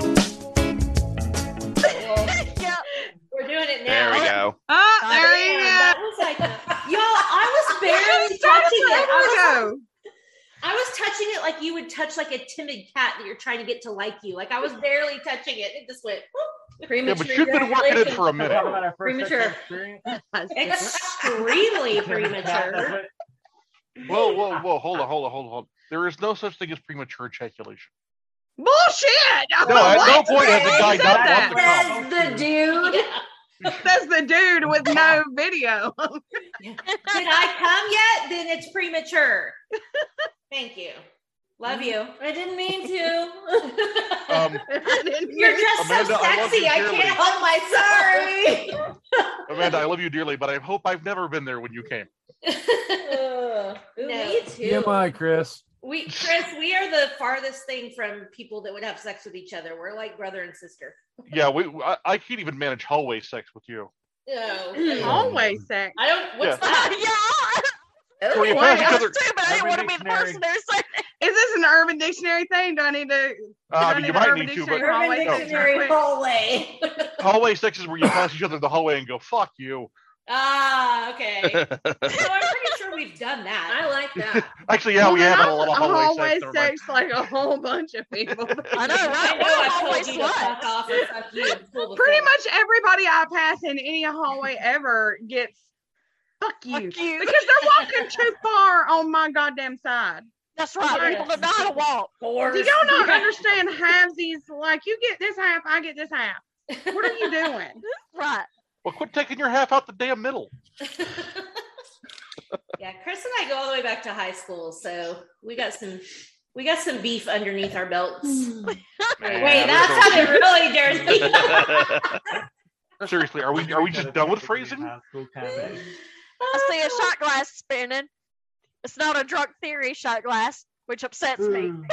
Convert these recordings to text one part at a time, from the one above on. a timid cat that you're trying to get to like you. Like I was barely touching it. It just went whoop. Yeah, premature. but you've been working it for a Talk minute. about our first Premature. sexual experience. Extremely That's premature. what- Whoa, whoa, whoa! Hold on, hold on, hold on, hold on. There is no such thing as premature ejaculation. Bullshit! No, at no What? point has Who the guy said not that? want the That's- cum. Says the dude. That's the dude with no video. Did I come yet? Then it's premature. Thank you. Love you. I didn't mean to. Um, You're just Amanda, so I love sexy. you I, dearly. can't help myself. Sorry. Amanda, I love you dearly, but I hope I've never been there when you came. Ugh, ooh, No. Me too. TMI, Chris. We, Chris, we are the farthest thing from people that would have sex with each other. We're like brother and sister. Yeah, we. I, I can't even manage hallway sex with you. No, Always sex. I don't. What's Yeah. that? Well, you pass each other. but I didn't want to be the Every person there. So Is this an Urban Dictionary thing? Do I need to? do I Uh, but you an might Urban need to, Dictionary but Urban hallway sex Dictionary real quick? hallway. hallway sex is where you pass each other in the hallway and go, "Fuck you." Ah, okay. so I'm pretty sure we've done that. I like that. Actually, yeah, Well, we then have had I'm a lot of a hallway, sex. Never mind. sex like a whole bunch of people. I know, I right? know We're I've always told you to sluts. fuck off and fuck you. and pull the Pretty plug. much everybody I pass in any hallway ever gets fuck you. Fuck you. Because they're walking too far on my goddamn side. That's right. People don't know how to walk. Do y'all not understand halvesies? Like you get this half, I get this half. What are you doing? Right. Well, quit taking your half out the damn middle. yeah, Chris and I go all the way back to high school, so we got some we got some beef underneath our belts. Hmm. Wait, that's how they really dared me. Seriously, are we are we just done with phrasing? High school comedy. I see a Oh, shot glass spinning. It's not a drunk theory shot glass, which upsets me.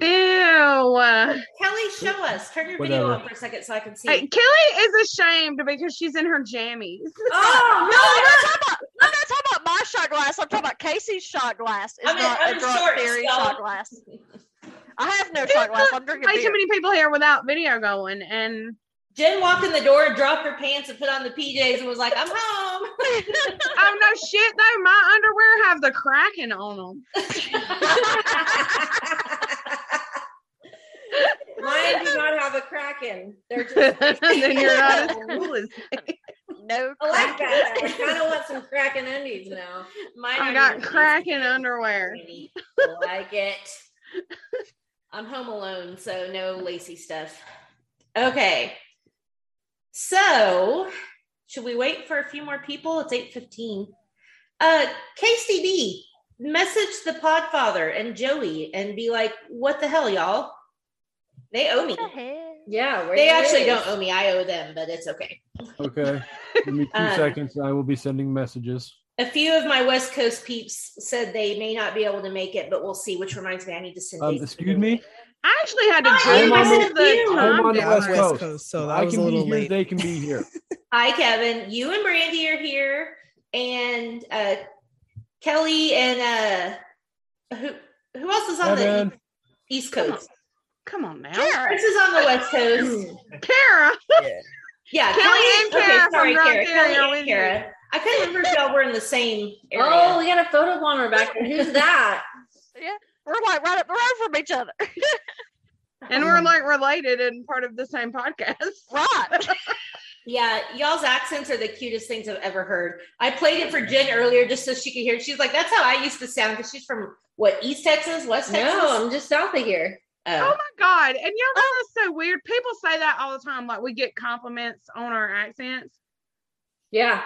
Ew. Uh, Kelly, show us. Turn your video Whatever. on for a second so I can see. hey, Kelly is ashamed because she's in her jammies. No, Oh I'm not, talking about, I'm not talking about my shot glass. I'm talking about Casey's shot glass. It's I'm in not a drunk undershorts, theory y'all. shot glass. I have no shot glass. I'm drinking Way too beer. many people here without video going, and Jen walked in the door, dropped her pants, and put on the PJs and was like, I'm home. oh no shit though my underwear have the cracking on them Mine do not have a kraken. They're just then you're not as cool as No I like crack. that. now. I kind of want some cracking undies now. mine. i are got usually cracking skinny. underwear Rainy. like it. I'm home alone, so no lacy stuff. Okay. So, should we wait for a few more people? It's 8:15. Uh KCD, message the Podfather and Joey and be like, "What the hell, y'all? They owe me. What the hell? Yeah, where They it actually is. don't owe me. I owe them, but it's okay." Okay. Give me two Uh, seconds. I will be sending messages. A few of my West Coast peeps said they may not be able to make it, but we'll see. Which reminds me, I need to send. Um, Jason excuse an me. i actually had to I'm change on the the- I'm on time the Yeah, I'm difference. West Coast. West Coast, so that I was a can be little here. late. They can be here. Hi, Kevin. You and Brandy are here, and uh, Kelly and uh, who who else is on Kevin. the East Coast? come on now Jared. Chris is on the West Coast. kara Yeah, Kelly and Kara from sorry, Brown Kara. Theory Kelly are and with you. Kara. I couldn't remember if y'all were in the same area. Oh, we got a photo bomber back there. Who's that? We're like right up the road from each other. and we're like related and part of the same podcast Right. Yeah, y'all's accents are the cutest things I've ever heard. I played it for Jen earlier just so she could hear. She's like, "That's how I used to sound." Because she's from what East Texas, West Texas. No, I'm just south of here. oh my god and y'all know Oh. that's so weird people say that all the time like we get compliments on our accents Yeah.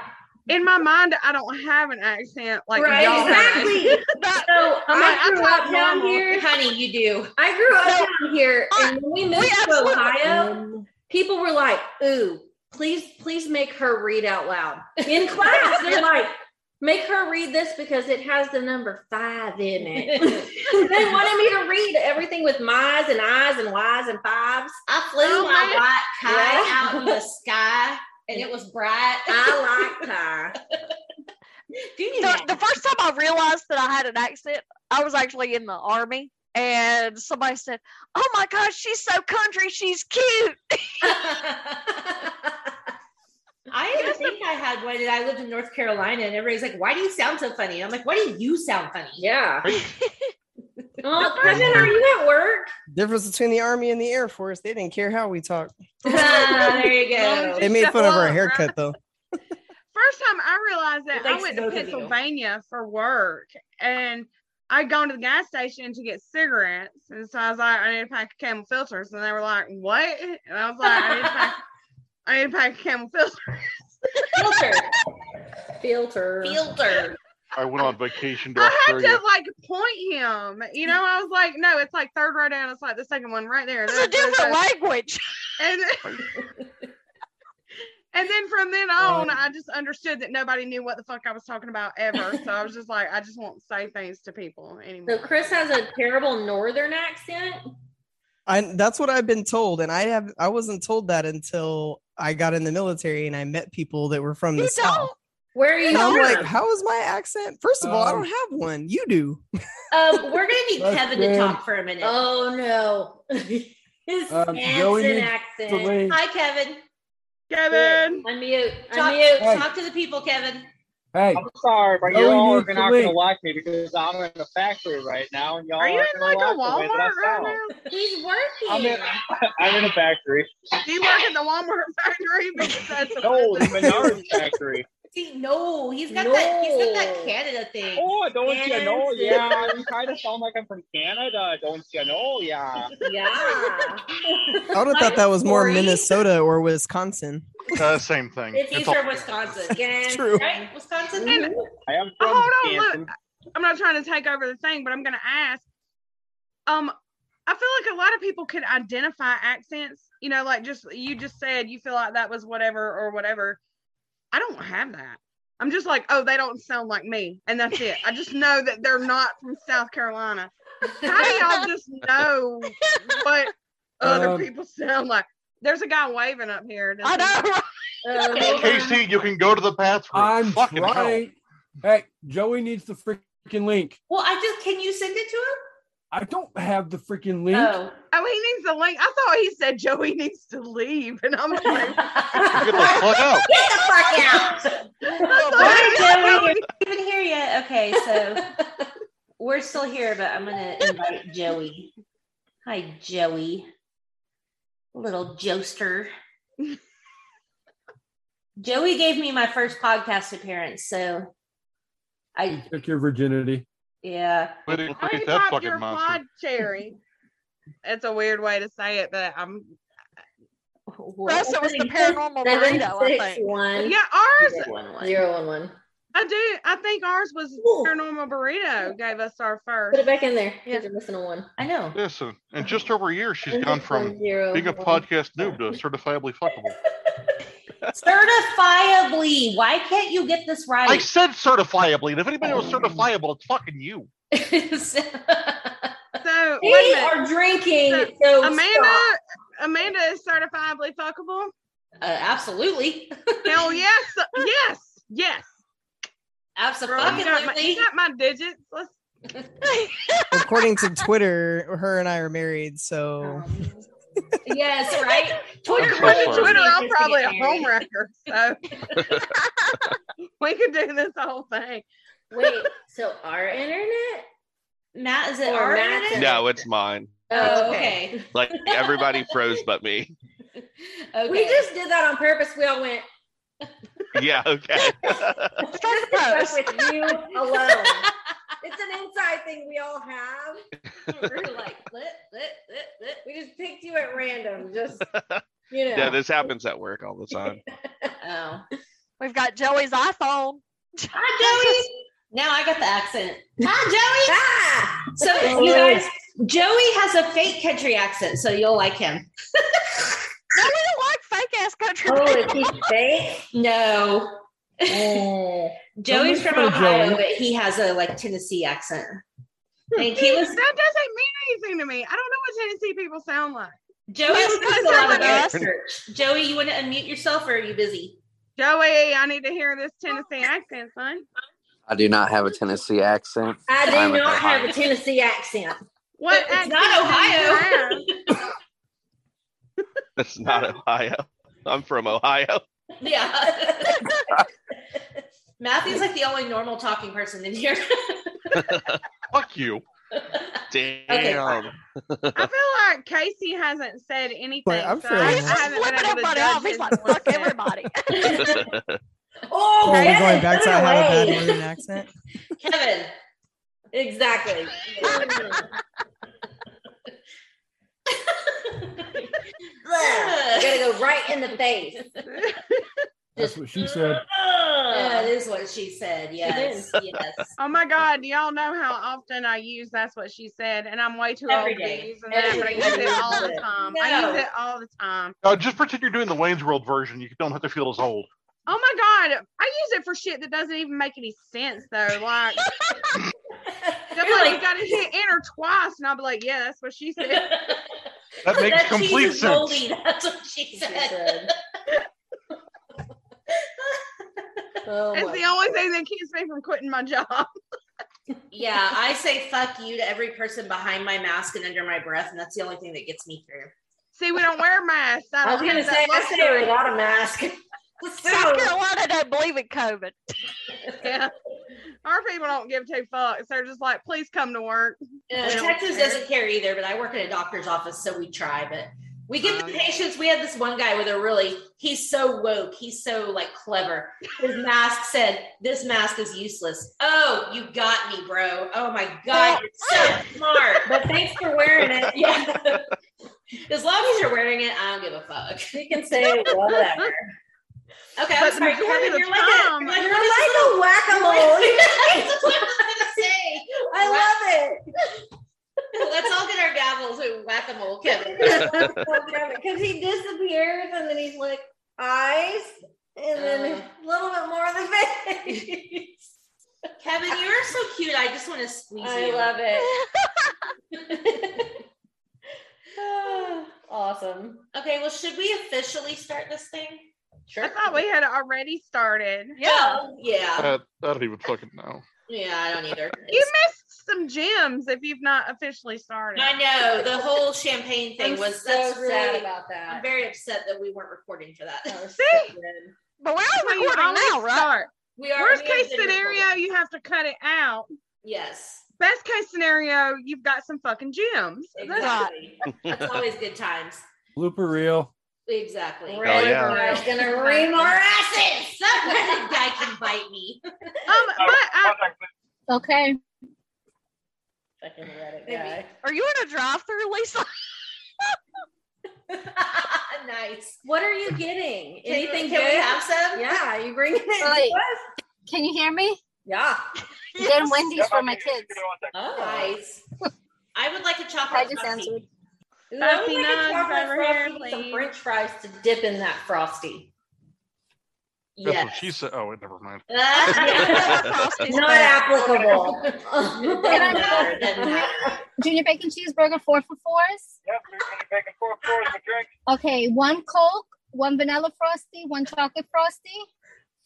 in my mind i don't have an accent like right. y'all have. Exactly. so I'm I- I I, grew talk up down normal. here. honey, you do. I grew up down here, and when we moved to absolutely- Ohio, people were like, "Ooh, please, please make her read out loud in class." They're like, "Make her read this because it has the number five in it." they wanted me to read everything with my's and I's and Y's and fives. I flew Oh, my man. white kite Yeah. out in the sky and it was bright. I like that. Do you the, the first time I realized that I had an accent, I was actually in the army, and somebody said, "Oh my gosh, she's so country, she's cute." I even think I had one and I lived in North Carolina and everybody's like, why do you sound so funny? I'm like, why do you sound funny? Yeah. Oh, Kevin, are you at work? Difference between the army and the air force. They didn't care how we talked. Ah, there you go. They made fun of our Right. haircut though. First time I realized that Well, I thanks went to to both of you. Pennsylvania for work and I'd gone to the gas station to get cigarettes. And so I was like, I need a pack of camel filters. And they were like, What? And I was like, I need a pack, I need a pack of camel filters. Filter. Filter. Fielder. I went on vacation to I had Australia. to like point him. You know, I was like, No, it's like third row down. It's like the second one right there. It's There- a there- different there." language. And, and then from then on, I just understood that nobody knew what the fuck I was talking about ever. So I was just like, I just won't say things to people anymore. So Chris has a terrible northern accent. I that's what I've been told, and I have I wasn't told that until I got in the military and I met people that were from the You south. don't. Where are you And I'm from? like, how is Oh my accent? First of all, I Um, don't have one. You do. Um, we're gonna need That's Kevin to good. talk for a minute. oh no. His Um, Joey Samson needs accent. The link. Hi, Kevin. Kevin. Unmute. Talk, Unmute. Hey. talk to the people, Kevin. Hey, I'm sorry, but No, you we all are need to not going to leave. watch me because I'm in a factory right now. And y'all Are you aren't in gonna like a watch the way Walmart that I right sound. now? He's I'm working. in, I'm in a factory. Do you work at the Walmart factory? Because that's No, the Menards factory. See, no, he's got that. He's got that No. Canada thing. Oh, don't you know? Yes. Yeah, I'm trying to sound like I'm from Canada. Don't you know? Yeah. yeah. I would have thought that was more Corey. Minnesota or Wisconsin. Uh, same thing. It's, It's all- Eastern Wisconsin, Mm-hmm. True. right? Wisconsin. And- I am Oh, from hold on, look. Canton. I'm not trying to take over the thing, but I'm going to ask. Um, I feel like a lot of people could identify accents. You know, like just you just said, you feel like that was whatever or whatever. I don't have that. I'm just like, oh, they don't sound like me, and that's it. I just know that they're not from South Carolina. How do y'all just know what other Um, people sound like? There's a guy waving up here. I know. right? Uh, Casey, you can go to the bathroom. I'm Fucking hell. trying. Hey, Joey needs the freaking link. Well, I just can you send it to I don't have the freaking link. him? Oh, Oh, he needs to leave. I thought he said Joey needs to leave, and I'm like, Get the fuck out. get the fuck out! I Hi, thought Joey. Even here yet? Okay, so we're still here, but I'm gonna invite Joey. Hi, Joey. Little joester. Joey gave me my first podcast appearance, so I Check your virginity. yeah. Way to I create that popped fucking your pod monster. cherry. It's a weird way to say it, but I'm Russ, it was the paranormal Seven, burrito, I six, think. one, yeah, ours. Zero, one, one. zero, one, one. I do. I think ours was Ooh. paranormal burrito gave us our Put first. it back in there. 'cause Yeah. You're missing a one. I know. Listen, in just over a year, she's One, gone six, from one, zero, being a one. podcast noob to certifiably fuckable. Certifiably. Why can't you get this I right? said certifiably, and if anybody was certifiable, it's fucking you. So We wait a minute. are drinking. So, So Amanda, stop. Amanda is certifiably fuckable. Uh, absolutely. Hell yes, yes, yes. Girl, you, got my, Absolutely. you got my digits. Let's According to Twitter, her and I are married, so yes, right? I'm Twitter, so According to sorry. Twitter, I'm Just to probably get a married. homewrecker. So we could do this whole thing. Wait, so our internet? Matt, is it Or our Matt's internet? No, it's mine. Oh, okay. okay. Like everybody froze but me. okay. We just did that on purpose. We all went, Yeah, okay. Start the "Fuck post. with you alone. it's an inside thing we all have. We're like lit, lit, lit, lit. We just picked you at random. Just, you know. yeah, this happens at work all the time. Oh. We've got Joey's iPhone. Hi, Joey. Now I got the accent. Hi, ah! Joey. So Oh, you guys, Joey has a fake country accent, so you'll like him. No, we don't like fake ass country. Oh, is he fake? No. Oh. Joey's Don't from look for Ohio, Joey. but he has a like Tennessee accent. Hmm. And he was that doesn't mean anything to me. I don't know what Tennessee people sound like. Joey was Let's doing a lot of go research. Joey, you want to unmute yourself or are you busy? Joey, I need to hear this Tennessee accent, son. I do not have a Tennessee accent. I do I'm a not have a Ohio. Tennessee accent. What It's accent not do you That's not Ohio. I'm from Ohio. Yeah. Matthew's like the only normal talking person in here. Fuck you. Damn. I feel like Casey hasn't said anything. Like, I'm so fair I, I enough. haven't Flipping been able to everybody judge off. He's his like, fuck everybody. Oh, we're Kevin, going back to put I it have a bad away. northern accent. Kevin. Exactly. Ugh, you gotta go right in the face. That's what she said. That is what she said. Yes. Yes. Oh my God, do y'all know how often I use that's what she said? And I'm way too Every old to day. be using that, but I use it all the time. I use No. it all the time. Uh, just pretend you're doing the Wayne's World version. You don't have to feel as old. Oh my God, I use it for shit that doesn't even make any sense though. Like, they'll be You're like, like- you gotta hit enter twice, and I'll be like, yeah, that's what she said. That makes That cheese complete is sense. moldy, That's what she said. Oh it's my- the only thing that keeps me from quitting my job. Yeah, I say fuck you to every person behind my mask and under my breath, and that's the only thing that gets me through. See, we don't wear masks. I was gonna say, I say without a mask. South So, Carolina don't believe in COVID. Yeah. Our people don't give two fucks. They're just like, please come to work. Uh, Yeah. Texas doesn't care either, but I work in a doctor's office, so we try. But we Um, get the Uh, patients. We had this one guy with a really, he's so woke. He's so like clever. His mask said, This mask is useless. Oh, you got me, bro. Oh my God, you're so smart. but thanks for wearing it. Yeah. as long as you're wearing it, I don't give a fuck. You can say whatever. Okay, But I'm the sorry, majority Kevin, of you're the like a, time- you're like a You're like little- a whack-a-mole. That's what I was gonna say. I love it. Let's all get our gavels and whack a mole, Kevin. Because he disappears and then he's like eyes and then a little bit more of the face. Kevin, you are so cute. I just want to squeeze I you. love it. awesome. Okay, well, should we officially start this thing? Sure. I thought we had already started. Yeah. Oh, yeah. Uh, I don't even fucking know. Yeah, I don't either. You missed some gems if you've not officially started. I know the whole champagne thing I'm was so that's sad really. Oh, about that. I'm very upset that we weren't recording for that. That was See? so good. But we're That's all where you recording always now, right? start. We are Worst we have case been recording. scenario, you have to cut it out. Yes. Best case scenario, you've got some fucking Um, gems. That's- Exactly. That's always good times. Blooper reel. Exactly. We're Oh, yeah. everybody's gonna ream our asses. That guy can bite me. Um, but I, Okay. Fucking Reddit Maybe. Are you in a drive-through, Lisa? nice. What are you getting? Can- Anything Can we good? have some? yeah, you bring it. to Wait. us? Can you hear me? Yeah. Then Wendy's for my kids. Oh. Nice. I would like a chocolate. I just frosty. answered. Ooh, I would Frosty like a nugs chocolate over here, frosty with some please. French fries to dip in that frosty. That's Yes. what she said. Oh, wait, never mind. Frosties Not back. applicable. It doesn't matter, it doesn't matter. Junior bacon cheeseburger, four for fours. Yep, we're going to back and forth for the drink. Okay, one Coke, one vanilla frosty, one chocolate frosty,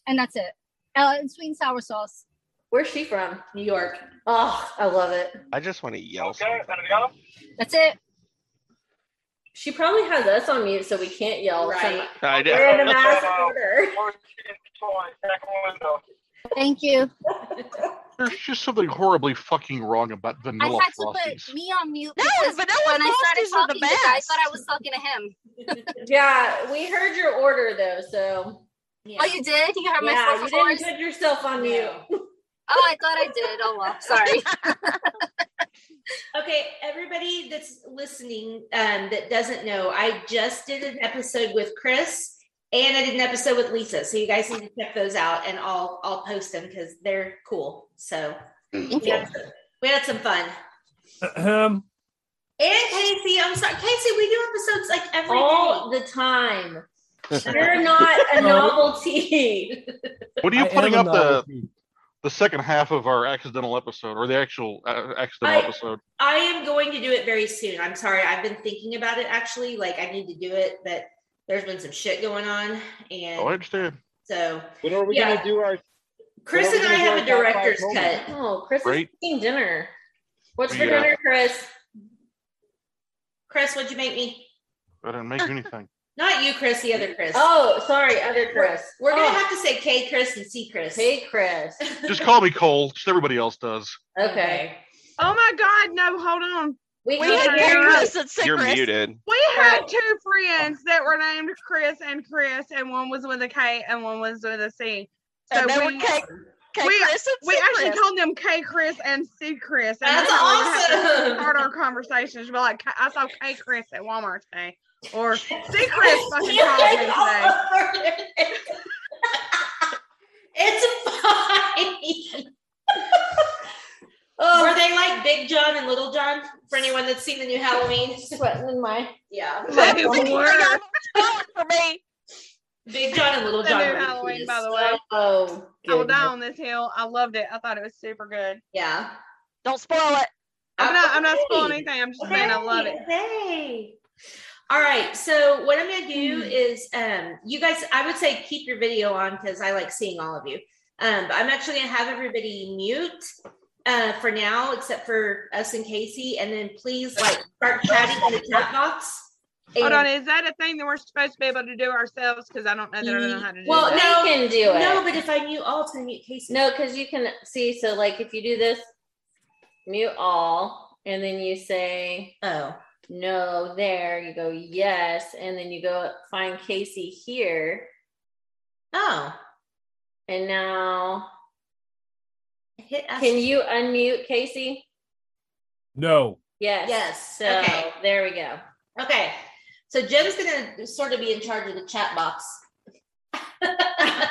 and that's it. Uh, and sweet and sour sauce. Where's she from? New York. Oh, I love it. I just want to yell. Okay, something. anything else? That's it. She probably has us on mute, so we can't yell. Right. Some I did. random ass order. First in toy, second window. Thank you. There's just something horribly fucking wrong about I vanilla had to frosties. put me on mute No, because vanilla when I started Frosties are the talking, to you, I best. thought I was talking to him. Yeah, we heard your order though, so Oh, you did? You heard my yeah, four for you didn't fours? put yourself on mute. No. Oh, I thought I did. Oh well, sorry. Okay, everybody that's listening um, that doesn't know, I just did an episode with Chris and I did an episode with Lisa. So you guys need to check those out and I'll I'll post them because they're cool. So we had, some, we had some fun. Ahem. And Casey, I'm sorry, Casey, we do episodes like every day. All the time. You're not a novelty. What are you I am putting a up the, novelty. the second half of our accidental episode or the actual uh, accidental I- episode? I am going to do it very soon. I'm sorry. I've been thinking about it actually. Like I need to do it, but there's been some shit going on. And Oh, I understand. so When are we Yeah. going to do our Chris and I have a director's Well, cut. Oh, Chris is Right. cooking dinner. What's for Yeah. dinner, Chris? Chris, what'd you make me? I didn't make anything. Not you, Chris, the other Chris. Oh, sorry, other Chris. We're gonna Oh, have to say K Chris and C Chris. hey Chris. Just call me Cole. Just everybody else does. Okay. Oh my God, no, hold on. We, had Chris two- and said You're Chris. muted. we had two friends that were named Chris and Chris, and one was with a K and one was with a C. So And they we, were K- K we, Chris and we C actually Chris. called them K Chris and C Chris. And That's we really had to awesome. Start our conversations. We're like, I saw K Chris at Walmart today, or C Chris fucking called me You guys today. all over it. It's fine. Oh. Were they like Big John and Little John for anyone that's seen the new Halloween? Sweating in my Yeah. They were. for me. Big John and Little The John. new were the Halloween, by cuties. the way. oh. I will die goodness. on this hill. I loved it. I thought it was super good. Yeah. Don't spoil it. I'm not. I'm not spoiling Okay. anything. I'm just saying I love it. Hey. All right. So what I'm gonna do is um you guys I would say keep your video on because I like seeing all of you. Um but I'm actually gonna have everybody mute uh for now, except for us and Casey, and then please like start chatting in the chat box. Hold And- on, is that a thing that we're supposed to be able to do ourselves? Because I don't know that I don't know how to do Well, We that. no, can do it. No, but if I mute all, it's gonna mute Casey. No, because you can see. So, like, if you do this, mute all, and then you say Oh. no there. You go yes, and then you go find Casey here, Oh. and now Hit us. can you unmute Casey? No. Yes. Yes, So okay. there we go. Okay. So Jen's gonna sort of be in charge of the chat box. Oh,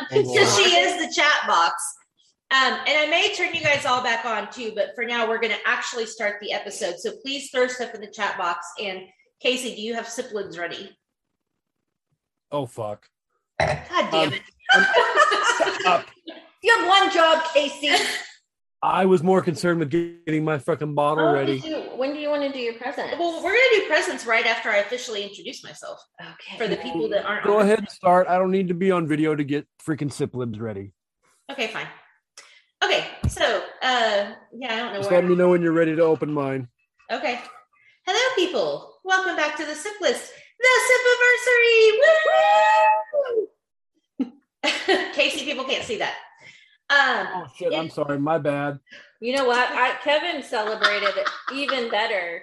Because she is the chat box. Um, and I may turn you guys all back on too, but for now we're gonna actually start the episode. So please throw stuff in the chat box. And Casey, do you have siblings ready? Oh fuck. God damn Um, it. Up. You have one job, Casey. I was more concerned with getting my fucking bottle Oh, ready. did you- when do you want to do your present? well, we're gonna do presents right after I officially introduce myself okay. for the people that aren't Go on. ahead and start. I don't need to be on video to get freaking sip libs ready. Okay, fine. Okay, so uh yeah, I don't know Just where let me know when you're ready to open mine. Okay. Hello, people. Welcome back to the Sip List, the Sip Anniversary. Woo! Casey, people can't see that. Um, Oh shit, I'm sorry. My bad. You know what? I, Kevin celebrated it even better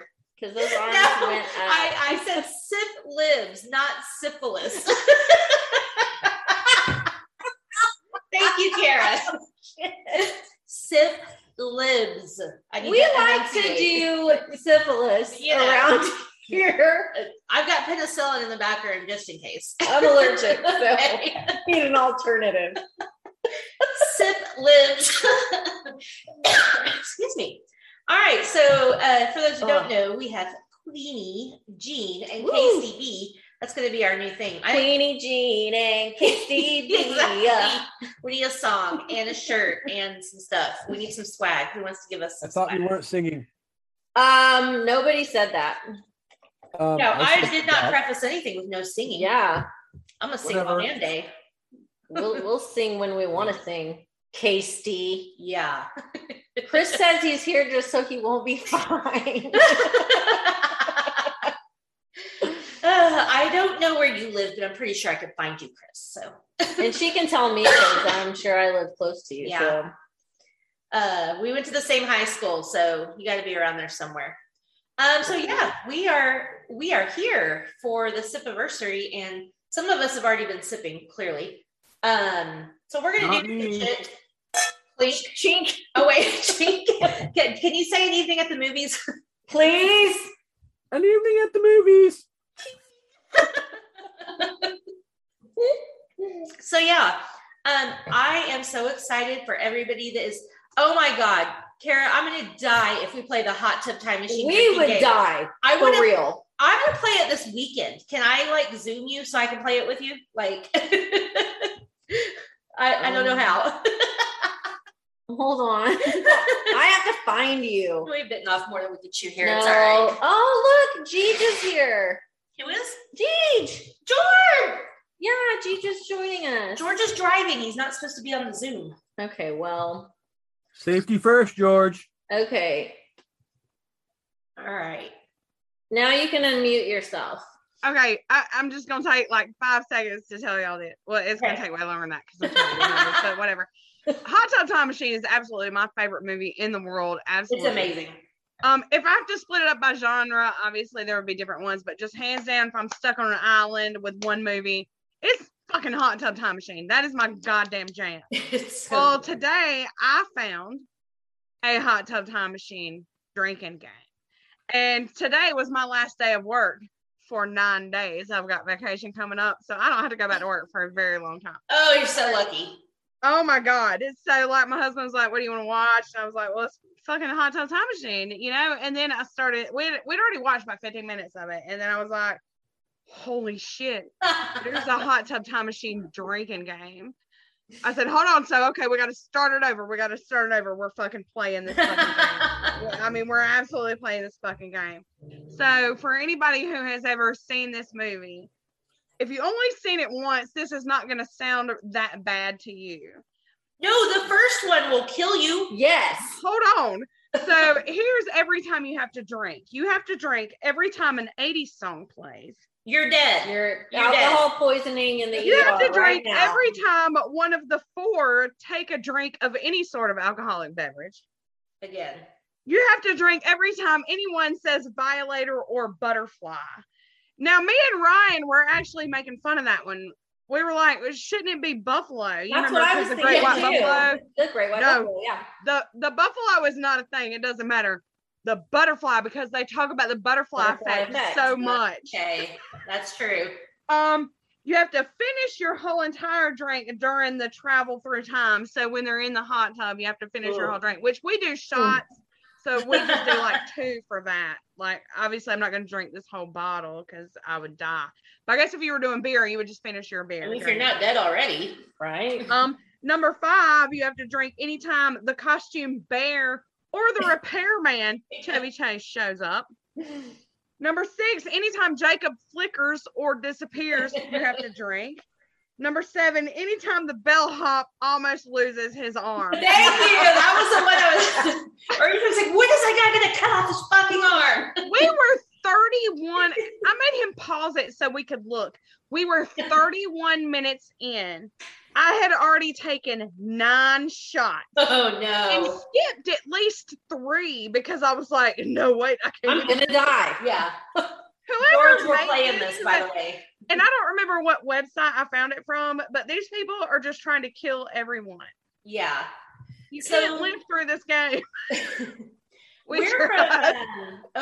because those no, arms Oh, went up. I, I said Sip Lives, not Syphilis. Thank you, Kara. Sip Lives. I need we like to enunciate. do syphilis You know. around here. I've got penicillin in the background just in case. I'm allergic, so Okay. I need an alternative. sip lives. Excuse me. All right. So uh, for those who don't Ugh. know, we have Queenie, Jean, and Oh. Woo. KCB. That's going to be our new thing. I Queenie Jean and Casey B. Exactly. Uh, we need a song and a shirt and some stuff. We need some swag. Who wants to give us I some thought swag? you weren't singing. Um, nobody said that. Um, no, I said did not that. preface anything with no singing. Yeah, I'm a single Whatever. man day. we'll we'll sing when we want to sing. Casey. Yeah. Chris says he's here just so he won't be fined. Uh, I don't know where you live, but I'm pretty sure I could find you, Chris. So. and she can tell me because I'm sure I live close to you. Yeah. So uh, we went to the same high school, so you got to be around there somewhere. Um, so yeah, we are we are here for the sip anniversary, and some of us have already been sipping clearly. Um, so we're gonna Not do me. Chink. chink. Oh wait, chink. Can, can you say anything at the movies? please. An evening at the movies. so yeah, um, I am so excited for everybody that is. Oh my god, Kara, I'm gonna die if we play the hot tub time machine. We drinking would game. die I for would real. I'm gonna play it this weekend. Can I like zoom you so I can play it with you? Like, I, I don't know how. Hold on. I have to find you. We've bitten off more than we could chew here. no. It's all right. Oh, look, Jeej is here. Who is Jeej. George? Yeah, Jeej is joining us. George is driving. He's not supposed to be on the Zoom. Okay, well, Safety first, George. okay. All right. Now you can unmute yourself. Okay, I, I'm just gonna take like five seconds to tell y'all that. Well, it's gonna Okay. take way longer than that because I'm trying to remember, but whatever. Hot Tub Time Machine is absolutely my favorite movie in the world. It's Absolutely, amazing. Um, if I have to split it up by genre, obviously there would be different ones, but just hands down, if I'm stuck on an island with one movie, it's fucking Hot Tub Time Machine. That is my goddamn jam. Oh. well, today I found a Hot Tub Time Machine drinking game. And today was my last day of work for nine days. I've got vacation coming up, so I don't have to go back to work for a very long time. Oh, you're so lucky. Oh my God. It's so like my husband was like, What do you want to watch? And I was like, Well, it's fucking Hot Tub Time Machine, you know? And then I started, we'd, we'd already watched about 15 minutes of it. And then I was like, Holy shit, there's a Hot Tub Time Machine drinking game. I said, Hold on. So, okay, we got to start it over. We got to start it over. We're fucking playing this fucking game. I mean, we're absolutely playing this fucking game. So, for anybody who has ever seen this movie, if you only seen it once, this is not going to sound that bad to you. No, the first one will kill you. Yes. Hold on. So here's every time you have to drink. You have to drink every time an 80s song plays. You're dead. You're, You're alcohol poisoning in the You have ER to drink right now. every time one of the four take a drink of any sort of alcoholic beverage. Again. You have to drink every time anyone says violator or butterfly. Now, me and Ryan were actually making fun of that one. We were like, shouldn't it be buffalo? You That's remember what I was because the great thinking white too. buffalo? The great white No. buffalo, yeah. the the buffalo is not a thing. It doesn't matter. The butterfly because they talk about the butterfly, Butterfly effect, effect. so much. Okay, that's true. Um, you have to finish your whole entire drink during the travel through time. So when they're in the hot tub, you have to finish your Ugh. whole drink, which we do shots. So we just do like two for that. Like obviously, I'm not going to drink this whole bottle because I would die. But I guess if you were doing beer, you would just finish your beer. I mean, if you're during not that. dead already, right? Um, number five, you have to drink anytime the costume bear or the repairman Chevy Chase shows up. Number six, anytime Jacob flickers or disappears, you have to drink. Number seven, anytime the bellhop almost loses his arm. Thank you. That was the one I was. Or you was like, when is that guy gonna cut off his fucking arm? we were 31. I made him pause it so we could look. We were 31 minutes in. I had already taken nine shots. Oh and no! skipped at least three because I was like, no, wait, I can't. I'm gonna die. Yeah, Whoever George, we're made playing this, by the way. and I don't remember what website I found it from, but these people are just trying to kill everyone. Yeah, You So- can't live through this game. We we're tried. from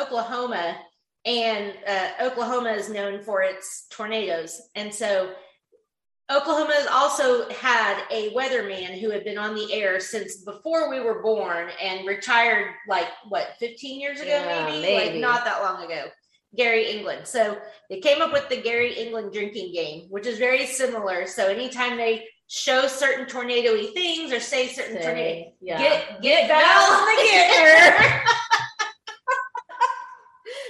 um, Oklahoma, and uh, Oklahoma is known for its tornadoes, and so Oklahoma has also had a weatherman who had been on the air since before we were born and retired, like what, 15 years ago, Yeah, maybe? maybe. Like not that long ago. Gary England. So they came up with the Gary England drinking game, which is very similar. So anytime they show certain tornado-y things or say certain tornado, Say, yeah. get get Val on the getter.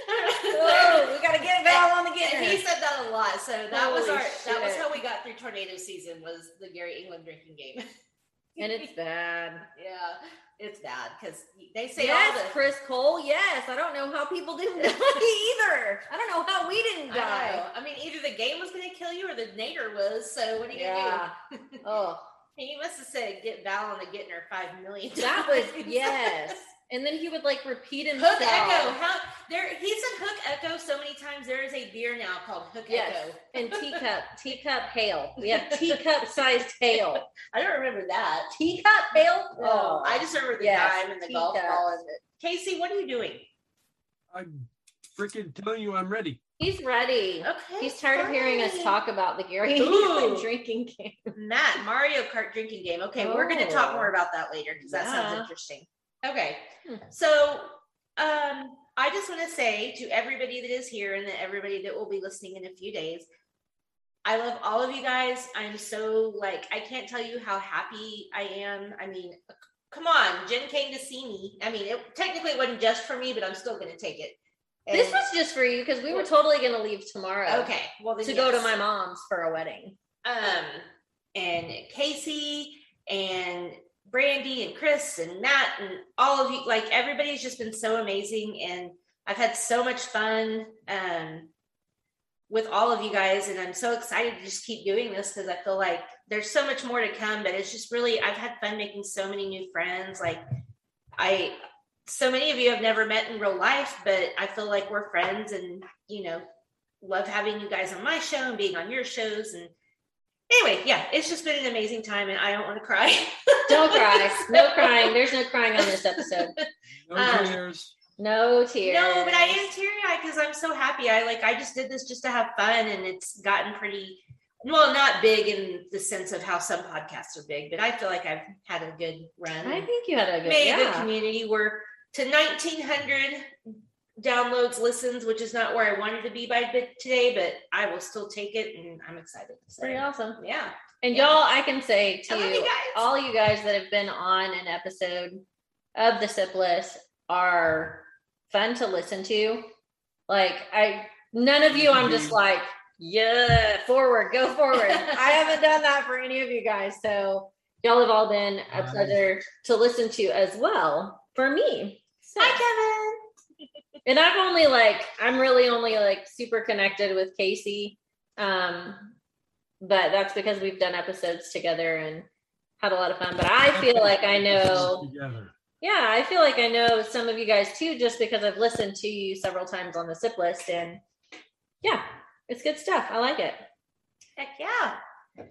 oh, we gotta get Val on the get And he said that a lot. So that was Holy our that was shit. how we got through tornado season was the Gary England drinking game. and it's bad. yeah, it's bad because they say Yes, all the Chris Cole. Yes, I don't know how people didn't die either. I don't know how we didn't I, die. know. I mean, either the game was going to kill you or the nader was. So what are you Yeah. going to do? Oh, And you must have said get Val on the getting her five million. that was times. yes. And then he would like repeat himself. Hook Echo. How there? He said Hook Echo so many times. There is a beer now called Hook Yes. Echo. And teacup, teacup hail. We have teacup sized hail. I don't remember that. Teacup hail. Oh, I just remember the yes, dime and the golf teacups. ball. And the, Casey, what are you doing? I'm freaking telling you, I'm ready. he's ready. Okay, He's tired of hearing us fine. talk about the Gary Ooh. England drinking game. Matt Mario Kart drinking game. Okay, we're going to Oh. talk more about that later because that sounds Yeah. interesting. Okay, Hmm. so um, I just want to say to everybody that is here and that everybody that will be listening in a few days, I love all of you guys. I'm so like I can't tell you how happy I am. I mean, c- come on, Jen came to see me. I mean, it technically it wasn't just for me, but I'm still going to take it. This And- was just for you because we were totally gonna leave tomorrow. okay. Well, then To go to yes. my mom's for a wedding. um, and Casey and Brandy and Chris and Matt and all of you. Like everybody's just been so amazing, and I've had so much fun um, with all of you guys, and I'm so excited to just keep doing this because I feel like there's so much more to come. But it's just really I've had fun making so many new friends. Like I so many of you have never met in real life, but I feel like we're friends and, you know, love having you guys on my show and being on your shows. And anyway, yeah, it's just been an amazing time and I don't want to cry. Don't cry. No crying. There's no crying on this episode. No tears. No tears. No, but I am teary eyed because I'm so happy. I like I just did this just to have fun, and it's gotten pretty well, not big in the sense of how some podcasts are big, but I feel like I've had a good run. I think you had a good- made a yeah. good community. We're to 1900 downloads, listens, which is not where I wanted to be by bit today, but I will still take it, and I'm excited. So, Pretty awesome. Yeah. And Yeah. y'all, I can say I to love you guys. all you guys that have been on an episode of the sip list are fun to listen to. Like I none of you I'm just like, yeah, forward, go forward. I haven't done that for any of you guys. So y'all have all been a pleasure to listen to as well for me. Hi, Kevin. and I've only like I'm really only like super connected with Casey. Um, but that's because we've done episodes together and had a lot of fun. But I feel like I know, Together. yeah, I feel like I know some of you guys too, just because I've listened to you several times on the sip list. And yeah, it's good stuff. I like it. Heck yeah.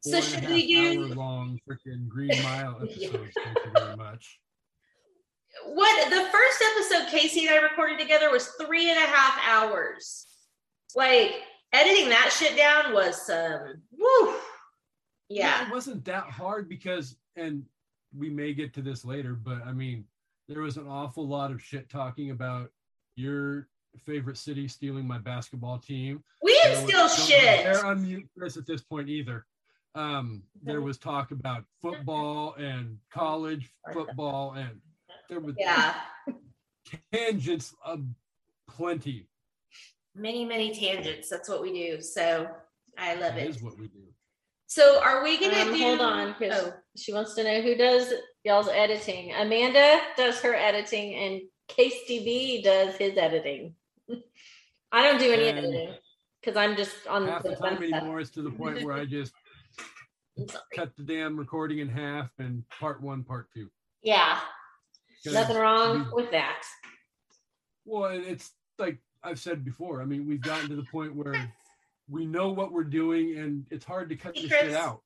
So should we do long freaking Green Mile episodes? Thank you very much. what the first episode Casey and I recorded together was three and a half hours. Like editing that shit down was some woo. Yeah. it wasn't that hard because, and we may get to this later, but I mean, there was an awful lot of shit talking about your favorite city stealing my basketball team. We didn't There was steal some- shit. They're on mute Chris at this point either. Um, there was talk about football and college football, and there was Yeah. tangents of plenty. Many, many tangents. That's what we do. So I love That it. is what we do. So are we gonna Um, do Oh, hold on, 'cause she wants to know who does y'all's editing. Amanda does her editing, and Case DB does his editing. I don't do any And editing because I'm just on Um, half the the fun time stuff. anymore. It's to the point where I just cut the damn recording in half and part one, part two. Yeah, 'Cause nothing wrong we- with that. Well, and it's like I've said before. I mean, we've gotten to the point where we know what we're doing, and it's hard to cut this shit Secrets. out.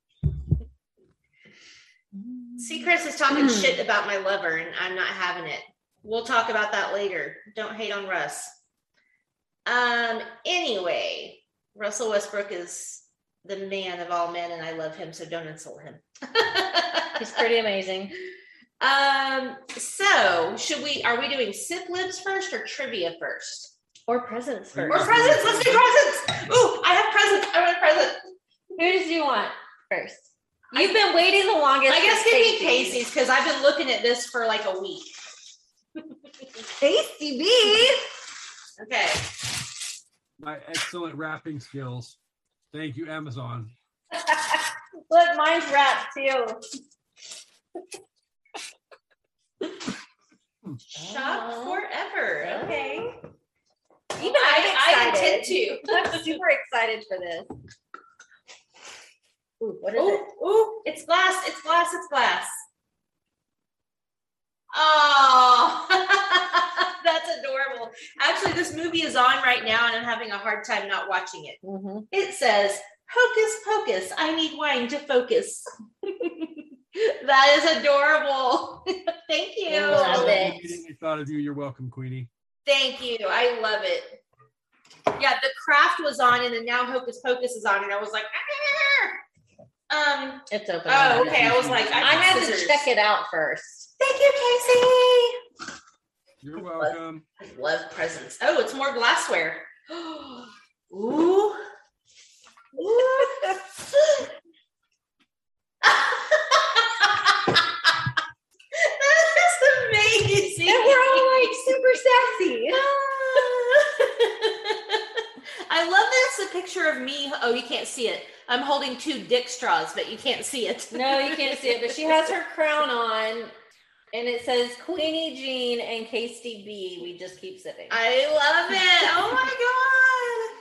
see Chris is talking Hmm. shit about my lover and I'm not having it. We'll talk about that later. Don't hate on Russ. Um anyway, Russell Westbrook is the man of all men and I love him, so don't insult him. He's pretty amazing. Um, so should we are we doing sip libs first or trivia first? Or presents Or first. presents, let's do presents. Ooh, I have presents. I want a present. Who did you want first? You've been waiting the longest. I guess for give me Casey's. Casey's because I've been looking at this for like a week. Casey B. Okay. My excellent wrapping skills. Thank you, Amazon. Look, mine's wrapped too. Shock forever. Okay. Even I- I'm I intend excited. I'm super excited for this. Ooh, what is Ooh, it? ooh, it's glass, it's glass, it's glass. Oh, that's adorable. Actually, this movie is on right now and I'm having a hard time not watching it. It says, Hocus Pocus, I need wine to focus. that is adorable. Thank you. Love it. Immediately thought of you. You're welcome, Queenie. Thank you. I love it. Yeah, the craft was on, and then now Hocus Pocus is on, and I was like, "Ah." um, It's open. Oh, okay. I was like, I, had to check it out first. Thank you, You're welcome. Casey. I love presents. Oh, it's more glassware. Ooh. Ooh. that is amazing. And we're all like super sassy. I love this. a picture of me. Oh, you can't see it. I'm holding two dick straws, but you can't see it. No, you can't see it, but she has her crown on, and it says Queenie Jean and Casey B. We just keep sipping. I love it. Oh my god.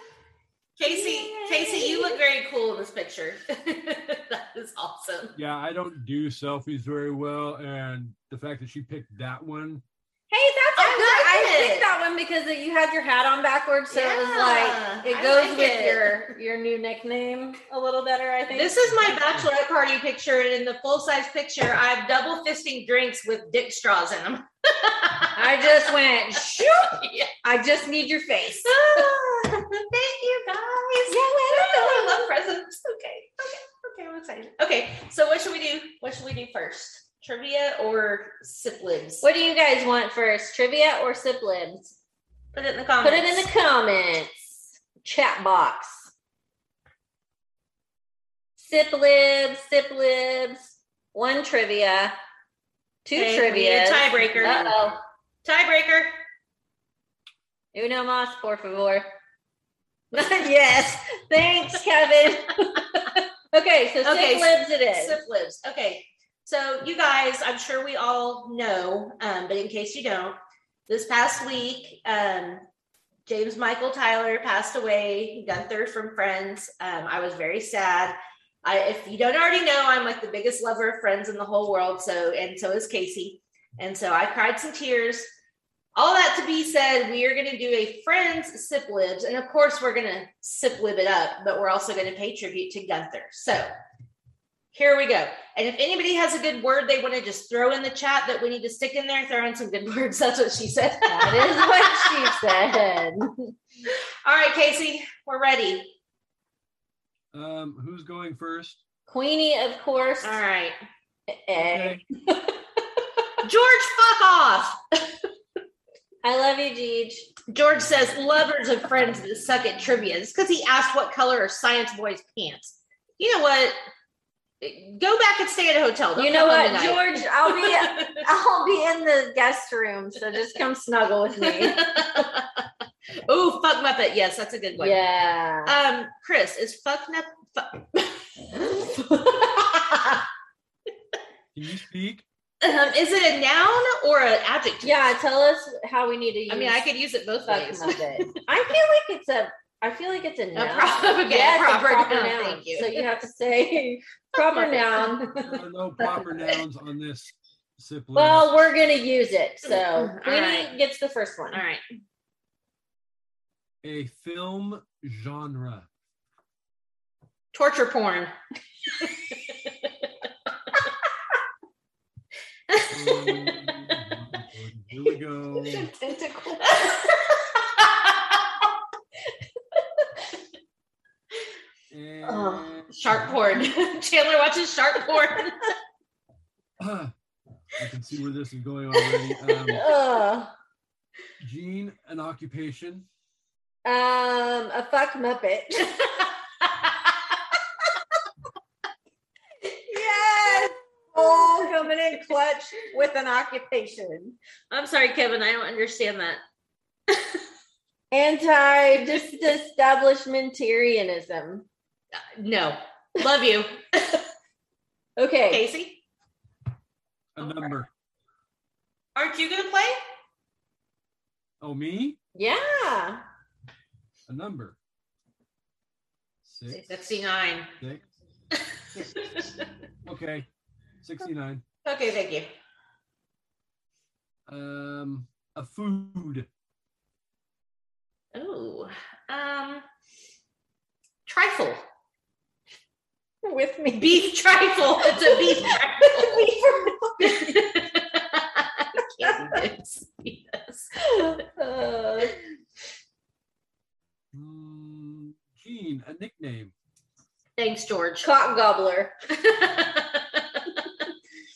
Casey, Casey, you look very cool in this picture. that is awesome. Yeah, I don't do selfies very well, and the fact that she picked that one Hey, that's I I, like I it. picked that one because it, you had your hat on backwards, so it was like Yeah, I it goes like with it. your your new nickname a little better. I think This is my bachelorette party picture, and in the full size picture, I'm double fisting drinks with dick straws in them. I just went. Shoot! I just need your face. Ah, Thank you guys. Yeah, I love presents. Okay, okay, okay. I'm excited. Okay, so what should we do? What should we do first? Trivia or sip libs? What do you guys want first, trivia or sip libs? Put it in the comments. Put it in the comments chat box. Sip libs, sip libs. One trivia, two Okay, we need trivia. a tiebreaker. Uh oh. Tiebreaker. Uno más, por favor. yes. Thanks, Kevin. okay, so sip libs it is. Sip libs. Okay. So you guys, I'm sure we all know, um, but in case you don't, this past week, um, James Michael Tyler passed away. Gunther from Friends. Um, I was very sad. I, if you don't already know, I'm like the biggest lover of Friends in the whole world. So and so is Casey. And so I cried some tears. All that to be said, we are going to do a friends sip libs, and of course we're going to sip lib it up, but we're also going to pay tribute to Gunther. So here we go. And if anybody has a good word they want to just throw in the chat that we need to stick in there, throw in some good words. That's what she said. That is what she said. All right, Casey, we're ready. Um, who's going first? Queenie, of course. All right. Eh. George, fuck off. I love you, Jeej. George says, lovers of friends that suck at trivia. It's because he asked what color are Science Boy's pants. You know what? Go back and stay at a hotel. Don't You come know what, on tonight. George? I'll be I'll be in the guest room, so just come snuggle with me. Oh, fuck Muppet. Yes, that's a good one. Yeah. Um, Chris, is fuck Muppet. Can you speak? Um, is it a noun or an adjective? Yeah, tell us how we need to use I mean, I could use it both fuck ways. Muppet. I feel like it's a I feel like it's a noun. prop- okay, yeah, it's proper a proper noun, noun. thank you. So you have to say proper Muppet. noun. There are no proper nouns on this sip list. Well, we're gonna use it. So All Queenie right. gets the first one. All right. a film genre. Torture porn. Um, Here we go. Tentacle. Oh, Uh, And- shark porn. Chandler watches shark porn. I can see where this is going already. Um, Ugh. Gene, an occupation. Um, a fuck Muppet. yes. Oh, coming in clutch with an occupation. I'm sorry, Kevin. I don't understand that. Anti disestablishmentarianism. No. Love you. Okay. Casey, A Oh, number. aren't you going to play? Oh, me? Yeah. A number. Six. 69. Six. Okay. 69. okay, thank you. Um, a food. Oh, um, trifle. With me. Beef trifle. It's a beef Me for- trifle. yes. Uh, Mm, Gene, a nickname. Thanks, George. cock gobbler.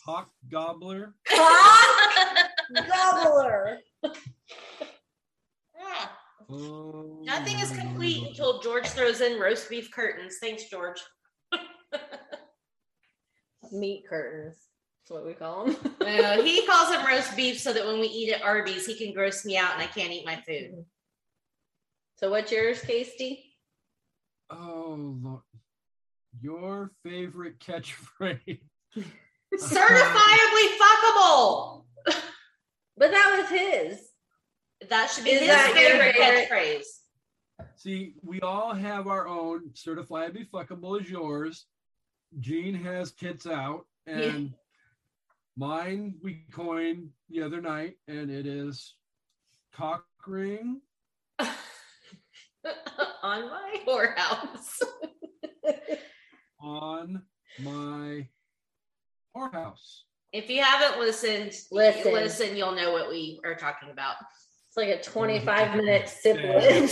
Hawk gobbler. Cock gobbler. Oh, Nothing is Lordy, complete Lordy, until George throws in roast beef curtains. Thanks, George. Meat curtains. That's what we call them. Uh, he calls them roast beef so that when we eat at Arby's, he can gross me out and I can't eat my food. So what's yours, Casey? Oh, Lord. Your favorite catchphrase. Certifiably fuckable. But that was his. That should be Is his that your favorite favorite? catchphrase. See, we all have our own. Certifiably fuckable is yours. Gene has tits out, and Mine we coined the other night, and it is cock ring. on my whorehouse. on my whorehouse. If you haven't listened, Listen. listen, listen you'll know what we are talking about. It's like a 25 minute sibling.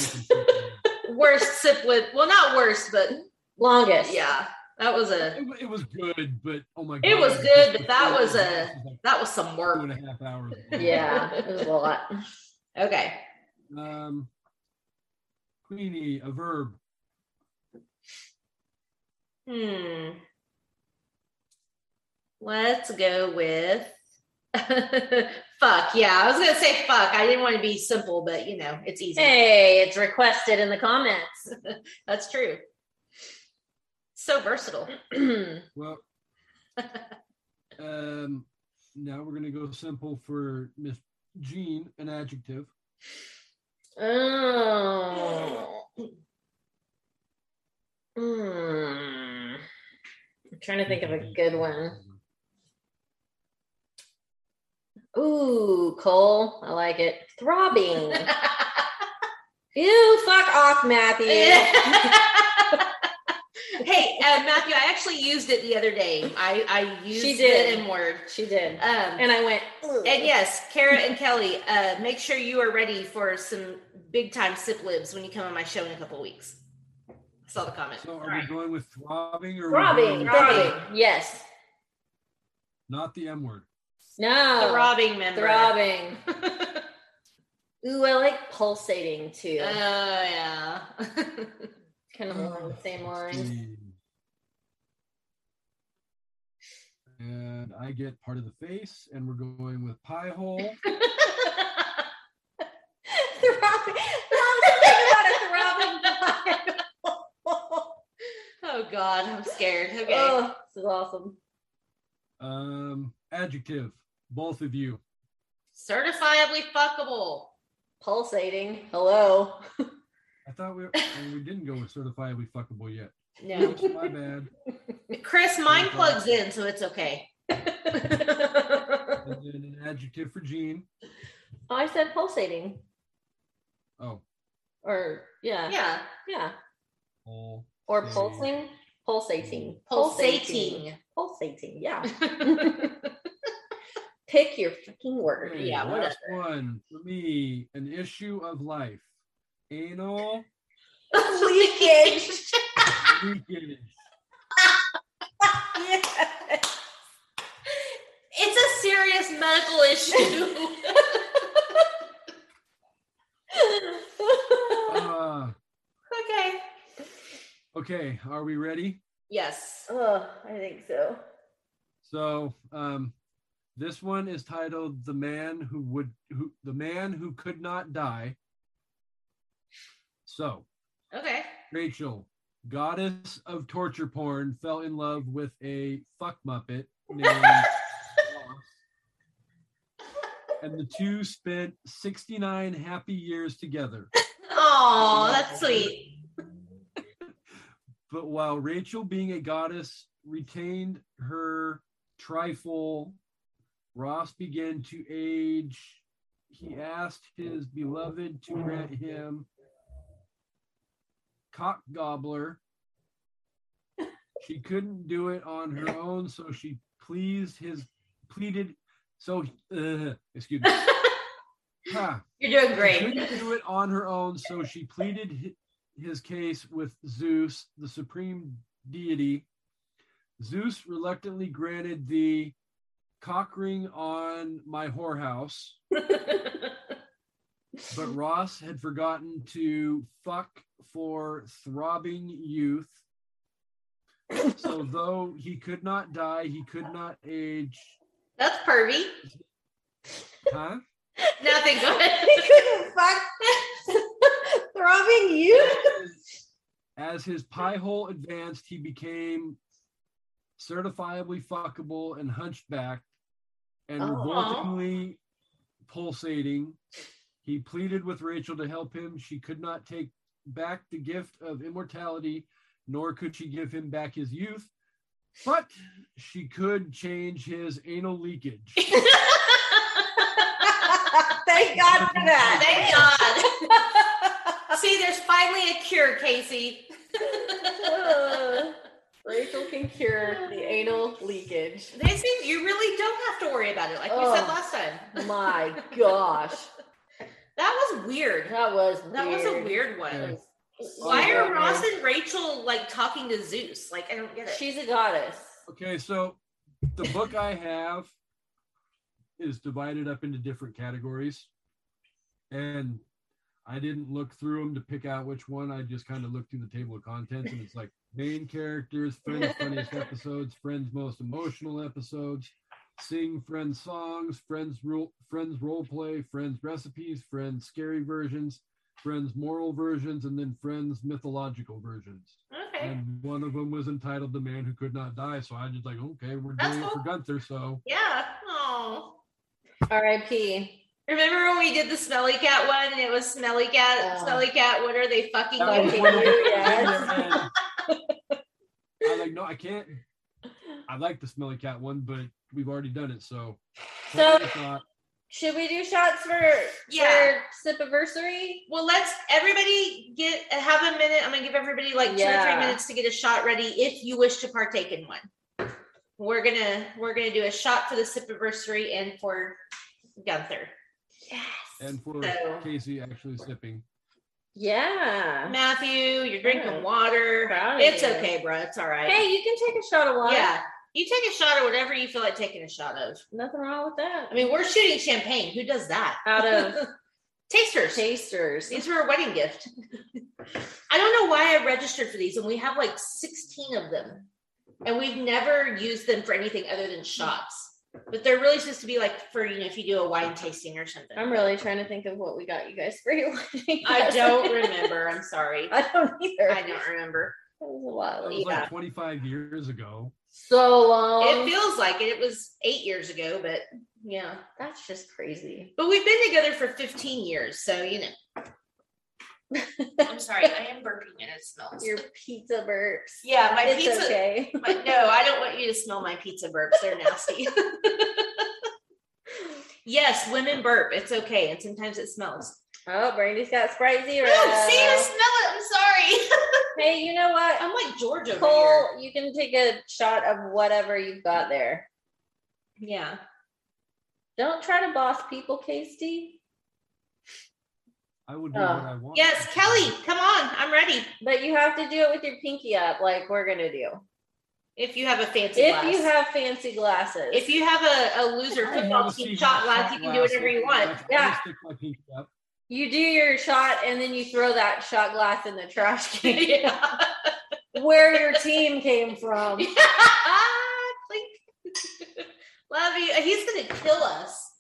worst siplet. Well, not worst, but Longest. Yeah, that was a. It, it was good, but oh my god, It was good, but that was a. That was some work. two and a half hours. yeah, it was a lot. Okay. Um, Queenie, a verb. Hmm. Let's go with fuck. Yeah, I was gonna say fuck. I didn't want to be simple, but you know, it's easy. Hey, it's requested in the comments. That's true. So versatile. Well, um, now we're gonna go simple for Miss Jean, an adjective. Oh. Hmm. I'm trying to think of a good one. Ooh, Cole, I like it. Throbbing. Ew, fuck off, Matthew. hey, uh, Matthew, I actually used it the other day. I I used She did. the N word. She did. Um, And I went, "Ugh." And yes, Kara and Kelly, uh, make sure you are ready for some big time sip libs when you come on my show in a couple weeks. I saw the comment. So, are we Right. going with throbbing or are we going throbbing, with- throbbing. Yes. Not the M word. No. Throbbing member. Throbbing. Ooh, I like pulsating too. Oh, yeah. Mm-hmm, kind of Oh, along the same lines. And I get part of the face, and we're going with pie hole. throbbing. I was thinking about a throbbing. oh, God. I'm scared. Okay. Oh, this is awesome. Um, adjective, both of you. Certifiably fuckable. Pulsating. Hello. I thought we and we didn't go with certifiably fuckable yet. No. Oops, my bad. Chris, mine plugs in, so it's okay. And then an adjective for Gene. Oh, I said pulsating. Oh, Or yeah. Yeah. Yeah. hole. Or Pulsating. pulsing. Pulsating. Pulsating. Pulsating. Yeah. Pick your fucking word. Okay, Mm, Yeah, last one for me. An issue of life. Anal Leakage. leakage. It's a serious medical issue. Ah, okay. okay, are we ready? Yes. oh, I think so. So um, this one is titled "The Man Who Would Who The Man Who Could Not Die." So Okay. Rachel, goddess of torture porn, fell in love with a fuck muppet named Ross, and the two spent 69 happy years together. Oh, that's sweet. But while Rachel, being a goddess, retained her trifle, Ross began to age. He asked his beloved to grant him cock gobbler. She couldn't do it on her own, so she pleased his pleaded. So, uh, excuse me. Ha. You're doing She great. couldn't do it on her own, so she pleaded hi- his case with Zeus, the supreme deity. Zeus reluctantly granted the cock ring on my whorehouse, but Ross had forgotten to fuck for throbbing youth. So, though he could not die, he could not age. That's pervy. Huh? Nothing good. He couldn't fuck throbbing you. As his pie hole advanced, he became certifiably fuckable and hunchbacked and Oh. revoltingly pulsating. He pleaded with Rachel to help him. She could not take back the gift of immortality, nor could she give him back his youth. But she could change his anal leakage. Thank God for that. Thank God. See, there's finally a cure, Casey. Rachel can cure the anal leakage. They seem you really don't have to worry about it, like we said Oh. last time. My gosh. That was weird. That was That was a weird one. Why Yeah. are Ross and Rachel like talking to Zeus? Like I don't get it. She's a goddess. Okay, so the book I have is divided up into different categories. And I didn't look through them to pick out which one. I just kind of looked through the table of contents and it's like main characters, friends, funniest episodes, friends, most emotional episodes, sing friends songs, friends rule, friends role play, friends recipes, friends scary versions, friends moral versions, and then friends mythological versions. okay. And one of them was entitled "The Man Who Could Not Die." So I just like, okay, we're That's doing it for cool. Gunther. So Yeah. Oh. R.I.P. Remember when we did the smelly cat one? and It was smelly cat, Oh. smelly cat. What are they fucking That doing? was Fucking one of you, the- yes. I was like, no, I can't. I like the smelly cat one, but we've already done it. So So it's not- should we do shots for Yeah. for sip anniversary? Well, let's everybody get have a minute. I'm gonna give everybody like two or Yeah. three minutes to get a shot ready if you wish to partake in one. We're gonna we're gonna do a shot for the sip anniversary and for Gunther. and for So- Casey actually sipping. Yeah. Matthew, you're drinking Yeah. water. Oh, Proud of It's you. okay, bro. It's all right. Hey, you can take a shot of water. yeah, you take a shot of whatever you feel like taking a shot of. Nothing wrong with that. I mean, we're shooting champagne. Who does that? Out of- tasters. tasters. These were a wedding gift. I don't know why I registered for these, and we have like 16 of them, and we've never used them for anything other than shots. But they're really supposed to be like for you know if you do a wine tasting or something. I'm really trying to think of what we got you guys for your wedding. I don't remember. I'm sorry. I don't either. I don't remember. That was a That while. was Yeah. like 25 years ago. So long. It feels like it. It was eight years ago, but yeah. That's just crazy. But we've been together for 15 years, so you know. I'm sorry, I am burping and it smells. Your pizza burps. Yeah, my it's pizza- Okay. My- no, I don't want you to smell my pizza burps. They're nasty. yes, women burp. It's okay. And sometimes it smells. Oh, Brandy's got Sprite Zero. No, see, I smell it. Hey, you know what? I'm sorry. I'm like Georgia. over Cole, you can take a shot of whatever you've got there. here. Yeah. Don't try to boss people, Casey. I would do Oh. what I want. Yes, Kelly, come on. I'm ready. But you have to do it with your pinky up, like we're gonna do. If you have a fancy If glass. you have fancy glasses. if you have a, a loser I have football a team secret shot glass, you can do glass. whatever you want. I'll Yeah. stick my pinky up. you do your shot and then you throw that shot glass in the trash can yeah. where your team came from. Clink. Love you. He's gonna kill us.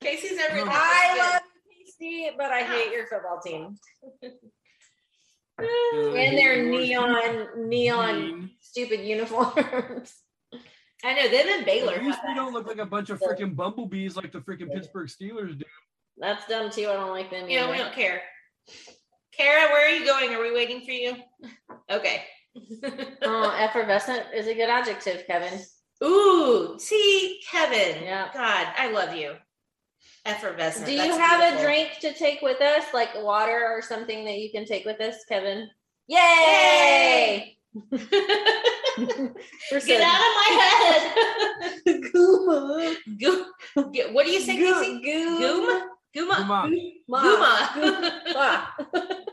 Casey's never. No. I love Casey, but I hate your football team. And their neon, neon, Green. stupid uniforms. I know them and Baylor. At have least we that. don't look like a bunch of freaking bumblebees like the freaking Pittsburgh Steelers do. That's dumb too. I don't like them. You know, we either. don't care. Kara, where are you going? Are we waiting for you? Okay. Oh, effervescent is a good adjective, Kevin. Ooh, see, Kevin. Yeah. God, I love you. Effervescent. Do you that's have a beautiful. drink to take with us, like water or something that you can take with us, Kevin? Yay! We're so- Get out of my head. Gooma. Go- get- what do you say, Casey? Gooma. Gooma? Gooma. Come on. Ma. Gooma. Gooma.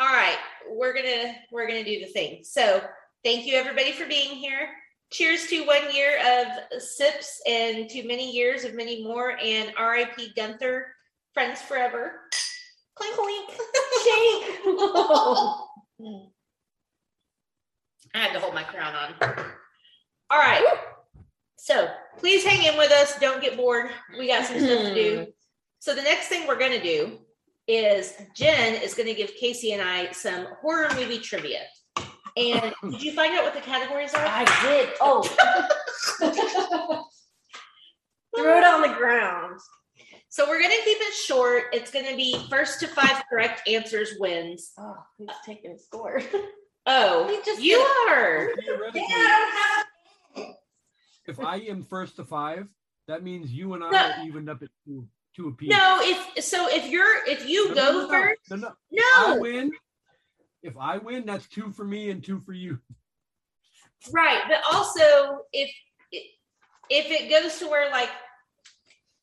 All right, we're gonna we're gonna do the thing. So thank you everybody for being here. Cheers to one year of sips and to many years of many more. And R.I.P. Gunther, friends forever. Clink clink. Shake. I had to hold my crown on. All right. So please hang in with us. Don't get bored. We got some stuff to Hmm. do. So the next thing we're gonna do is Jen is going to give Casey and I some horror movie trivia. And did you find out what the categories are? Hmm. I did. Oh. Throw it on the ground. So we're going to keep it short. It's going to be first to five correct answers wins. Oh, who's taking score? Uh, Oh, you are. If I am first to five, that means you and I No. are evened up at two, two apiece. No, if so, if you're if you No, no, go no, no, first, no, no. No. If I win. If I win, that's two for me and two for you. right? But also, if if it goes to where like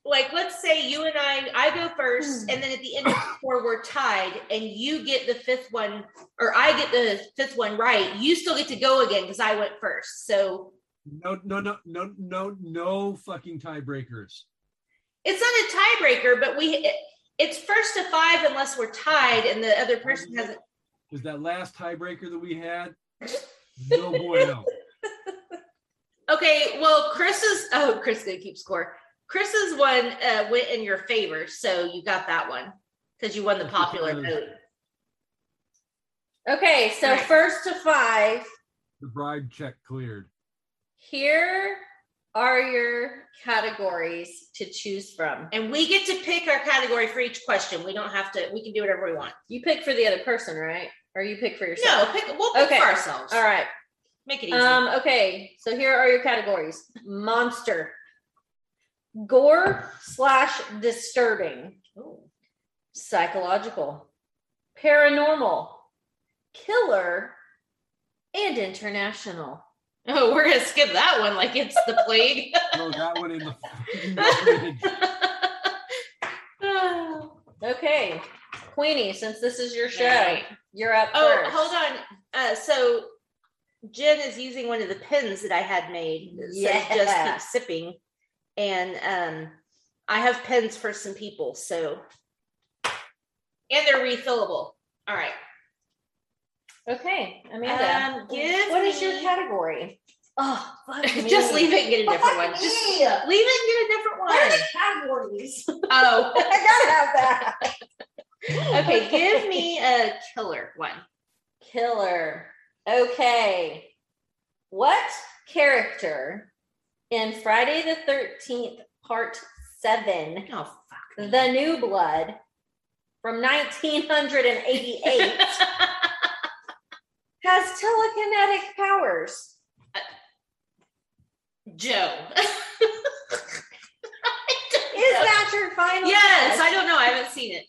like let's say you and I I go first, and then at the end of the four we're tied, and you get the fifth one or I get the fifth one right, you still get to go again because I went first. So No, no, no, no, no, no fucking tiebreakers. it's not a tiebreaker, but we it, it's first to five unless we're tied and the other person hasn't. Because that last tiebreaker that we had, no bueno. Okay, well, Chris's oh, Chris gonna keep score. Chris's one uh, went in your favor, so you got that one because you won the popular vote. Okay, so first to five. The bribe check cleared. Here are your categories to choose from. And we get to pick our category for each question. We don't have to. We can do whatever we want. You pick for the other person, right? Or you pick for No, yourself? pick. We'll pick Okay. for ourselves. All right. make it easy. Um, okay, so here are your categories: monster, gore slash disturbing, psychological, paranormal, killer, and international. oh, we're gonna skip that one like it's the plague. Throw that one in the. okay, Queenie, since this is your show, Alright. you're up. Oh, first. hold on. Uh, so Jen is using one of the pins that I had made. Yeah. So just Yeah. keep sipping. And um, I have pins for some people. So, and they're refillable. All right. Okay, Amanda. Um, give what is your me- category? Oh, fuck Just me. leave it and get a different one. Fuck Just me. leave it and get a different one. categories. Oh, I gotta have that. okay. Give me a killer one. Killer. Okay. What character in Friday the 13th, part seven, Oh, fuck. The New Blood from 1988 has telekinetic powers? Joe. Is that your final? Yes. guess? I don't know. I haven't seen it.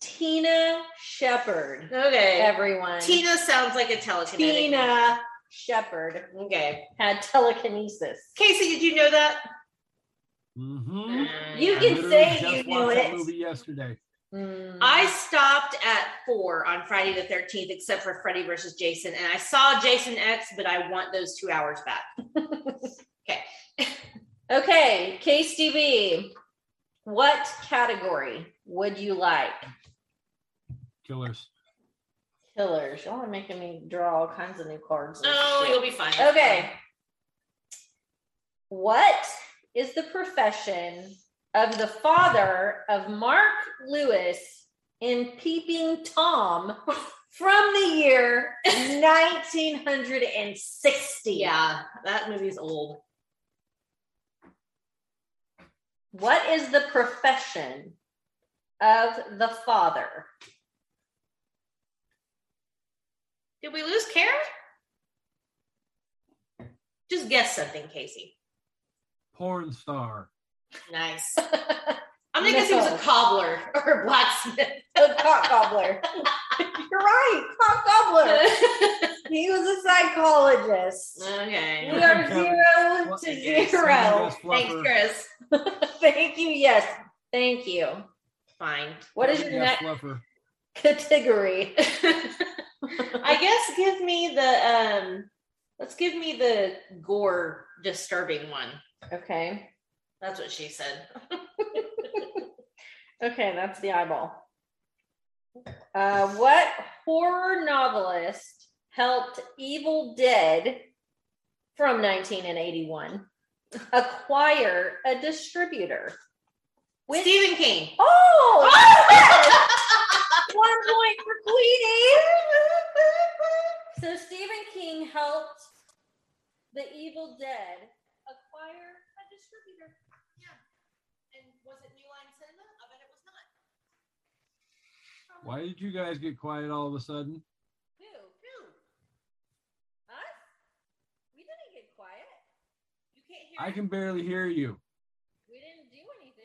Tina Shepherd. Okay. Everyone. Tina sounds like a telekinetic. Tina Shepherd Okay. had telekinesis. Casey, did you know that? Mm-hmm. Mhm. Mm-hmm. You I can literally say just you watched knew that it. Hmm. Movie yesterday. I stopped at four on Friday the 13th, except for Freddy versus Jason. And I saw Jason X, but I want those two hours back. Okay, KCB, what category would you like? Killers. Killers. Y'all are making me draw all kinds of new cards. and Oh, shit. you'll be fine. Okay. What is the profession of the father of Mark Lewis in Peeping Tom from the year 1960? Yeah, that movie's old. What is the profession of the father? Did we lose Karen? Just guess something, Casey. Porn star. Nice. I'm gonna guess he was a Nicole. cobbler or a blacksmith. The cock gobbler. You're right, cock gobbler. He was a psychologist. okay. We are zero to zero. Thanks, Chris. Thank you. Yes. Thank you. Fine. What is your Yes, next fluffer. category? I guess give me the um let's give me the gore disturbing one. Okay. That's what she said. Okay, that's the eyeball. Uh, what horror novelist helped Evil Dead from 1981 acquire a distributor? With- Stephen King. Oh! yes! One point for Queenie. So Stephen King helped the Evil Dead acquire a distributor. And was it New Line Cinema? I bet it was not. Why did you guys get quiet all of a sudden? Who? I can barely hear you. We didn't do anything.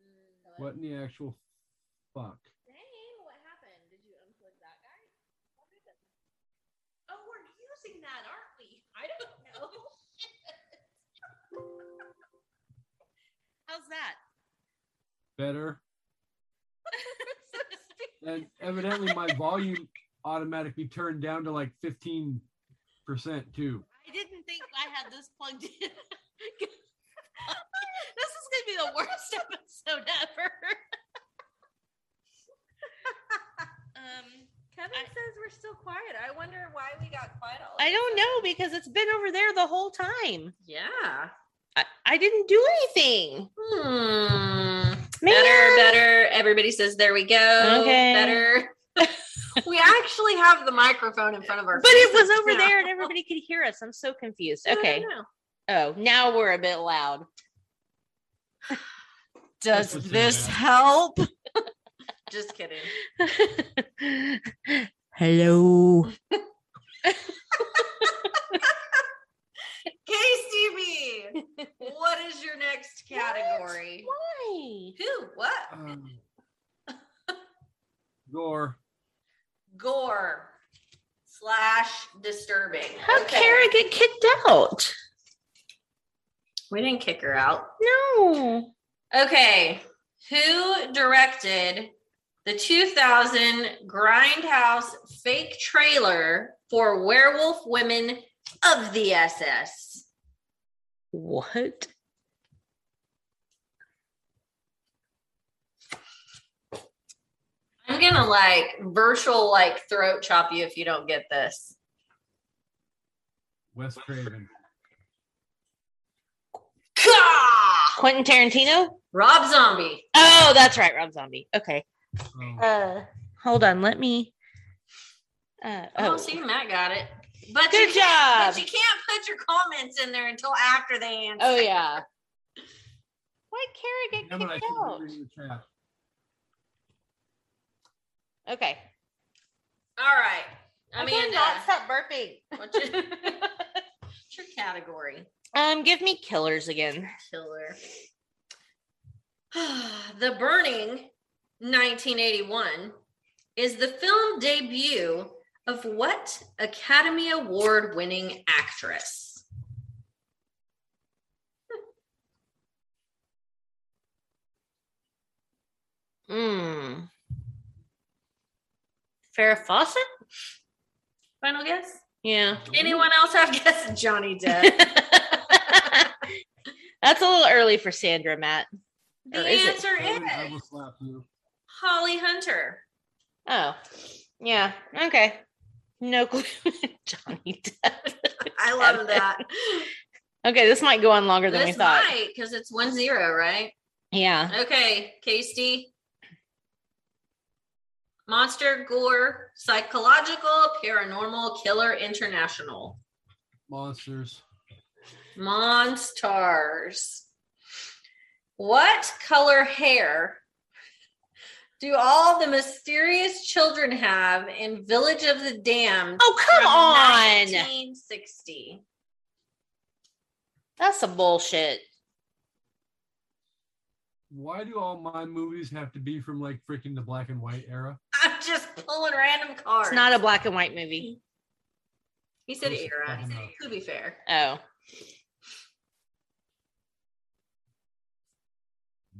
Mm. What in the actual fuck? Dang, what happened? Did you unplug that guy? What happened? Oh, we're using that, aren't we? I don't know. How's that? Better. And evidently my volume automatically turned down to like 15% too. I didn't think I had this plugged in. this is gonna be the worst episode ever. um, Kevin says we're still quiet. I wonder why we got quiet all I don't know because it's been over there the whole time. Yeah. I, I didn't do anything. Hmm. Man. Better, better. Everybody says, there we go. Okay. Better. we actually have the microphone in front of our But it was faces over now. there and everybody could hear us. I'm so confused. I don't Okay. know. Oh, now we're a bit loud. Does That's what's in this there. help? Just kidding. Hello. KCB, what is your next category? Why? Who? What? Um, Gore. Gore slash disturbing. How would Kara get kicked out? We didn't kick her out. No. Okay. Who directed the 2000 Grindhouse fake trailer for Werewolf Women of the SS? What? I'm going to like virtual like throat chop you if you don't get this. Wes Craven. Gah! Quentin Tarantino? Rob Zombie. Oh, that's right, Rob Zombie. Okay. Um, Uh, Hold on, let me uh oh, oh. see, Matt got it. But Good you can't- job. But you can't put your comments in there until after they answer. Oh yeah. Why Kara get Damn it, I kicked should've out? been reading the chat. Okay. All right. I Amanda, cannot stop burping. what's, your, what's your category? Um, give me killers again. Killer. the Burning 1981 is the film debut of what Academy Award winning actress? Mm. Farrah Fawcett? Final guess? Yeah. Anyone else have guessed Johnny Depp? That's a little early for Sandra, Matt. the Or is it? answer I will- I is will slap you. Holly Hunter. Oh, yeah. Okay. No clue. Johnny Depp. I love that. Okay, this might go on longer than this we thought. might, because it's one zero, right? Yeah. Okay, Casey. Monster, gore, psychological, paranormal, killer, international. Monsters. Monstars. What color hair do all the mysterious children have in Village of the Damned? Oh, come from on. 1960. That's some bullshit. Why do all my movies have to be from like freaking the black and white era? I'm just pulling random cards. It's not a black and white movie. He said Who's era. talking about- To be fair. Oh,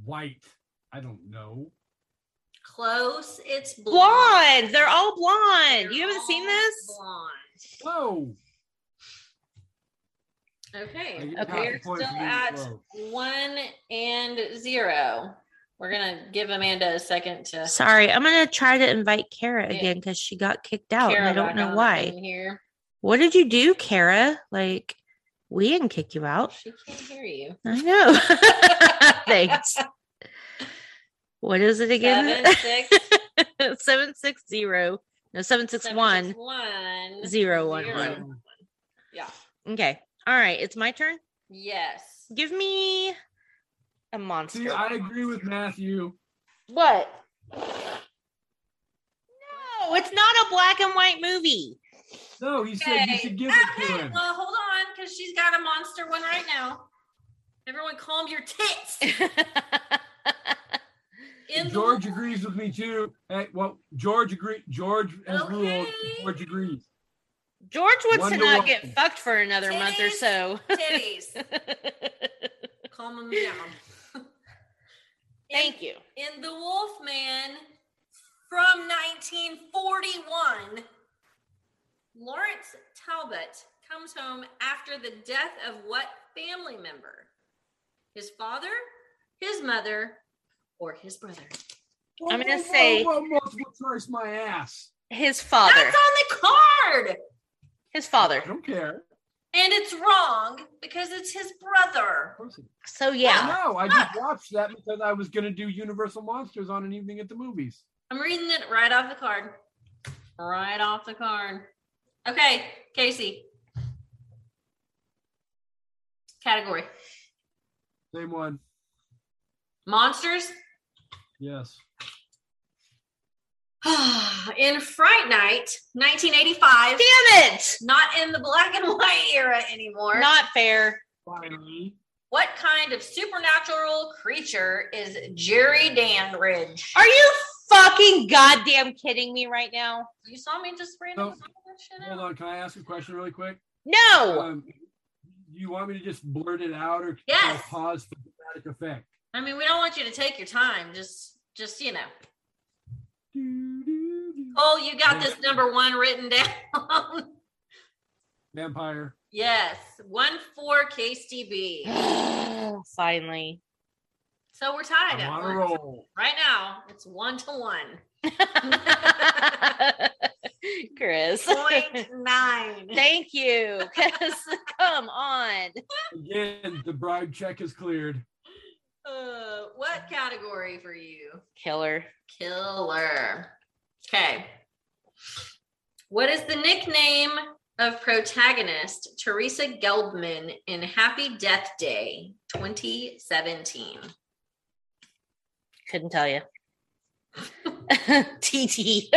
White. I don't know. Close. It's blonde. blonde. They're all blonde. They're you haven't seen all this? Blonde. Whoa. I Okay. get Okay. half a We're point still for being at slow. one and zero. We're gonna give Amanda a second to Sorry, I'm gonna try to invite Kara Yeah. again because she got kicked out, Kara and I don't back know on why. in Here, What did you do, Kara? Like, we didn't kick you out. she can't hear you. I know. Thanks. What is it again? Seven, six, Seven six zero. No, seven six seven, one six, one, zero one zero. one. Yeah. Okay. All right. It's my turn. Yes. Give me a monster. See, I agree with Matthew. What? No, it's not a black and white movie. No, he said you Okay. should give Okay, it to him. Well, hold on, because she's got a monster one right now. Everyone, calm your tits. In the- George agrees with me too. Hey, well, George agree. George has ruled. George agrees. George wants One to to not one. get fucked for another month or so. Calm them down. Thank you. In The Wolfman from 1941, Lawrence Talbot comes home after the death of what family member? His father, his mother, or his brother? I'm Whoa, gonna whoa, say- whoa, whoa, multiple choice, my ass. His father. That's on the card. His father. I don't care. And it's wrong because it's his brother. So No, I just watched that because I was gonna do Universal Monsters on an evening at the movies. I'm reading it right off the card. Right off the card. Okay, Casey. Category Same one. Monsters. Yes. in Fright Night, 1985. Damn it! Not in the black and white era anymore. Not fair. What kind of supernatural creature is Jerry Danridge? Are you fucking goddamn kidding me right now? You saw me just So, randomly. Oh, hold on. Can I ask a question really quick? No. Um, you want me to just blurt it out or Yes. can I pause for dramatic effect? I mean, we don't want you to take your time. Just, just you know. Oh, you got this number one written down. Vampire. yes, one four KCB. Finally. So we're tied at I'm on one. a roll. right now. It's one to one. Chris. Point nine. Thank you. 'cause come on. Again, the bribe check is cleared. Uh, what category for you? Killer. Killer. Okay. What is the nickname of protagonist Teresa Geldman in Happy Death Day 2017? Couldn't tell you. TT.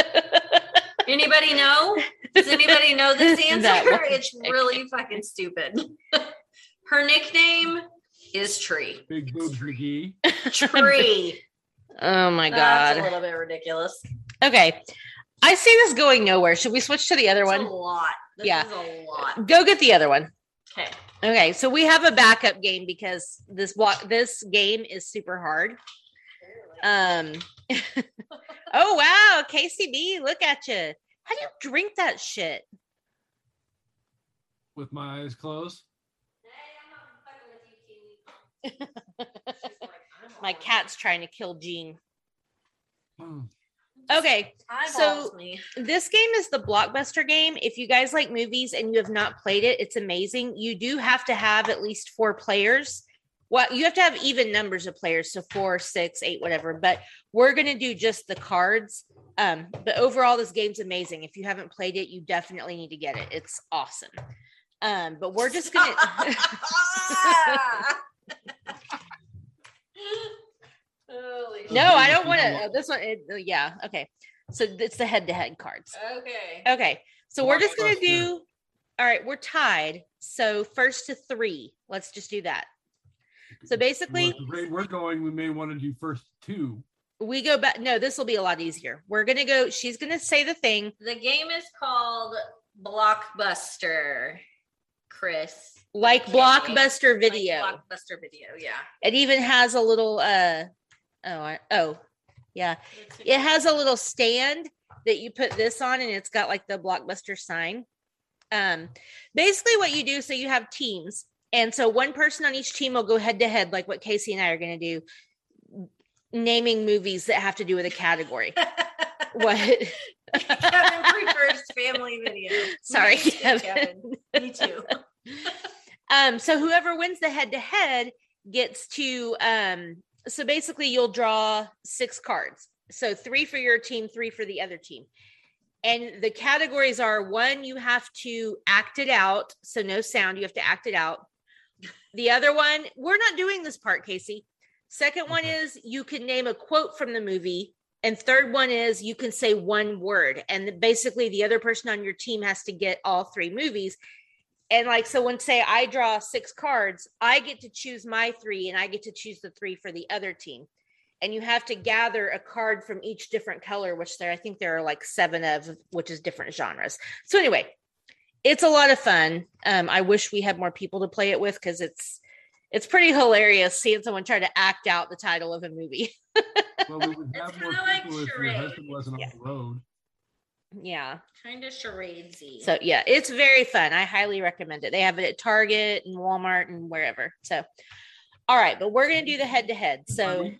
Anybody know? Does anybody know this That answer? one. It's really fucking stupid. Her nickname is Tree. Big boobs McGee. Tree. Oh Uh, my That's a god. little bit ridiculous. Okay. I see this going nowhere. Should we switch to the other That's a one? lot. This Yeah. is a lot. Go get the other one. Okay. Okay, so we have a backup game because this wa- this game is super hard. Um. oh wow, KCB, look at you. How do you drink that shit? with my eyes closed. My cat's trying to kill Gene. Hmm. Okay, Eyeballs so me. this game is the blockbuster game. If you guys like movies and you have not played it, it's amazing. You do have to have at least four players. Well, you have to have even numbers of players, so four, six, eight, whatever. But we're gonna do just the cards. Um, but overall, this game's amazing. If you haven't played it, you definitely need to get it. It's awesome. Um, but we're just gonna Holy no, I don't want to. This one, it, uh, yeah, okay. So it's the head-to-head cards. Okay. Okay. So we're just going to Blockbuster. do, all right, we're tied. So first to three. Let's just do that. So Well, basically, the rate we're going, we may want to do first two. we go back. No, this will be a lot easier. We're going to go, she's going to say the thing. The game is called Blockbuster, Chris. Like Okay. Blockbuster video. Like Blockbuster video, yeah. It even has a little, uh, oh, I, oh, yeah. It has a little stand that you put this on and it's got like the blockbuster sign. Um, basically, what you do so you have teams, and so one person on each team will go head to head, like what Casey and I are going to do, naming movies that have to do with a category. what? Kevin prefers family video. Sorry, Me too, Kevin. Me too. Um, so whoever wins the head to head gets to um so basically you'll draw six cards. So three for your team, three for the other team. And the categories are one, you have to act it out. So no sound, you have to act it out. The other one, we're not doing this part, Casey. Second one is you can name a quote from the movie. And third one is you can say one word. And the- basically, the other person on your team has to get all three movies. And like so when say I draw six cards, I get to choose my three and I get to choose the three for the other team. And you have to gather a card from each different color, which there I think there are like seven of, which is different genres. So anyway, it's a lot of fun. Um, I wish we had more people to play it with because it's it's pretty hilarious seeing someone try to act out the title of a movie. Well, we would have more kinda like people if your charades. husband wasn't on the road. yeah. Kind of charadesy. So yeah, it's very fun. I highly recommend it. They have it at Target and Walmart and wherever. So all right, but we're gonna do the head to head. So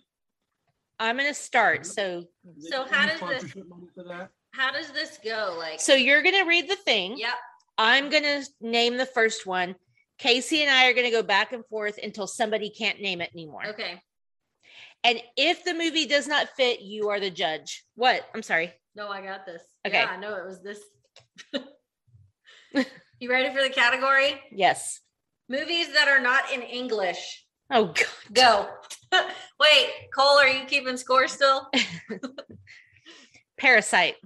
I'm gonna start. So So how does this money for that? how does this go? Like so you're gonna read the thing. Yep. I'm gonna name the first one. Casey and I are gonna go back and forth until somebody can't name it anymore. Okay. And if the movie does not fit, you are the judge. What? I'm sorry. No, I got this. Okay. Yeah, I know it was this. you ready for the category? Yes. Movies that are not in English. Oh God. Go. Wait, Cole, are you keeping score still? Parasite.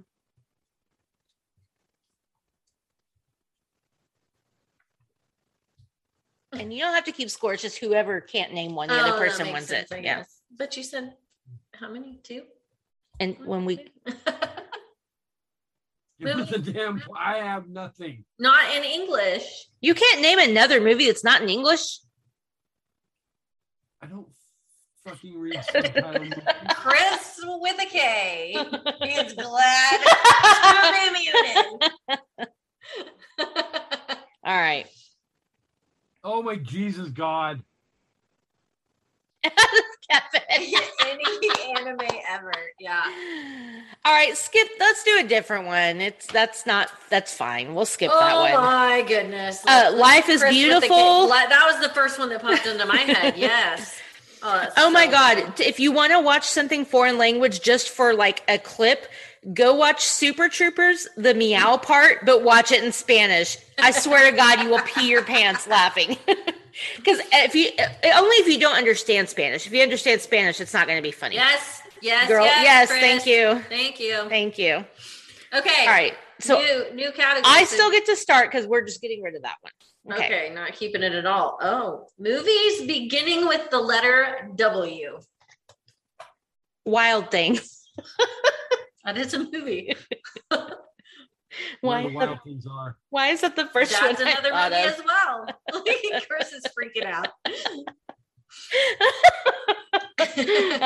And you don't have to keep score. It's just whoever can't name one, the Oh, other that person makes wins sense, I it. Yeah. guess. But you said how many? Two? And when Mm-hmm. we Give us a damn. I have nothing. Not in English. you can't name another movie that's not in English. I don't fucking read subtitles. Chris with a K. He's glad. to be muted. All right. oh my Jesus God! Any anime ever. Yeah. All right, skip. Let's do a different one. It's that's not that's fine. We'll skip that Oh one. my goodness. Uh, Life is Chris with the Beautiful. K- Li- That was the first one that popped into my head. Yes. Oh, that's Oh my so God. If you want to watch something foreign language just for like a clip, go watch Super Troopers, the meow part, but watch it in Spanish. I swear to God, you will pee your pants laughing. Because if you, eh, only if you don't understand Spanish. If you understand Spanish, it's not going to be funny. Yes. Yes. Girl, yes, Yes. Chris. thank you. Thank you. Thank you. Okay. All right. So new, new category. I still get to start because we're just getting rid of that one. Okay. Okay. Not keeping it at all. Oh, movies beginning with the letter W. Wild Things. That is a movie. Where Why, the is that- wild things are. why is that the first That's one? I another thought movie of? as well. Chris is freaking out.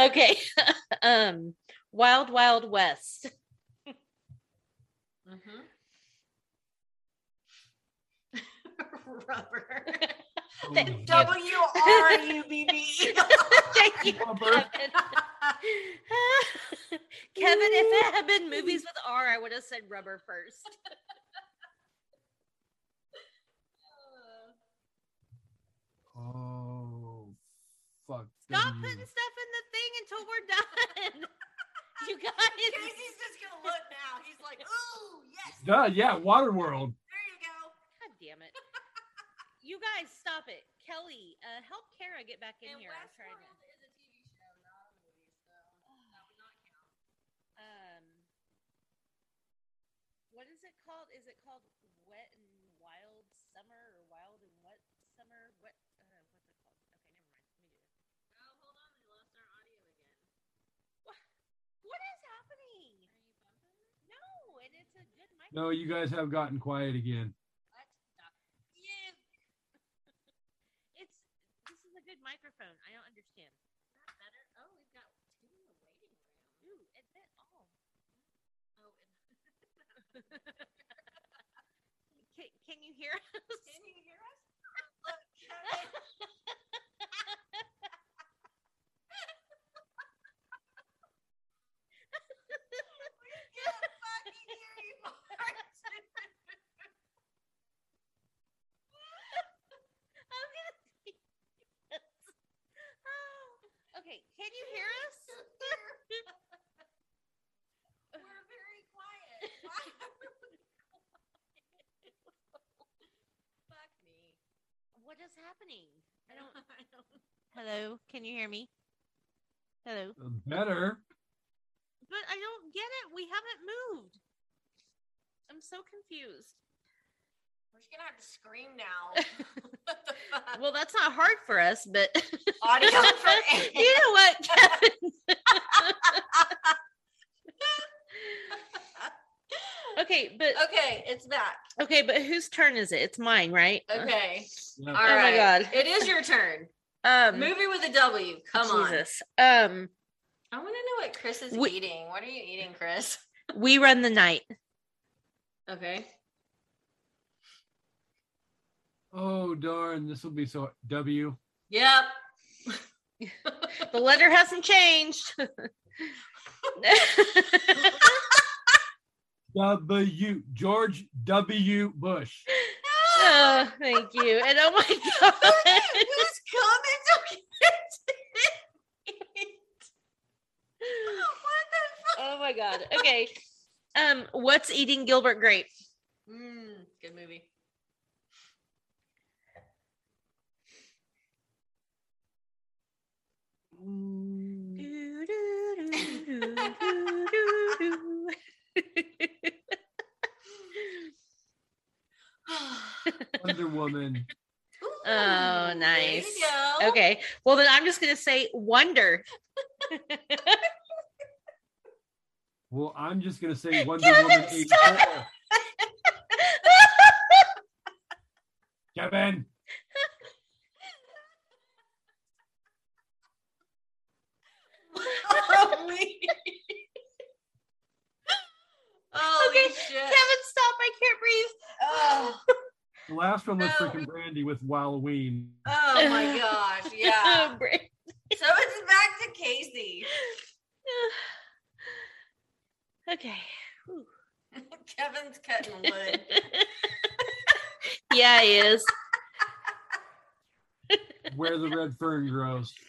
okay. um, Wild Wild West. Mm-hmm. Rubber. Oh, Thank you. W R U B B. Thank you, Kevin. Kevin, if it had been movies with R, I would have said rubber first. Oh fuck! Stop W. putting stuff in the thing until we're done. You guys. Casey's just gonna look now. He's like, ooh, yes. Duh, yeah, Waterworld. There you go. God damn it. You guys, stop it. Kelly, uh, help Kara get back in And here. I'm trying to. Westworld is a TV show, not a movie, so that would not count. Um, what is it called? Is it called Wet and Wild Summer or Wild and Wet Summer? What? Uh, what's it called? Okay, never mind. Let me do this. Oh, hold on, we lost our audio again. What is happening? No, and it's a good mic. No, you guys have gotten quiet again. What? Stop. You. it's this is a good microphone. I don't understand. Is that better? Oh, we've got two in the waiting room. Ooh, it's it all. Oh, Can, can you hear us? can you hear us? Look, Kevin. we can't fucking hear you, Martin. I'm gonna take this. Oh, okay, can you hear us? We're very quiet. Why are we quiet? Fuck me. what is happening? I don't. I don't Hello, can you hear me? Hello. Uh, Better. But I don't get it. We haven't moved. I'm so confused. We're just gonna have to scream now. Well, that's not hard for us, but Audio for you know what, Kevin? okay, but okay, it's back. Okay, but whose turn is it? It's mine, right? Okay. Oh All my right. God. It is your turn. Um, Movie with a W. Come Jesus. on. Um, on. I want to know what Chris is We- eating. What are you eating, Chris? we run the night. Okay. Oh darn, this will be so W. Yep. the letter hasn't changed. Oh, W George W. Bush. oh, thank you. And oh my god. Who's coming? Oh my god. Okay. Um, what's eating Gilbert Grape? Mm, good movie. Oh. Wonder Woman. Oh, nice. go. Okay. Well, then I'm just gonna say wonder. Well, I'm just gonna say Wonder Kevin, Woman stop 84. Kevin. Holy okay, shit. Kevin, stop! I can't breathe. Oh, The last one was freaking Brandy with Halloween. oh my gosh. Oh, Ah. Yeah. So it's back to Casey. Okay. Kevin's cutting wood. Yeah, he is. Where the red fern grows.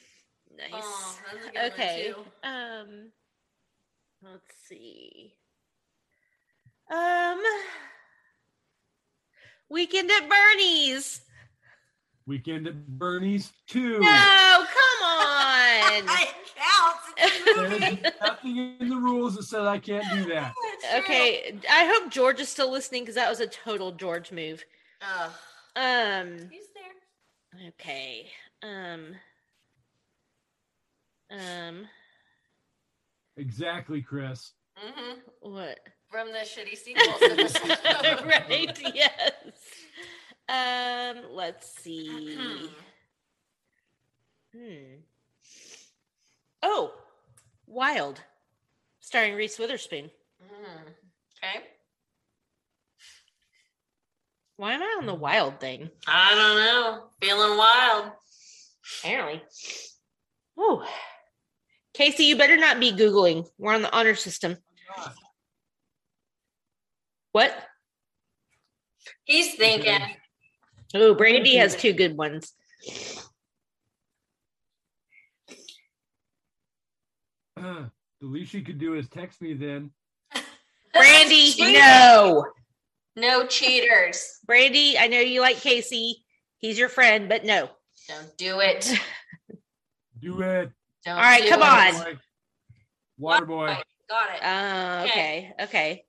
Nice. Oh, that's a good one, okay. too. Um let's see. Um Weekend at Bernie's. Weekend at Bernie's two. No, come on. it counts. There's nothing in the rules that said I can't do that. Okay. I hope George is still listening because that was a total George move. Ugh. Um He's there. okay. Um um Exactly, Chris. Mm-hmm. what? From the shitty sequels. to this show. right, yes. Um, let's see. hmm. Oh, Wild, starring Reese Witherspoon. Mm, Okay. Why am I on the Wild thing? I don't know. Feeling wild. Apparently. Oh, Casey, you better not be googling. We're on the honor system. What? He's thinking. Oh, Brandy has two good ones. the least you could do is text me then. Brandy, Cheater. no. No cheaters. Brandy, I know you like Casey. He's your friend, but no. Don't do it. Do it. Don't All right, do come it. on. Water boy. Got it. Uh, okay, okay.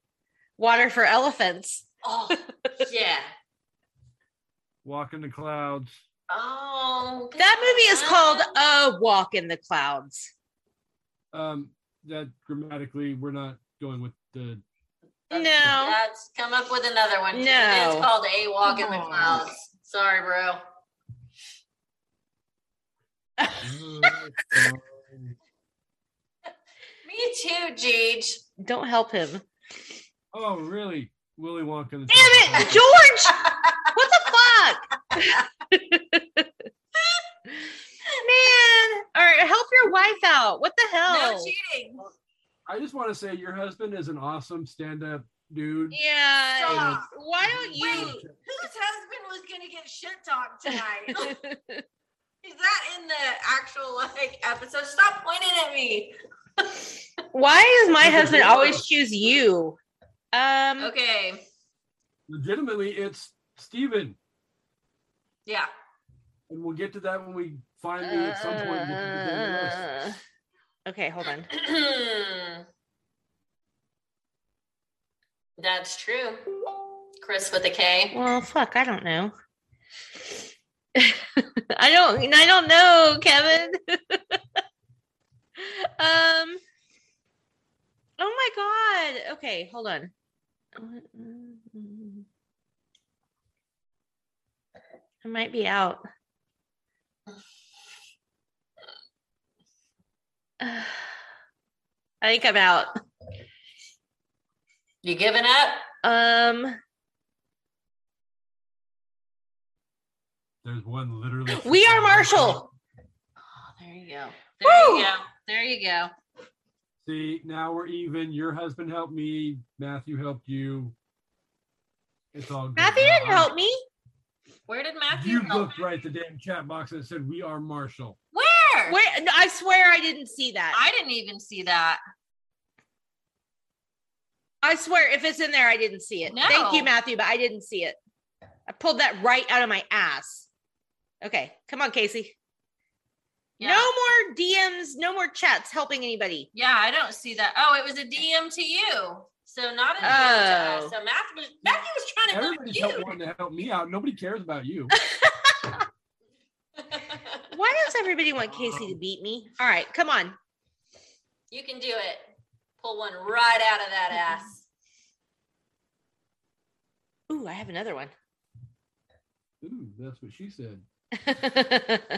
Water for elephants. Oh, yeah. Walk in the clouds. Oh, That movie is called uh, A Walk in the Clouds. Um, that grammatically, we're not going with the No. That's come up with another one. 'cause No. It's called A Walk in the Come on. Clouds. Sorry, bro. Me too, Jeej. Don't help him. Damn Oh, really? Willy Wonka. and the Chocolate it, Factory. George! What the fuck? Man. All right, help your wife out. What the hell? No cheating. I just want to say your husband is an awesome stand-up dude. yeah. Stop. Why don't Wait, you? whose husband was gonna get shit talked tonight? is that in the actual like episode? Stop pointing at me. Why does my Because husband you- always choose you? Um, Okay. Legitimately, it's Steven. Yeah. And we'll get to that when we finally at some point get to the big list. uh, okay, hold on. That's true. Chris with a K. Well, fuck, I don't know. I don't I don't know, Kevin. um Oh my god. Okay, hold on. I might be out. I think I'm out. You giving up? Um There's one literally. We are Marshall. Oh, There you go. There Woo! you go. There you go. See, now we're even. Your husband helped me. Matthew helped you. It's all good. Matthew now. didn't I'm- help me. Where did Matthew You help? looked right at the damn chat box and it said, "We are Marshall." Where? Where no, I swear I didn't see that. I didn't even see that. I swear, if it's in there, I didn't see it. Thank you, No. Matthew, but I didn't see it. I pulled that right out of my ass. Okay, come on, Casey. No more DMs, no more chats helping anybody. Yeah, I don't see that. Oh, it was a DM to you. So not a DM to Oh. us. So Matthew was, Matthew was trying to help Everybody's you. help wanting to help me out. Nobody cares about you. Why does everybody want Casey to beat me? All right, come on. You can do it. Pull one right out of that ass. Ooh, I have another one. Ooh, that's what she said.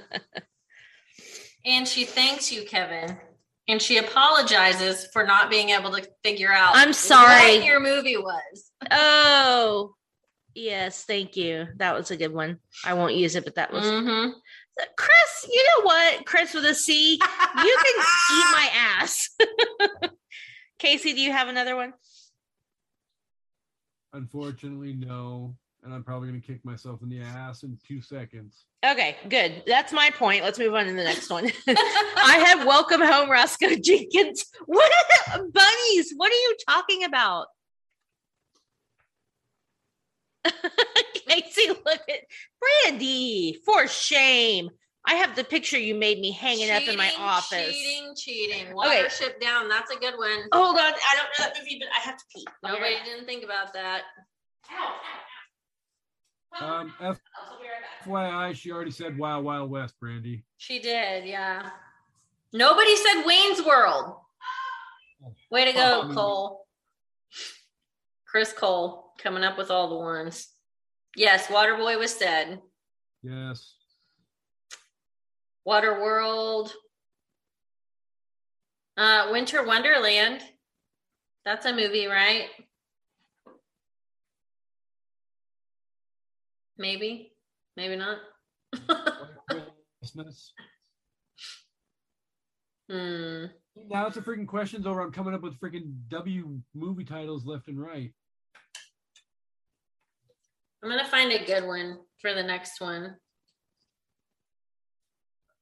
And she thanks you, Kevin. And she apologizes for not being able to figure out I'm sorry. what your movie was. Oh, yes, thank you. That was a good one. I won't use it, but that was Chris. You know what, Chris with a C, you can eat my ass. Casey, do you have another one? Unfortunately, no. And I'm probably gonna kick myself in the ass in two seconds. Okay, good. That's my point. Let's move on to the next one. I have welcome home Roscoe Jenkins. What are the bunnies? What are you talking about? Casey, look at Brandy. For shame. I have the picture you made me hanging up in my Cheating, office. Oh. Cheating, cheating. Water ship down. That's a good one. Hold on. I don't know that movie, but I have to pee. Nobody didn't think about that. Um, F- FYI, she already said Wild Wild West, Brandy. She did, yeah. Nobody said Wayne's World. Way to go, Oh. Cole. Chris Cole coming up with all the ones. Yes, Waterboy was said. Yes. Waterworld. Uh, Winter Wonderland. That's a movie, right? Maybe, maybe not. Christmas. Hmm. Now it's the freaking questions over. I'm coming up with freaking W movie titles left and right. I'm gonna find a good one for the next one.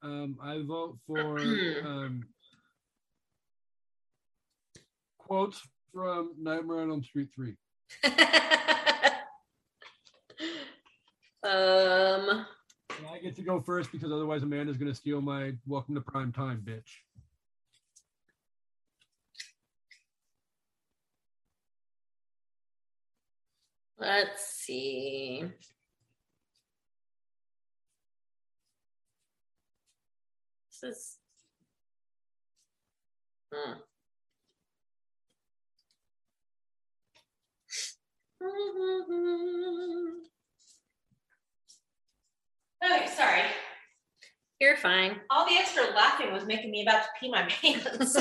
Um, I vote for um, quotes from Nightmare on Elm Street 3. And Um. I get to go first because otherwise Amanda's going to steal my welcome to prime time, bitch. Let's see. This is. Hmm. Okay, sorry. You're fine. All the extra laughing was making me about to pee my pants.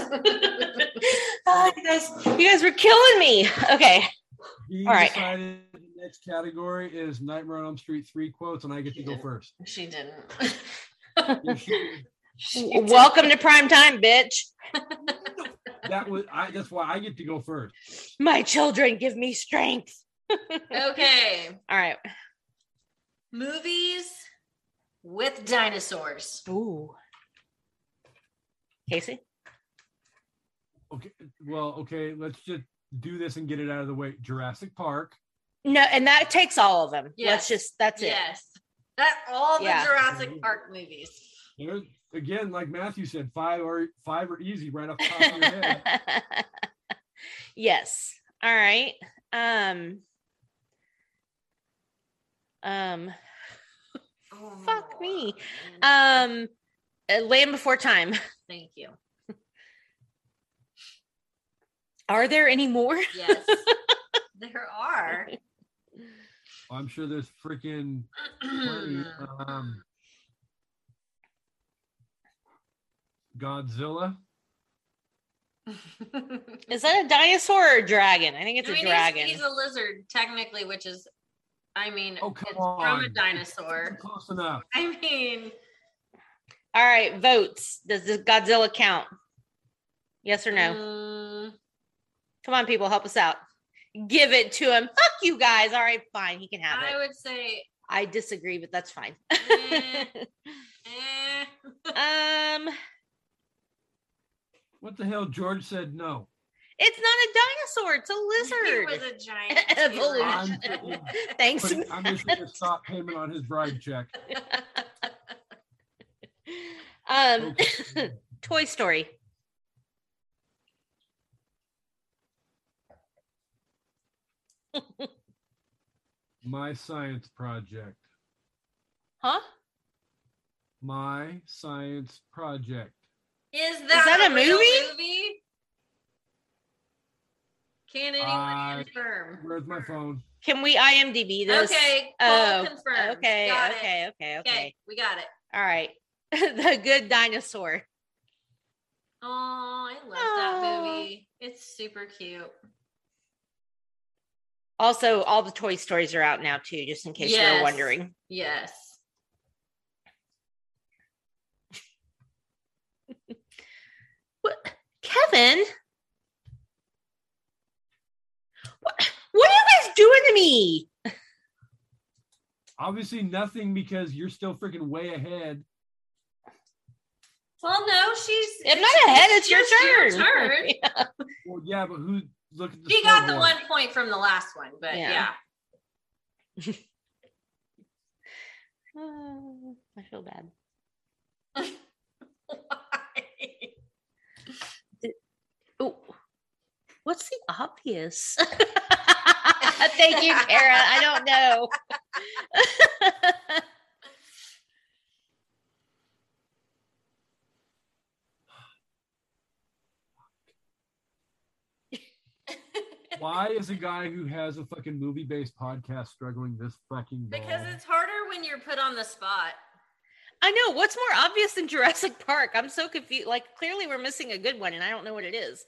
Oh, you, guys, you guys were killing me. Okay. He All right. decided the next category is Nightmare on Elm Street 3 quotes, and I get to go first. She didn't. Welcome to prime time, bitch. That was I that's why I get to go first. My children give me strength. Okay. All right. Movies with dinosaurs. Ooh. Casey? Okay. Well, okay, let's just do this and get it out of the way. Jurassic Park. No, and that takes all of them. Let's just that's it. Yes. That all the Yeah. Jurassic Park movies. There's again, like Matthew said, five are five are easy right off the top of your head. yes. All right. Um Um, fuck me. Um, uh, Land Before Time. Oh, Thank you. Are there any more? Yes. there are. I'm sure there's freaking plenty. Hmm. um, Godzilla. Is that a dinosaur or a dragon? I think it's I a mean, he's- dragon. He's, a lizard, technically, which is, I mean, it's from a on. dinosaur. Close enough. I mean, All right, votes. Does this Godzilla count? Yes or Mm. no? Come on, people, help us out. Give it to him. Fuck you guys. All right, fine. He can have I it. would say, eh, I disagree, but that's fine. Mm. um, What the hell? George said no. it's not a dinosaur. It's a He lizard. was a giant. Evolution. Thanks. Put- I'm just going to stop payment on his bride check. Um, Toy Story. My science project. Huh? My science project. Is that, that a real movie? movie? Can anyone I- confirm? Where's my phone? Can we IMDb this? Okay, Cole Oh, confirms. okay, Got it. okay, okay, okay. We got it. All right. the Good Dinosaur. Oh, I love that movie. It's super cute. Also, all the Toy Stories are out now too, just in case you were wondering. Yes. Kevin, what, what are you guys doing to me? Obviously, nothing because you're still freaking way ahead. Well, no, she's. I'm not ahead. It's your It's turn. turn. Well, yeah, but who? Look at the. She got scoreboard. the one point from the last one, but Yeah. yeah. Oh, I feel bad. Did- oh, What's the obvious? Thank you, Kara. I don't know. Why is a guy who has a fucking movie based podcast struggling this fucking bad? Because it's harder when you're put on the spot. I know. What's more obvious than Jurassic Park? I'm so confused. Like, clearly, we're missing a good one, and I don't know what it is.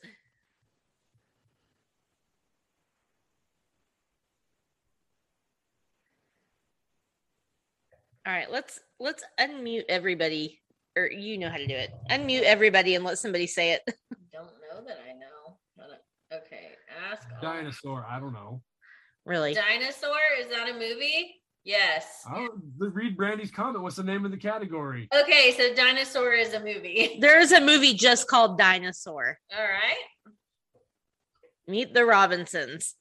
All right, let's let's unmute everybody, or you know how to do it. Unmute everybody and let somebody say it. Don't know that I know. but- Okay, ask. all. dinosaur. I don't know. Really? Dinosaur? Is that a movie? Yes. I don't, but read Brandy's comment. What's the name of the category? Okay, so dinosaur is a movie. There is a movie just called Dinosaur. All right. Meet the Robinsons.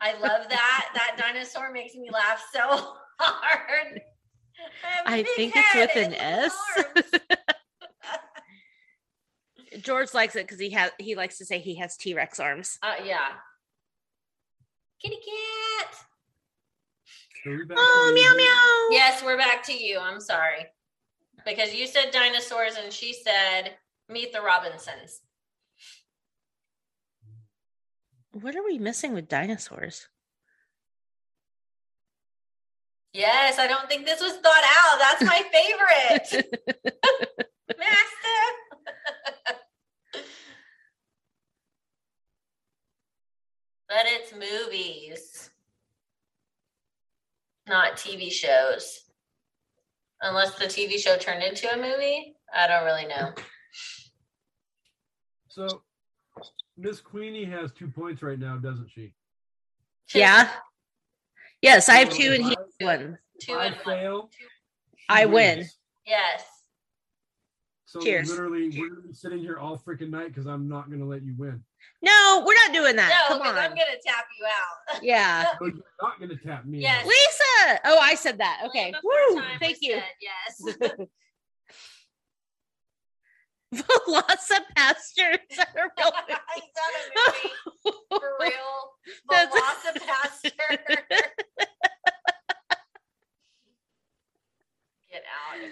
I love that. that dinosaur makes me laugh so hard. have a I big think it's head with an and S. George likes it because he has he likes to say he has T Rex arms. Uh, yeah. Kitty cat. Oh, meow meow. Yes, we're back to you. I'm sorry. Because you said dinosaurs and she said meet the Robinsons. What are we missing with dinosaurs? Yes, I don't think this was thought out. That's my favorite. Master. but it's movies, not TV shows. Unless the TV show turned into a movie. I don't really know. So Miss Queenie has two points right now, doesn't she? Yeah. Yes, I have two and he has one. Two and I fail. I win. Yes. So Cheers. literally, we're gonna be sitting here all freaking night because I'm not gonna let you win. No, we're not doing that. No, Come because on. I'm gonna tap you out. yeah. No, you're not gonna tap me. Yes. out. Lisa. Oh, I said that. Okay. Woo. Time Thank was you. said, Yes. Velocipastors. I don't know. Is that a movie? For real? That's- Velocipaster.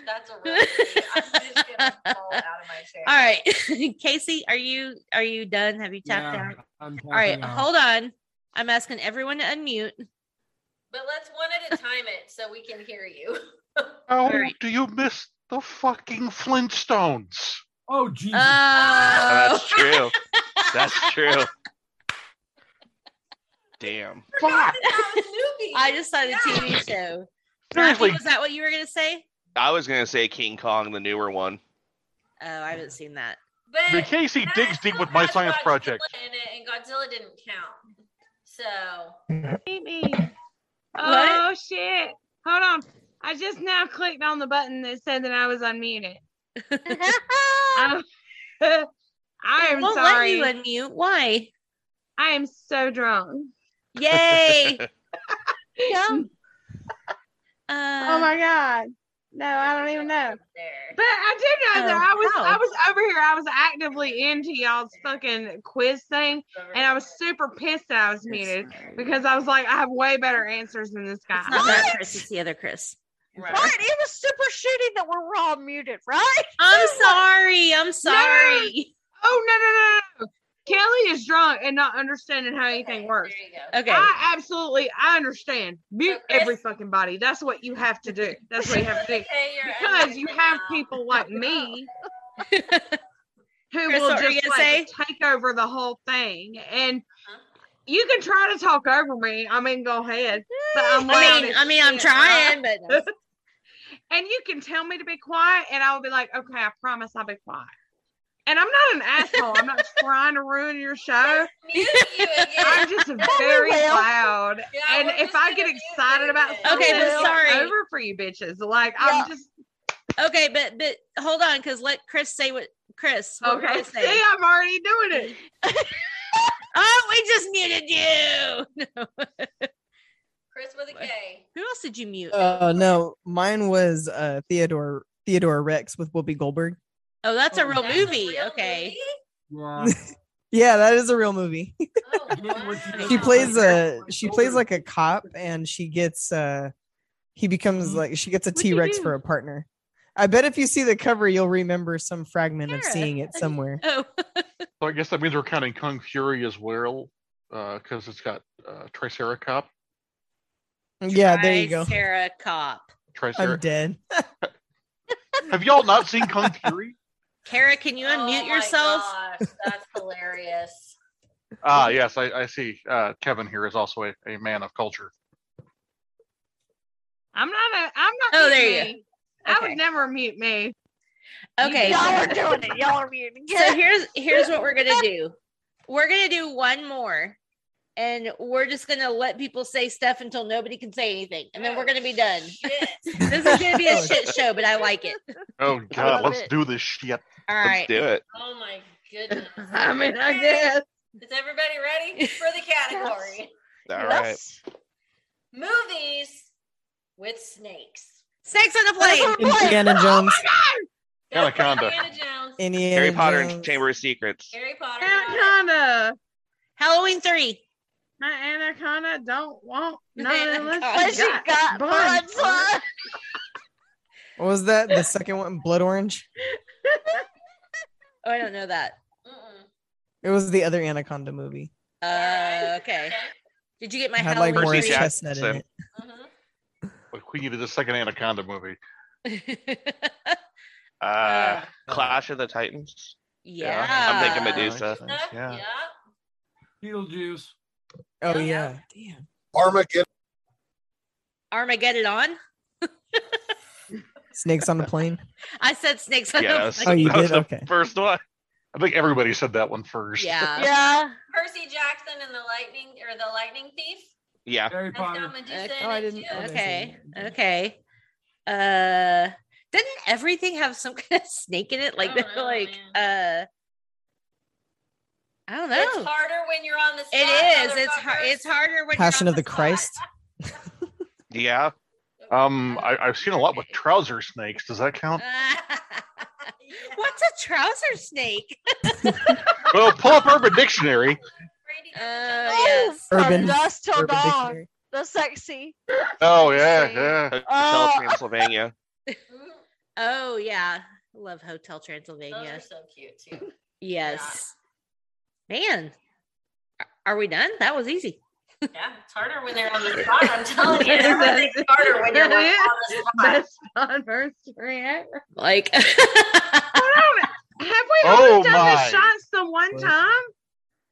That's a really. I'm just gonna fall out of my chair. All right, Casey, are you are you done? Have you tapped Yeah, out? I'm All right, tapping out. hold on. I'm asking everyone to unmute. But let's one at a time it so we can hear you. How do you miss the fucking Flintstones? Oh, Jesus. Uh, That's Oh, true. That's true. Damn. Fuck. I just saw the TV show. Seriously. Matthew, was that what you were gonna say? I was gonna say King Kong, the newer one. Oh, I haven't seen that. But I mean, Casey digs deep with my science project. in it, and Godzilla didn't count. So me. Oh shit. Hold on. I just now clicked on the button that said that I was unmuted. I'm, I am won't let sorry. you unmute. Why? I am so drunk. Yay! Uh, oh my god. No, I don't even know. But I do know Oh, that I was I how? was over here. I was actively into y'all's fucking quiz thing, and I was super pissed that I was muted because I was like, I have way better answers than this guy. It's not that Chris, it's the other Chris. Right, it was super shitty that we're all muted, right? I'm sorry. I'm sorry. Oh no no no! no. Kelly is drunk and not understanding how anything works. Okay. I absolutely I understand. Mute every fucking body. That's what you have to do. That's what you have to do. Because you have people like me who Chris, will what were you just like, gonna Uh-huh. take over the whole thing. And you can try to talk over me. I mean, go ahead. But I'm I loud mean, as I mean, I'm shit, right? trying, but and you can tell me to be quiet, and I'll be like, okay, I promise I'll be quiet. And I'm not an asshole. I'm not trying to ruin your show. I'm just very will. loud, and if I get excited about something, Okay, but it's sorry. over for you bitches. Like I'm just okay, but but hold on, because let Chris say what Chris. What okay. Chris See, say. I'm already doing it. Oh, we just muted you. Chris with a K. Who else did you mute? Uh, no, mine was uh, Theodore Theodore Rex with Whoopi Goldberg. oh, that's a real That's a movie. okay. Yeah. Yeah, that is a real movie. Oh, she plays a she plays like a cop, and she gets uh he becomes like she gets a Mm-hmm. What'd you T Rex do? for a partner. I bet if you see the cover, you'll remember some fragment of seeing it somewhere. Oh, So I guess that means we're counting Kung Fury as well, because it's got uh, Triceracop. Yeah, there you go. Sarah Cop. I'm Triceracop. dead. Have y'all not seen Kung Fury? Kara, can you unmute Oh Oh, my yourself? gosh, that's hilarious. Ah, yes, I, I see. Uh, Kevin here is also a, a man of culture. I'm not a. I'm not. Oh, mute there you me. I Okay. would never mute me. Okay. Y'all are doing it. Y'all are muted. so here's here's what we're gonna do we're gonna do one more and we're just gonna let people say stuff until nobody can say anything and then we're gonna be done this is gonna be a shit show but i like it Oh love god, let's it. do this shit. all right it. Oh my goodness. I mean, I guess. Is everybody ready for the category? All right. Yes. Movies with snakes. sex on a plane Indiana Jones. Anaconda. Indiana Jones. Indiana Harry Potter Jones. and Chamber of Secrets. Harry Potter. Anaconda. halloween three My anaconda don't want none Unless unless you you got got buns. buns on. What was that? The second one, Blood Orange. oh i don't know that Mm-mm. It was the other Anaconda movie. uh, okay did you get my It had like halloween Morris Percy Jackson. Chestnut in it. Mhm. Like, We needed the second Anaconda movie. three? Uh, Uh, Clash of the Titans. yeah I'm thinking Medusa. Uh, Yeah. yeah. Beetlejuice. Oh yeah. Damn. Armageddon. armageddon on Snakes on a plane. i said snakes on Yeah, a that's- Oh, plane you that was did? the Okay. First one. I think everybody said that one first. yeah, Yeah. Percy Jackson and the lightning or the lightning thief. Yeah. Harry That's got Potter. Medusa Okay. in Oh, I it, didn't- too. oh, that's okay it. okay uh didn't everything have some kind of snake in it like I they don't were know, like uh i don't It's know harder when you're on the spot. Oh. it is it's hard motherfuckers. it's harder when Passion you're of the Christ. Yeah. Um, I, I've seen a lot with trouser snakes. Does that count? what's a trouser snake well, pull up Urban Dictionary. Randy oh doesn't know. yes From Urban- dusk till Urban dawn. Dictionary. The sexy. Oh yeah, yeah. Hotel Oh. Transylvania. Mm. Oh yeah, love Hotel Transylvania. Those are so cute too. yes, man. Are- Are we done? That was easy. Yeah, it's harder when they're on the spot. I'm telling you, everything's harder when you're working on the spot. Best anniversary ever. Like Have we Oh only done my. the shots the one time?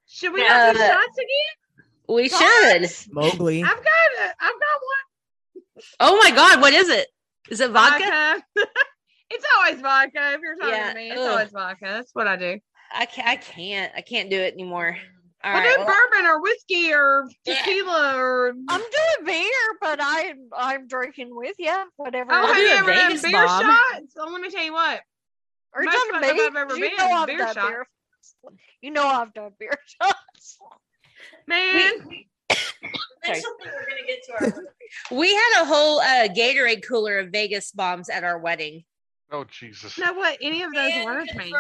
Should we Yeah. have the shots again? we God. should. Mowgli. I've got a, I've got one. Oh my God, what is it? Is it vodka? It's always vodka. If you're talking Yeah, to me, it's ugh. always vodka. That's what I do. I can't. I can't. I can't do it anymore. All I right, do well- bourbon or whiskey or tequila or. I'm doing beer, but I I'm drinking with you. Whatever. Oh, else. have you ever had beer shots? Well, let me tell you what. Are you Most talking fun to I've me? ever you been know is I've beer done shots. beer. You know I've done beer shots. Man, Sorry. We're gonna get to our We had a whole uh, Gatorade cooler of Vegas bombs at our wedding. Oh Jesus! not what any of those words mean.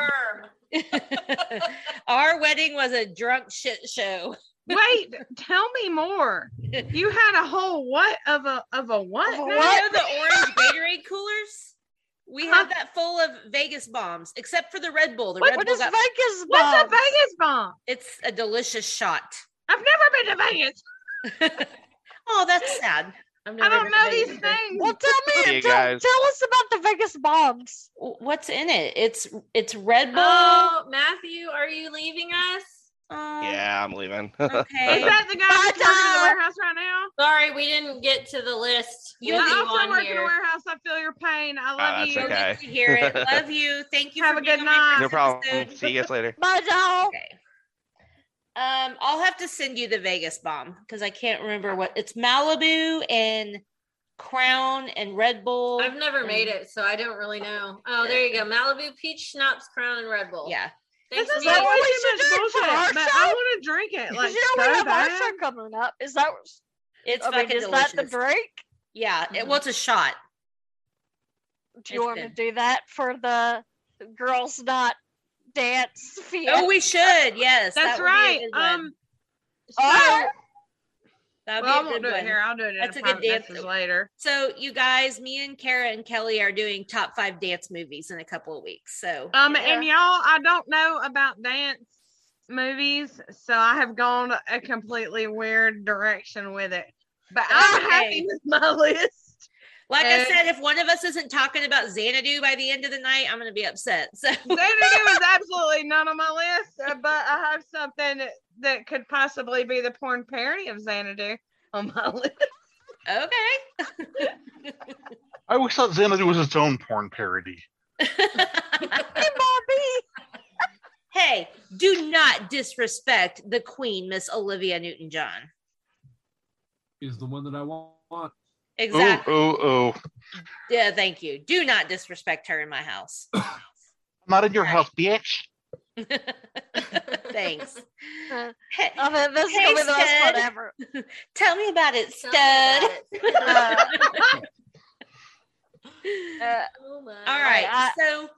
Our wedding was a drunk shit show. Wait, tell me more. You had a whole what of a of a what? You now? know the orange Gatorade coolers? We had that full of Vegas bombs, except for the Red Bull. The Uh-huh. Red What- what Bull is got- Vegas What's a Vegas bomb? It's a delicious shot. I've never been to Vegas. Oh, that's sad. I've I never don't been know to these Vegas. things. Well, tell me. Hey, tell, guys. tell us about the Vegas bombs. What's in it? It's it's Red Bull. Oh, Matthew, are you leaving us? Yeah, I'm leaving. Okay. Is that the guy that's working in the warehouse right now? Sorry, we didn't get to the list. You with also on work in here. a warehouse. I feel your pain. I love Ah, that's you. okay. to hear it. Love you. Thank you. Have for a good being on my No first problem. episode. See you guys later. Bye, doll. Um, I'll have to send you the Vegas bomb because I can't remember what it's Malibu and Crown and Red Bull. I've never made it, so I don't really know. Oh, there you go. Malibu peach schnapps, crown, and Red Bull. Yeah. Thanks, This is Mia. always should too do much it for bullshit, our but show. I want to drink it. Like, Because you know we so have bad. our show coming up. Is that? It's I mean, fucking is that the delicious. drink? Yeah, it was a shot. Do you It's want good. to do that for the girls not dance? Field? Oh, we should. Yes, that That's would be a right. good one. Um, so, Or- That'd well, I be a won't good do it one. here. I'll do it. That's in a good private dance message later. So, you guys, me and Kara and Kelly are doing top five dance movies in a couple of weeks. So, Um, and y'all, I don't know about dance movies, so I have gone a completely weird direction with it. But I'm happy with my list. like I and- said, if one of us isn't talking about Xanadu by the end of the night, I'm going to be upset. So, Xanadu is absolutely not on my list, uh, but I have something that, that could possibly be the porn parody of Xanadu on my list. okay. I always thought Xanadu was its own porn parody. Hey, do not disrespect the queen, Miss Olivia Newton John. Is the one that I want. Exactly. Oh, oh, oh. Yeah, thank you. Do not disrespect her in my house. Not in your house, bitch. Thanks. Uh, Hey, I mean, this is hey, gonna be the best stud. one ever. Tell me about it, Tell stud. me about Uh, uh, Oh my. All right. I- so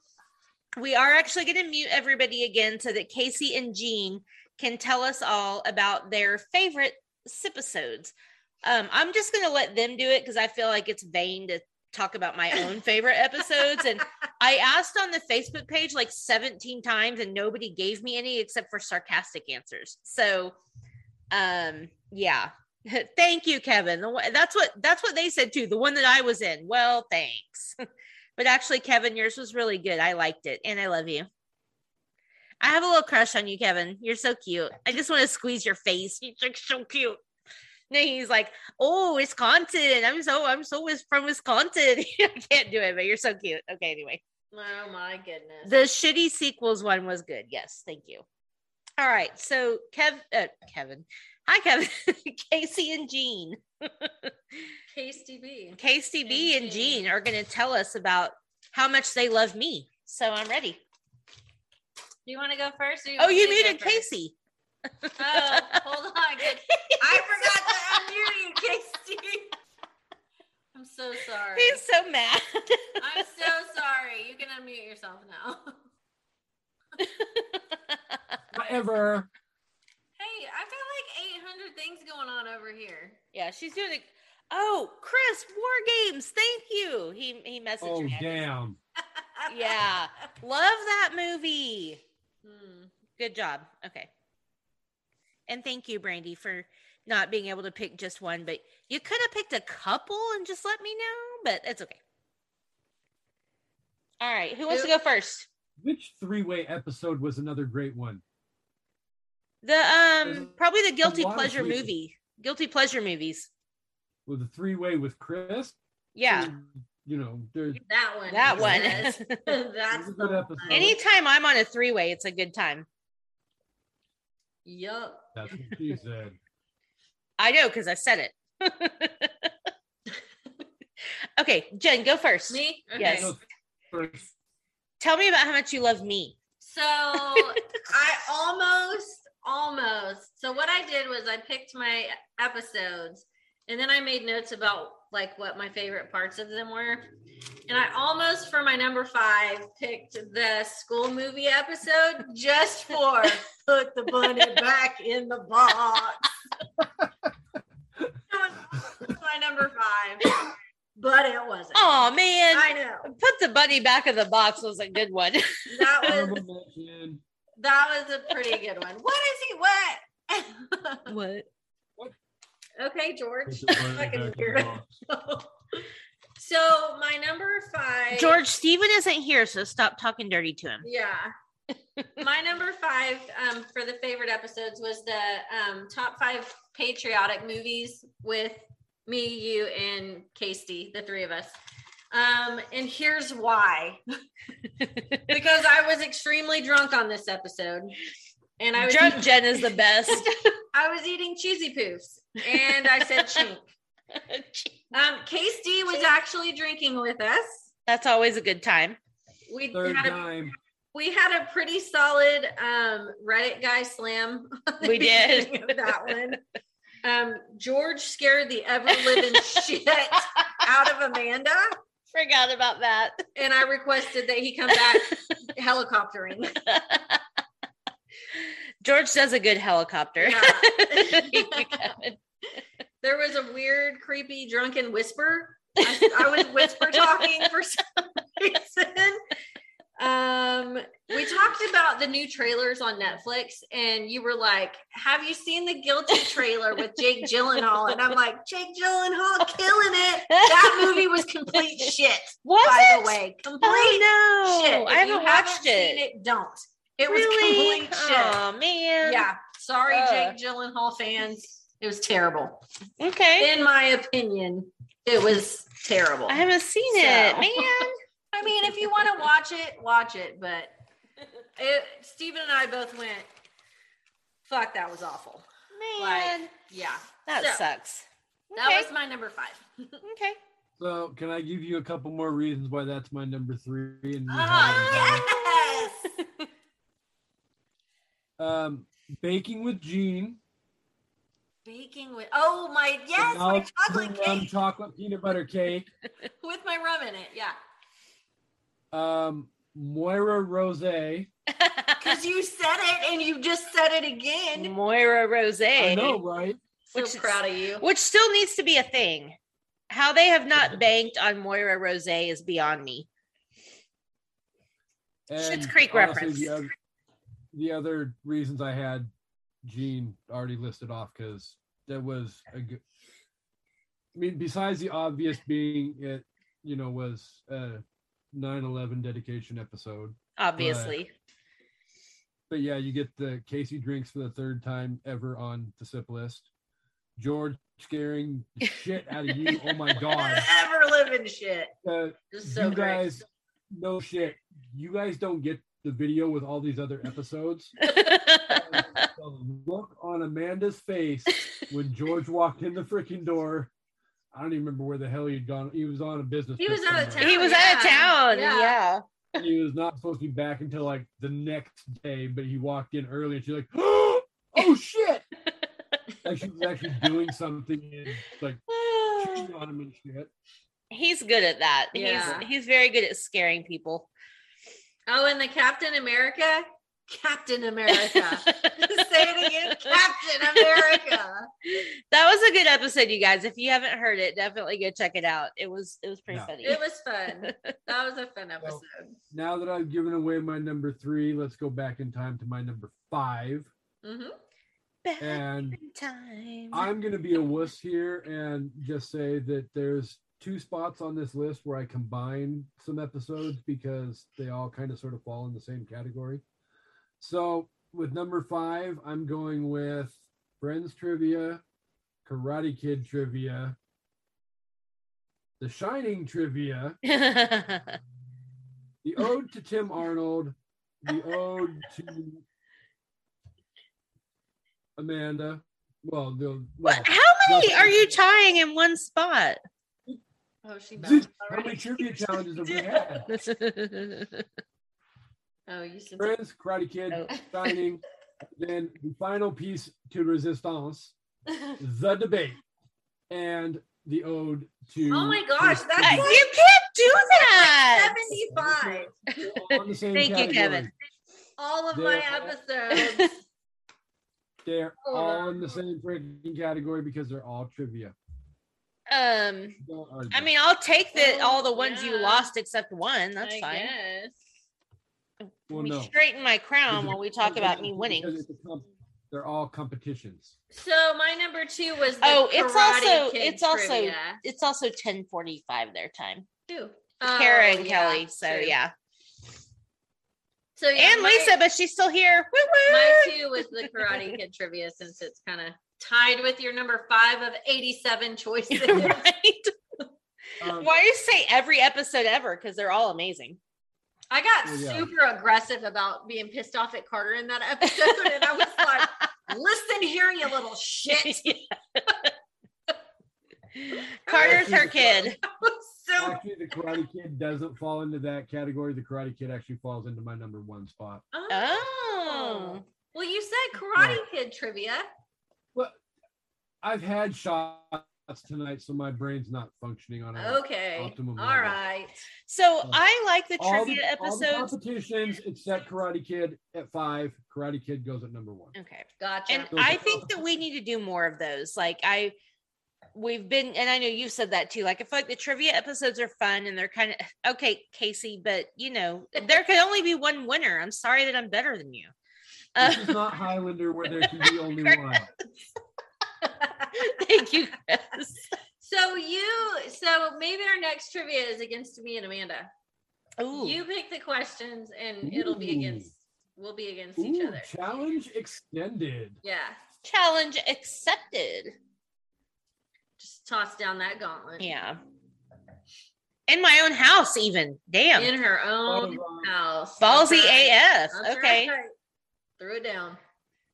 we are actually going to mute everybody again so that Casey and Jean can tell us all about their favorite episodes. Um, I'm just going to let them do it because I feel like it's vain to talk about my own favorite episodes. And I asked on the Facebook page like 17 times and nobody gave me any except for sarcastic answers. So, um, yeah. Thank you, Kevin. The one- That's what that's what they said too. The one that I was in. Well, thanks. But actually, Kevin, yours was really good. I liked it, and I love you. I have a little crush on you, Kevin. You're so cute. I just want to squeeze your face. You're like so cute. And then he's like, "Oh, Wisconsin. I'm so I'm so wis- from Wisconsin. I can't do it, but you're so cute." Okay, anyway, Oh my goodness. the shitty sequels one was good. Yes, thank you. All right, so Kev, uh, Kevin, hi Kevin, Casey and Jean, KSTB. KCB and Jean are going to tell us about how much they love me. So I'm ready. Do you want to go first? or Oh, want me you to go muted first? Casey. Oh, hold on. Good. I forgot to unmute you, Casey. I'm so sorry. He's so mad. I'm so sorry. You can unmute yourself now. Whatever. Hey, I've got like 800 things going on over here. Yeah, she's doing it. Oh, Chris, War Games. Thank you. He he messaged Oh me. damn. yeah. Love that movie. Hmm. Good job. Okay. And thank you, Brandy, for not being able to pick just one, but you could have picked a couple and just let me know, but it's okay. All right. Who wants to go first? Which three-way episode was another great one? The um probably the guilty lot of pleasure people. movie. Guilty pleasure movies. Well, the three-way with Chris. Yeah. You know, there's That one. That he one. says. That's a good episode. Anytime I'm on a three way, it's a good time. yup. That's what she said. I know because I said it. okay, Jen, go first. Me? Okay. Yes. First, Tell me about how much you love me. So I almost, almost. So what I did was I picked my episodes and then I made notes about like what my favorite parts of them were. And I almost for my number five picked the school movie episode just for put the bunny back in the box. that was my number five. But it wasn't. Oh man. I know. Put the bunny back in the box was a good one. That was honorable mention. That was a pretty good one. What is he what? what? Okay, Put George. the bunny Fucking back in the weirdo. so my number five. George Steven isn't here, so stop talking dirty to him. Yeah. my number five um, for the favorite episodes was the um, top five patriotic movies with me, you, and Casey, the three of us. Um, and here's why. because I was extremely drunk on this episode. And I was Drunk Jen is the best. I was eating cheesy poofs and I said chink. Um, Case D was actually drinking with us. That's always a good time. We Third had a time. we had a pretty solid um, Reddit guy slam. at the We did. beginning of that one. Um, George scared the ever living shit out of Amanda, Forgot about that. and I requested that he come back helicoptering. George does a good helicopter. Yeah. there was a weird, creepy, drunken whisper. I, I was whisper talking for some reason. Um, we talked about the new trailers on Netflix, and you were like, "Have you seen the Guilty trailer with Jake Gyllenhaal?" And I'm like, "Jake Gyllenhaal killing it. That movie was complete shit." Was by it? the way, complete Oh, no. shit. If I haven't you watched seen it. Don't. It Really? was complete shit. Aw, man. Yeah. Sorry, Ugh. Jake Gyllenhaal fans. It was terrible. Okay. In my opinion, it was terrible. I haven't seen So- it, man. I mean, if you want to watch it, watch it. But it, Steven and I both went, fuck, that was awful. Man, Like, yeah. that So, sucks. That Okay. was my number five. Okay. So, can I give you a couple more reasons why that's my number three? And you haven't done it? Oh, yes. um, baking with Gene. Baking with, oh, my, yes, my Vanilla chocolate rum cake um, chocolate peanut butter cake. with my rum in it. Yeah. Um, Moira Rose. I Because you said it and you just said it again. Moira Rose. know, right? So Mm, Which is- proud of you. Which still needs to be a thing. How they have not banked on Moira Rose is beyond me. Schitt's Creek reference. The other, the other reasons I had Gene already listed off because that was a good. I mean, besides the obvious being it, you know, was a 9/11 dedication episode. Obviously. But yeah, you get the Casey drinks for the third time ever on the sip list. George scaring the shit out of you. Oh my god. Ever living shit. Uh, Just so you great. guys, no shit. You guys don't get the video with all these other episodes. the look on Amanda's face when George walked in the freaking door. I don't even remember where the hell he'd gone. He was on a business. He trip was out of somewhere. town. he was out of yeah, town. yeah. Yeah. He was not supposed to be back until like the next day, but he walked in early and she's like, oh shit. like she was actually doing something and like cheating on him and shit. He's good at that. Yeah. He's he's very good at scaring people. Oh, and the Captain America Captain America. Say it again, Captain America. That was a good episode, you guys. If you haven't heard it, definitely go check it out. It was it was pretty Yeah. funny. It was fun. That was a fun episode. Now that I've given away my number three, let's go back in time to my number five. Mm-hmm. And time. I'm going to be a wuss here and just say that there's two spots on this list where I combine some episodes because they all kind of sort of fall in the same category. So with number five, I'm going with Friends Trivia, Karate Kid Trivia, The Shining Trivia, Mm-hmm. The Ode to Tim Arnold, The Ode to Amanda. Well, the, well How many are you tying in one spot? Oh, she Dude, how many trivia challenges have we had? Oh, you said Friends, Karate Kid, Shining, then the final piece to Resistance, the debate, and the ode to. Oh my gosh, that's Uh, like- you can't do that. that's like 75. on the same Thank you, category. Kevin. All of my episodes. They're Oh, all in the same freaking category because they're all trivia. Um, Don't argue. I mean, I'll take the Oh, all the ones you yeah. lost except one. That's I fine. guess. Well, Let me no. straighten my crown Because while we it's- talk about me because winning. it's a comp- They're all competitions. So my number two was the Oh, it's Karate also Kid it's also trivia. it's also ten forty five their time. Two. Kara Oh, and yeah, Kelly. So true. yeah, So yeah, and my- Lisa, but she's still here. Woo woo. My two was the Karate Kid trivia since it's kind of tied with your number five of 87 choices. Um, Why do you say every episode ever? Because they're all amazing. I got Well, Oh, yeah. super aggressive about being pissed off at Carter in that episode. And I was like, listen here, you little shit. Carter's her kid. So, Actually, the Karate Kid doesn't fall into that category. The Karate Kid actually falls into my number one spot. Oh. Oh. well, you said Karate Kid trivia. I've had shots tonight, so my brain's not functioning on a Okay. optimum All level. right. So Oh. I like the All trivia all the episodes. competitions except Karate Kid at five. Karate Kid goes at number one. Okay. Gotcha. And I think that we need to do more of those. Like I we've been and I know you've said that too. Like I feel like the trivia episodes are fun and they're kind of okay, Casey, but you know, there could only be one winner. I'm sorry that I'm better than you. Uh, This is not Highlander where there can be only one. thank you, Chris. so you, so maybe our next trivia is against me and Amanda. Ooh. You pick the questions and it'll be Ooh. against, we'll be against each Ooh, other. challenge extended. Yeah. Challenge accepted. Just toss down that gauntlet. Yeah. In my own house, even. Damn. In her own Oh, house. That's Ballsy right. AF. That's okay. right. Threw it down.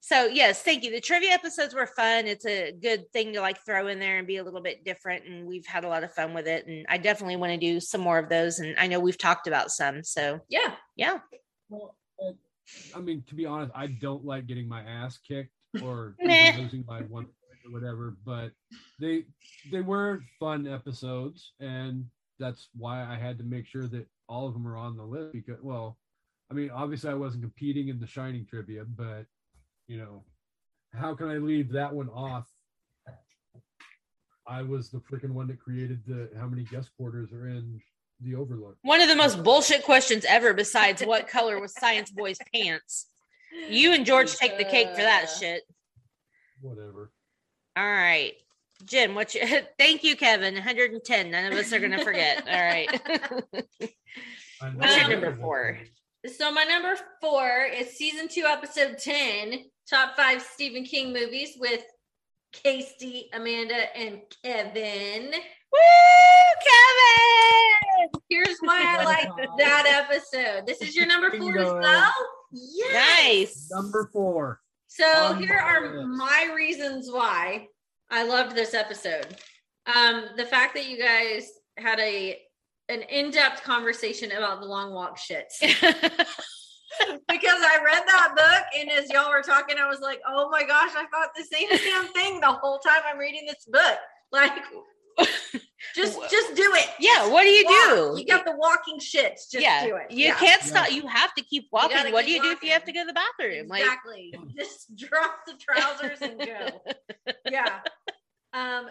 So yes, thank you. The trivia episodes were fun. It's a good thing to like throw in there and be a little bit different. And we've had a lot of fun with it. And I definitely want to do some more of those. And I know we've talked about some. So Yeah. yeah. Well, uh, I mean, to be honest, I don't like getting my ass kicked or even Meh. losing by one point or whatever. But they they were fun episodes, and that's why I had to make sure that all of them are on the list. Because, well, I mean, obviously I wasn't competing in the Shining trivia, but you know, how can I leave that one off? I was the freaking one that created the how many guest quarters are in the Overlook. One of the most bullshit questions ever, besides what color was Science Boy's pants. You and George take the cake for that Uh. shit. Whatever. All right. Jen, what you thank you, Kevin. 110. None of us are gonna forget. All right. I What's your know- number four? So my number four is season two, episode 10, top five Stephen King movies with Casey, Amanda, and Kevin. Woo, Kevin! Here's why I like that episode. This is your number four as Bingo. well? Yes. Nice. Number four. So On here my are list. my reasons why I loved this episode. Um, the fact that you guys had a an in-depth conversation about the long walk shits. because I read that book and as y'all were talking, I was like, oh my gosh, I thought the same damn thing the whole time I'm reading this book. Like just just do it. Yeah, what do you Walk. do? You got the walking shits. Just yeah, do it. you Yeah. can't stop. You have to keep walking. gotta What do keep you do if you have to go to the bathroom? Exactly. Just drop the trousers and go. Yeah. Um, uh,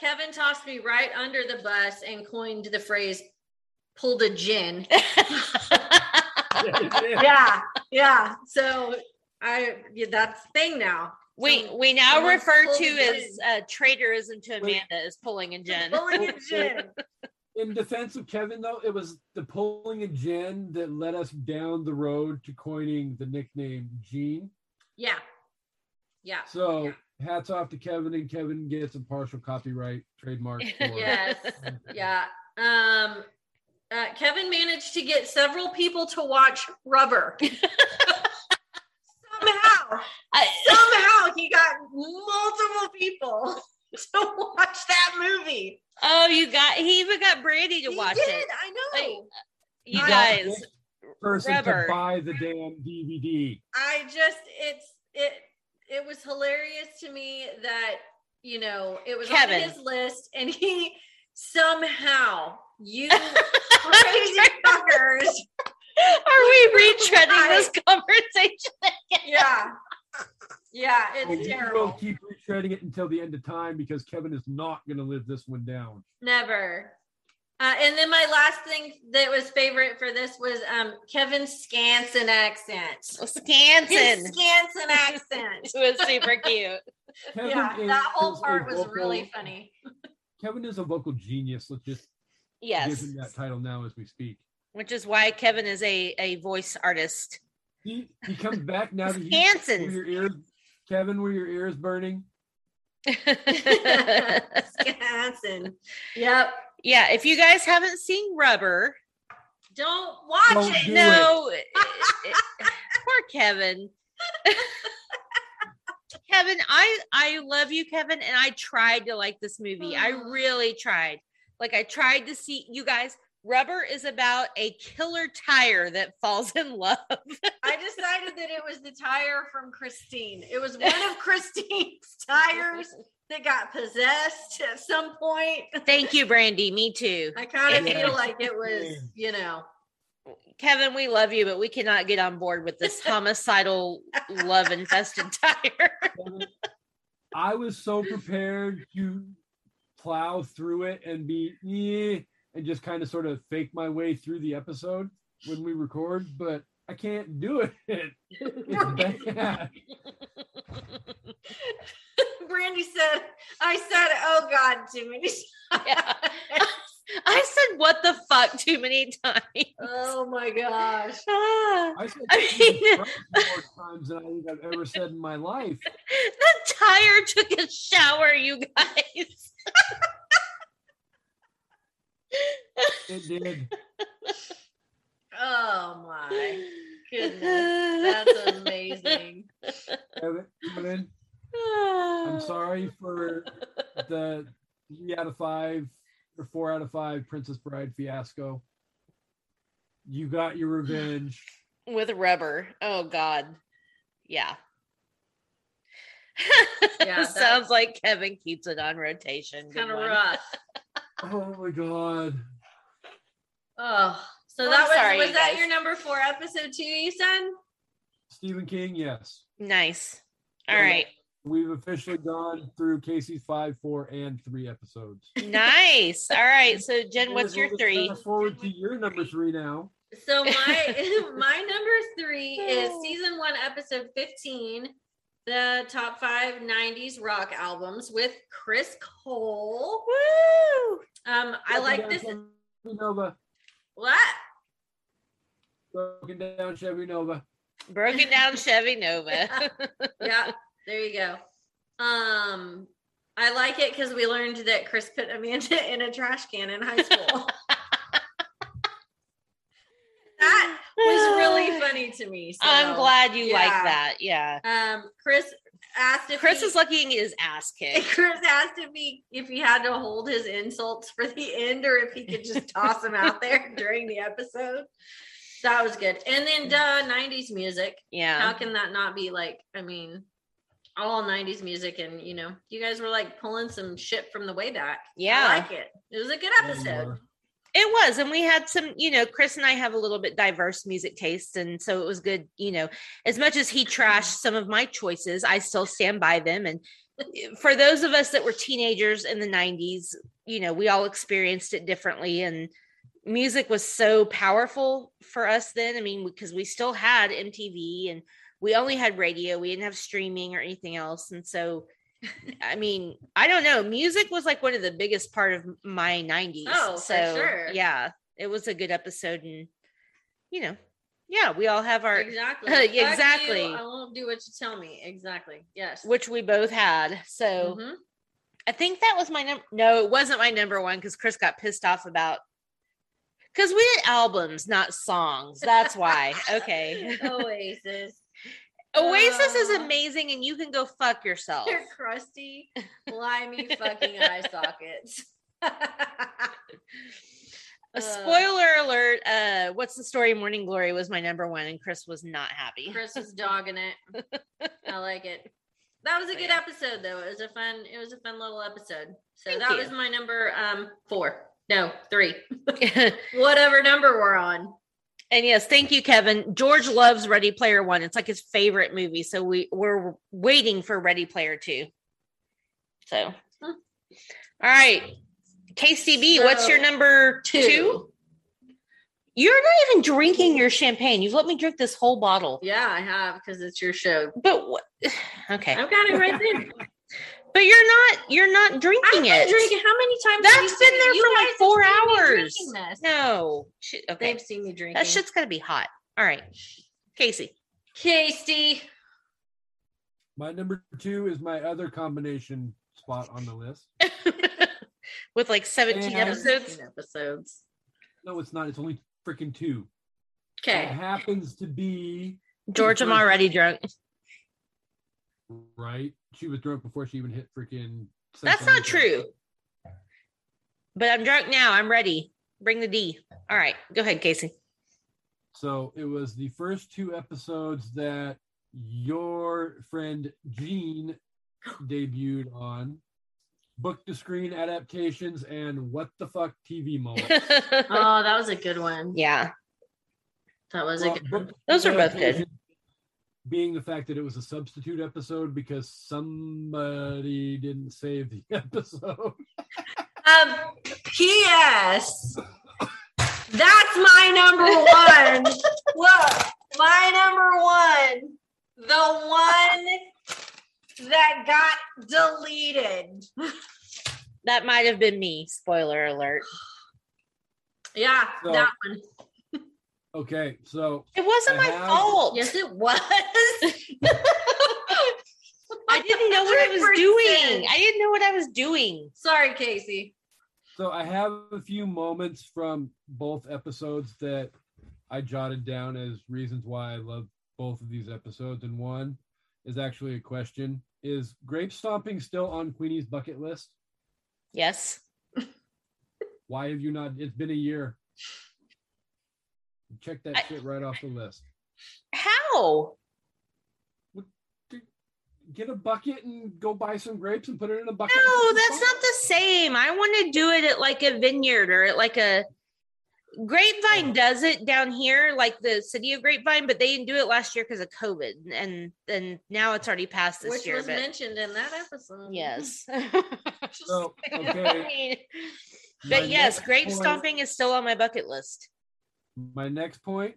Kevin tossed me right under the bus and coined the phrase pulled a gin. yeah. Yeah. So I, yeah, that's the thing now. Like we we now refer to as uh, traitorism to Amanda as pulling and gin. Pulling and gin. In defense of Kevin, though, it was the pulling of Jen that led us down the road to coining the nickname Gene. Yeah. Yeah. So hats off to Kevin, and Kevin gets a partial copyright trademark. For yes. Yeah. Um, uh, Kevin managed to get several people to watch Rubber. somehow, somehow he got multiple people to watch that movie. Oh, you got he even got Brandy to watch did, it. I know. you I- guys, Person Rubber. to buy the damn DVD. I just it's it it was hilarious to me that you know it was Kevin. on his list and he somehow you crazy fuckers are we retreading this conversation? Yeah. Yeah, And it's we will terrible. keep retreading it until the end of time because Kevin is not going to live this one down. Never. Uh, and then my last thing that was favorite for this was um, Kevin Scanson accent. Scanson. His Scanson accent. it was super cute. Kevin yeah, is- that whole is a part was vocal- really funny. Kevin is a vocal genius. Let's just Yes. give him that title now as we speak. Which is why Kevin is a a voice artist. He he comes back now. that you- Scanson. were your ears, Kevin, were your ears burning? Scanson. Yep. Yeah, if you guys haven't seen Rubber, Don't watch Don't it. do No. poor Kevin. Kevin, I I love you, Kevin, and I tried to like this movie. I really tried. Like I tried to see you guys. Rubber is about a killer tire that falls in love. I decided that it was the tire from Christine. It was one of Christine's tires that got possessed at some point. Thank you, Brandy. Me too. I kind of It- feel like it was, you know. Kevin, we love you, but we cannot get on board with this homicidal love infested tire. I was so prepared to plow through it and be yeah, and just kind of sort of fake my way through the episode when we record, but I can't do it. It's bad. Brandy said, I said, oh God, too many I said what the fuck too many times. Oh my gosh. Oh, I said I mean, more times than I think I've ever said in my life. the tire took a shower, you guys. It did. Oh my goodness. That's amazing. Kevin, Kevin, I'm sorry for the three out of five or four out of five Princess Bride fiasco. You got your revenge. With rubber. Oh God. Yeah. Yeah, Sounds like Kevin keeps it on rotation. kind of Good one. rough. Oh my god. Oh, so I'm that was, sorry, was you that guys. your number four episode two, you said? Stephen King, yes. Nice. All right. We've officially gone through Casey's five, four, and three episodes. Nice. All right. So Jen, what's your Let's three? fast Forward to your number three now. So my my number three is Oh. season one, episode fifteen, the top five '90s rock albums with Chris Cole. Woo! Um, I like this. Chevy Nova. What? Broken down Chevy Nova. Broken down Chevy Nova. yeah, there you go. Um, I like it because we learned that Chris put Amanda in a trash can in high school. that was really funny to me. so, I'm glad you like Oh, yeah. that. Yeah. Um, Chris asked if Chris he, is lucky he didn't get his ass kicked. Chris asked if he if he had to hold his insults for the end or if he could just toss them out there during the episode. That was good. And then duh, 90s music. Yeah. How can that not be like, I mean, all 90s music and you know, you guys were like pulling some shit from the way back. I Yeah. like it. It was a good Yeah, you episode. It was. And we had some, you know, Chris and I have a little bit diverse music tastes. And so it was good, you know, as much as he trashed some of my choices, I still stand by them. And for those of us that were teenagers in the 90s, you know, we all experienced it differently. And music was so powerful for us then. I mean, because we still had MTV and we only had radio, we didn't have streaming or anything else. And so, I mean, I don't know. Music was like one of the biggest part of my 90s. Oh, for so sure. yeah, it was a good episode. And, you know, yeah, we all have our Exactly. Yeah, Fuck you, exactly. I won't do what you tell me. Exactly. Yes. which oh, we both had. So Mhm. I think that was my number. No, it wasn't my number one because Chris got pissed off about because we did albums, not songs. That's why. Okay. Oasis. Oasis is Uh, amazing, and you can go fuck yourself. They're crusty, slimy fucking eye sockets. uh, A spoiler alert. Uh, what's the story? Morning Glory was my number one, and Chris was not happy. Chris was dogging it. I like it. That Oh, was a good episode though. It was a fun, it was a fun little episode. So Thank that you. was my number um four. No, three. Whatever number we're on. And yes, thank you, Kevin. George loves Ready Player One. It's like his favorite movie. So we we're waiting for Ready Player Two. So, all right, KCB, what's your So, number 2 two? You're not even drinking your champagne. You've let me drink this whole bottle. Yeah, I have because it's your show. But what? Okay, I've got it right there. But you're not you're not drinking I've it. been drinking how many times? have That's you been seen- there you for guys like have four seen me hours. drinking this. No, Shit, okay. They've seen me drinking. that shit's gonna be hot. All right, Casey. Casey. My number two is my other combination spot on the list. with like 17 And- episodes. episodes. No, it's not. It's only freaking two. Okay. It happens to be George, I'm already drunk. right. She was drunk before she even hit freaking. That's Central not true. But I'm drunk now. I'm ready. Bring the D. All right, go ahead, Casey. So it was the first two episodes that your friend Gene debuted on book to screen adaptations and what the fuck TV moments. oh, that was a good one. Yeah. That was Well, a good book- one. Those are both good. Being the fact that it was a substitute episode because somebody didn't save the episode. Um, P.S. That's my number one. Look, my number one, the one that got deleted. That might have been me. Spoiler alert. Yeah, So- that one. Okay, so It wasn't I my have- fault. Yes, it was. I didn't know what I was 100%. doing. I didn't know what I was doing. Sorry, Casey. So I have a few moments from both episodes that I jotted down as reasons why I love both of these episodes. And one is actually a question Is grape stomping still on Queenie's bucket list? Yes. Why have you not? It's been a year. Check that shit right off the list. How? Get a bucket and go buy some grapes and put it in a bucket. and No, put some that's not the same. I want to do it at like a vineyard or at like a Mm. Grapevine does it down here, like the city of Grapevine, but they didn't do it last year because of COVID, and and now it's already past this Which year. was but mentioned in that episode. yes, So, I okay. mean, My but yes, next grape point- stomping is still on my bucket list. My next point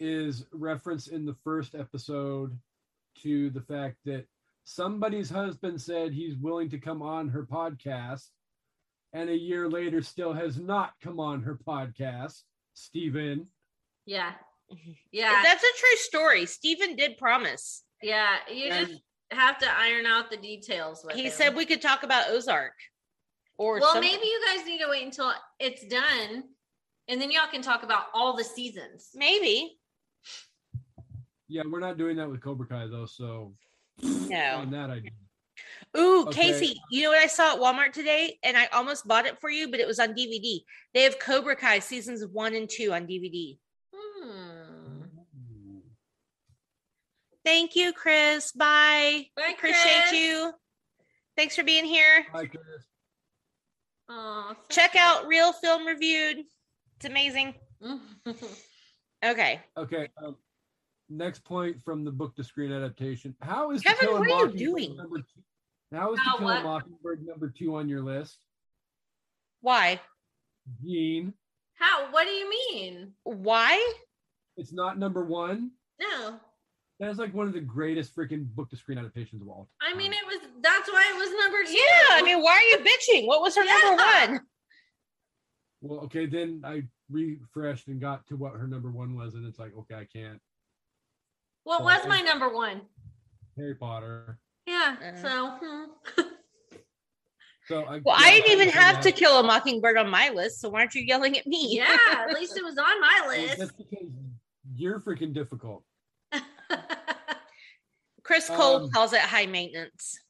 is reference in the first episode to the fact that somebody's husband said he's willing to come on her podcast, and a year later still has not come on her podcast. Steven. Yeah. Yeah. That's a true story. Stephen did promise. Yeah. You just have to iron out the details. With He him. said we could talk about Ozark. Or well, something. maybe you guys need to wait until it's done, and then y'all can talk about all the seasons. Maybe. Yeah, we're not doing that with Cobra Kai though, so No. on that I do. Ooh, Okay. Casey, you know what I saw at Walmart today? And I almost bought it for you, but it was on DVD. They have Cobra Kai seasons one and two on DVD. Hmm. Thank you, Chris. Bye. Bye, Appreciate Chris. you. Thanks for being here. Hi, Chris. Check out Real Film Reviewed. It's amazing. okay. Okay. Um, next point from the book to screen adaptation. How is Kevin, To Kill a what are you Mockingbird doing? Number two, how is How To Kill what? a Mockingbird number two on your list? Why? Gene, How? What do you mean? Why? it's not number one. No. That is like one of the greatest freaking book to screen adaptations of all. I mean, it was. That's why it was number two. Yeah, I mean, why are you bitching? What was her number one? Well, okay, then I refreshed and got to what her number one was, and it's like, okay, I can't. What So, was my it's number one? Harry Potter. Yeah. So. hmm. So I, Well, yeah, I didn't even okay, have yeah. To Kill a Mockingbird on my list, so why aren't you yelling at me? Yeah. At least it was on my list. That's because you're freaking difficult. Chris Cole Um, calls it high maintenance.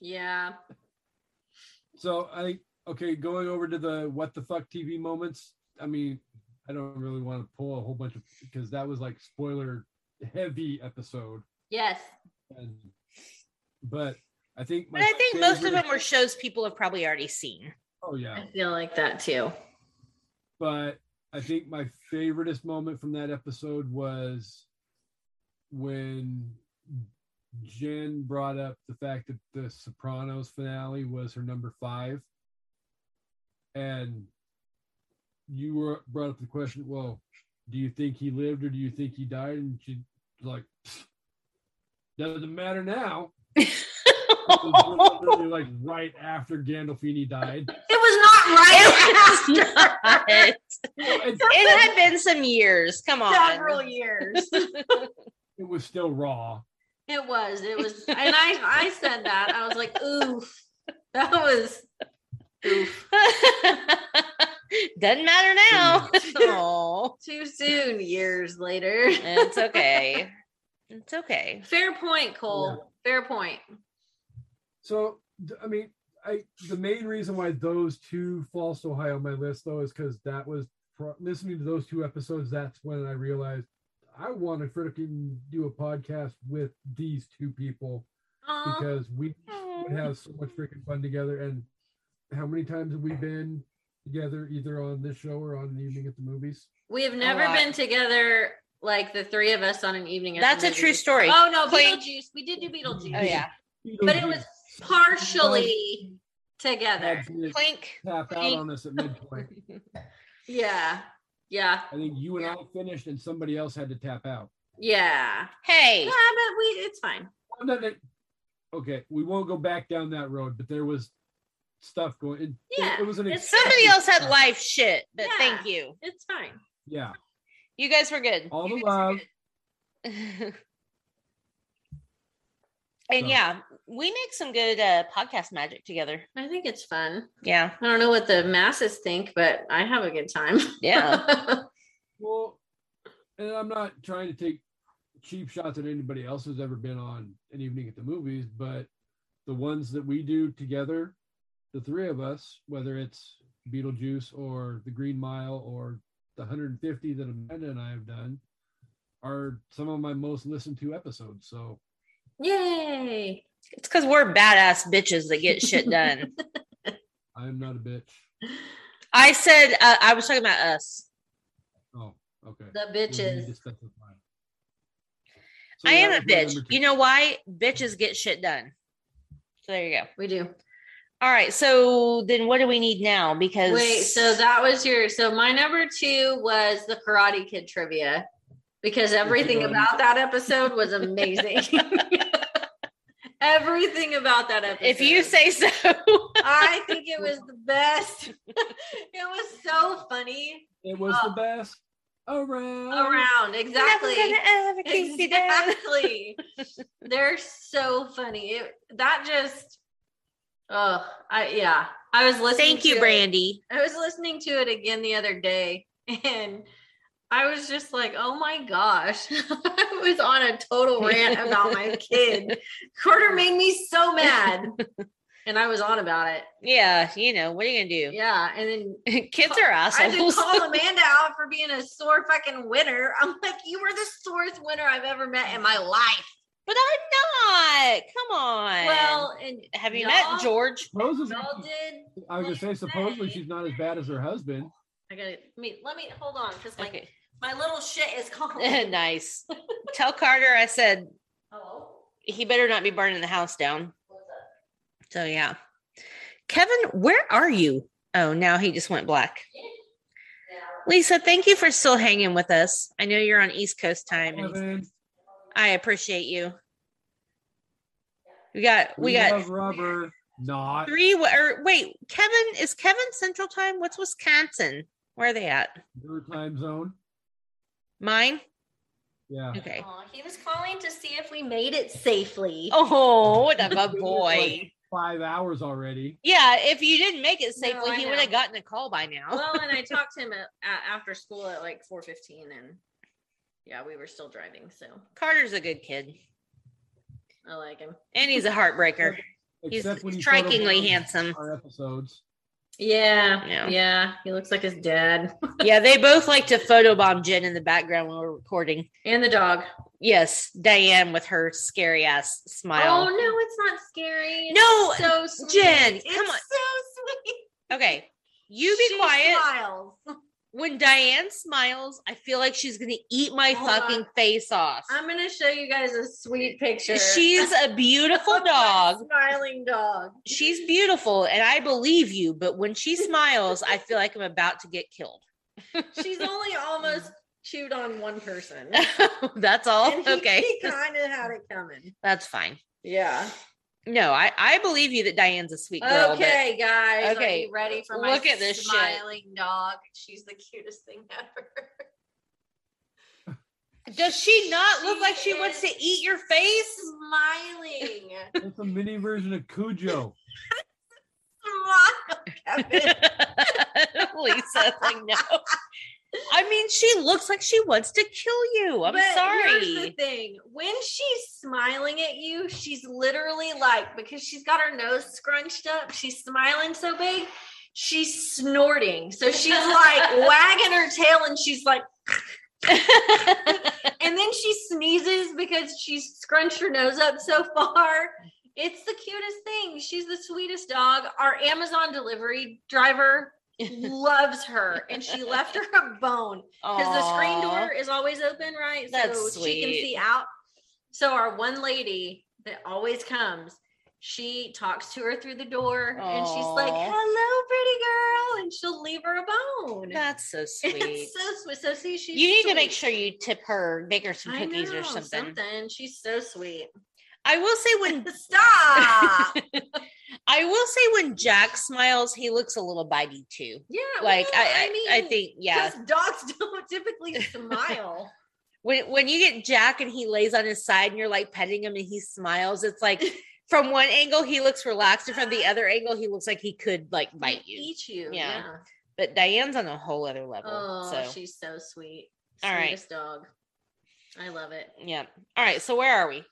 Yeah. So I okay, going over to the what the fuck TV moments. I mean, I don't really want to pull a whole bunch of because that was like spoiler heavy episode. Yes. And, but I think But I think most of favorite- them were shows people have probably already seen. Oh yeah. I feel like that too. But I think my favoriteest moment from that episode was when Jen brought up the fact that the Sopranos finale was her number five. And you were brought up the question, well, do you think he lived or do you think he died? And she was like, "Pfft, doesn't matter now. It was literally, like right after Gandolfini died. It was not right. it had been some years. Come on. Several years. It was still raw. It was. It was. And I, I said that. I was like, oof. That was. Doesn't matter now. Oh, Too soon, years later. it's okay. It's okay. Fair point, Cole. Fair point. So th- I mean, I the main reason why those two fall so high on my list though is because that was pro- listening to those two episodes. That's when I realized I want to freaking do a podcast with these two people Aw. because we would have so much freaking fun together. And how many times have we been together either on this show or on an evening at the movies? We have never lot. been together like the three of us on an evening. at the That's a true movies. story. Oh no, Clink. Beetlejuice. We did do Beetlejuice. Oh, yeah. but it was partially together. Absolutely. Clink. Tap out Clink. on us at midpoint. Yeah, yeah, I think you and I finished, and somebody else had to tap out. yeah. Hey. Yeah, but we. It's fine. Well, no, no. okay, we won't go back down that road, but there was stuff going. It, Yeah, it, was an If somebody exciting else had time. life shit, but Yeah. thank you. It's fine. Yeah, You guys were good. all the love. And So. yeah, we make some good uh, podcast magic together. I think it's fun. Yeah. I don't know what the masses think, but I have a good time. Yeah. Well, and I'm not trying to take cheap shots at anybody else who's ever been on an evening at the movies, but the ones that we do together, the three of us, whether it's Beetlejuice or The Green Mile or the 150 that Amanda and I have done, are some of my most listened to episodes. So Yay! It's because we're badass bitches that get shit done. I am not a bitch. I said, uh, I was talking about us. Oh, okay. The We'll need bitches. to specify. So I that am a was my bitch. number two. You know why? Bitches get shit done. So there you go. We do. All right. So then what do we need now? Because Wait, so that was your so my number two was the Karate Kid trivia because everything Karate. about that episode was amazing. everything about that episode. if you say so, I think it was the best. it was so funny It was Oh. the best around. around exactly. Never gonna ever kiss you down. Exactly. They're so funny. It, that just oh I yeah. I was listening thank you, to it. Brandy. I was listening to it again the other day and I was just like, oh my gosh. I was on a total rant about my kid. Carter made me so mad. And I was on about it. Yeah. You know, what are you going to do? Yeah. And then Kids are I had to assholes. call Amanda out for being a sore fucking winner. I'm like, you were the sorest winner I've ever met in my life. But I'm not. Come on. Well, and have you met y'all- George? Supposedly, Y'all did. I was gonna say supposedly she's not as bad as her husband. I gotta me. Let me hold on because my my little shit is calling. nice. Tell Carter I said Hello. he better not be burning the house down. So yeah. Kevin, where are you? Oh, now he just went black. Lisa, thank you for still hanging with us. I know you're on East Coast time. And I appreciate you. We got we, got love rubber. Not three or wait, Kevin is Kevin Central Time? What's Wisconsin? Where are they at? your time zone. Mine? Yeah. Okay. Aw, he was calling to see if we made it safely. Oh, what a It's good been boy. like Five hours already. Yeah, if you didn't make it safely, I he know. would have gotten a call by now. well, and I talked to him at, a- after school at like four fifteen, and yeah, we were still driving, so Carter's a good kid, I like him. and he's a heartbreaker. He's Except when you strikingly photobomb handsome. Our episodes. Yeah, Yeah. yeah, he looks like his dad yeah, they both like to photobomb Jen in the background when we're recording. and the dog. Yes, Diane with her scary ass smile. Oh no, it's not scary. It's No, so sweet. Jen, it's come on. so sweet. Okay, you be quiet. Smiles. When Diane smiles, I feel like she's gonna eat my Hold on. fucking face off. I'm gonna show you guys a sweet picture. She's a beautiful A dog. smiling dog. She's beautiful, and I believe you. But when she smiles, I feel like I'm about to get killed. She's only almost chewed on one person. That's all. And he- okay. He kind of had it coming. That's fine. Yeah. No, I I believe you that Diane's a sweet girl. but- Okay, guys. Okay, Are you ready for my look at this shit. smiling dog? She's the cutest thing ever. Does she not look like she wants to is eat your face? Smiling. It's a mini version of Cujo. Smile. Lisa's like, no. I mean, she looks like she wants to kill you. I'm But Here's the sorry. thing: when she's smiling at you, she's literally like because she's got her nose scrunched up. She's smiling so big, she's snorting. So she's like wagging her tail, and she's like. and then she sneezes because she's scrunched her nose up so far. It's the cutest thing. She's the sweetest dog. Our Amazon delivery driver loves her, and she left her a bone because the screen Aw. door is always open, right? That's so she can sweet. see out. So our one lady that always comes, she talks to her through the door, and she's like, Aw. "Hello, pretty girl," and she'll leave her a bone. That's so sweet. It's so sweet. So see, she's You need to make sweet. sure you tip her, make her some I cookies know, or something. Something. She's so sweet. I will say when Stop. I will say when Jack smiles, he looks a little bitey too. yeah. Like well, I, I, I think yeah. 'cause dogs don't typically smile. when when you get Jack and he lays on his side and you're like petting him and he smiles, it's like from one angle he looks relaxed and from the other angle he looks like he could like bite They you. Eat you. Yeah. yeah. But Diane's on a whole other level. Oh, so she's so sweet. All right. Sweetest dog. I love it. yeah. All right. So where are we?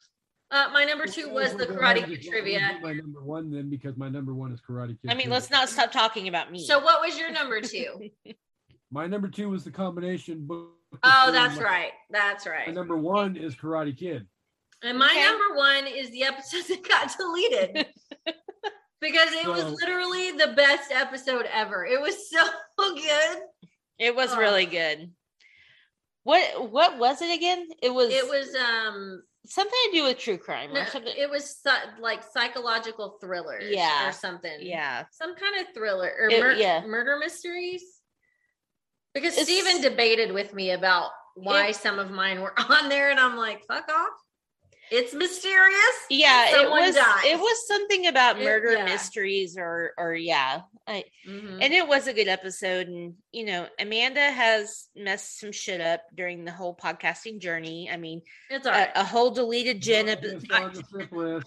Uh, my number two was the Karate Kid I'll trivia. do My number one then because my number one is Karate Kid. I mean, too. let's not stop talking about me. So what was your number two? My number two was the combination book. of two, Oh, and that's my- right. That's My right. number one is Karate Kid. And my number one is the episode that got deleted because it was So- literally the best episode ever. It was so good. it was Oh. really good. What what was it again? It was It was um something to do with true crime no, or something. it was psy- like psychological thrillers Yeah. or something. yeah. Some kind of thriller or It- mur- yeah. murder mysteries. Because It's- Steven debated with me about why It- some of mine were on there, and I'm like, fuck off. It's mysterious. and Yeah, it someone was dies. it was something about It- murder yeah. mysteries or or yeah. I, Mhm. and it was a good episode and you know amanda has messed some shit up during the whole podcasting journey i mean it's a, all right. a whole deleted jen epi- It's I, on the flip list.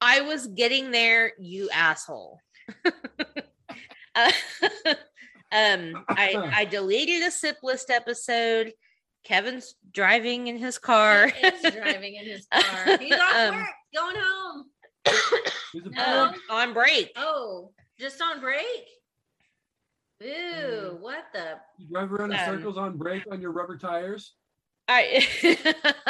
I was getting there you asshole Uh, um i i deleted a sip list episode kevin's driving in his car He's driving in his car. He's off Um, work, going home. He's a No. on break Oh, just on break? Ooh, Mm. what the? You drive around in Um, circles on brake on your rubber tires. I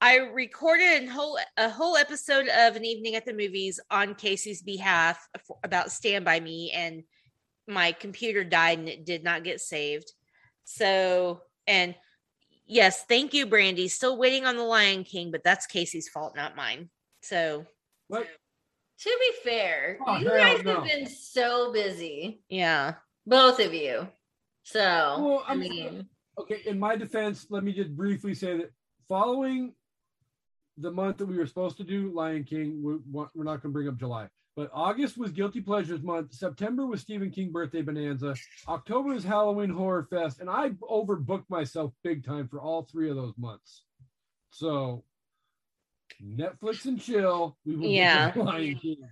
I recorded a whole a whole episode of an evening at the movies on Casey's behalf for, about Stand by Me, and my computer died and it did not get saved. So and yes, thank you, Brandy. Still waiting on the Lion King, but that's Casey's fault, not mine. So what? To be fair, Oh, you hell guys no. have been so busy, yeah, both of you. So Well, I I'm- mean, Okay, in my defense, let me just briefly say that following the month that we were supposed to do Lion King, we, we're not going to bring up July, but August was Guilty Pleasures Month. September was Stephen King Birthday Bonanza. October is Halloween Horror Fest, and I overbooked myself big time for all three of those months. So Netflix and chill. We will Yeah. get to Lion King.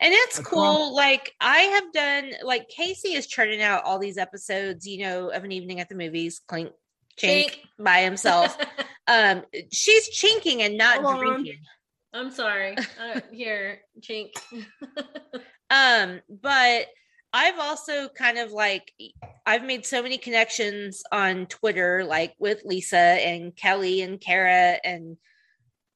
And it's I cool. promise- Like I have done, like Casey is churning out all these episodes, you know, of an evening at the movies, clink, chink, by himself. um, she's chinking and not Hold on. drinking. I'm sorry. Uh, here, chink. Um, but I've also kind of like I've made so many connections on Twitter, like with Lisa and Kelly and Kara, and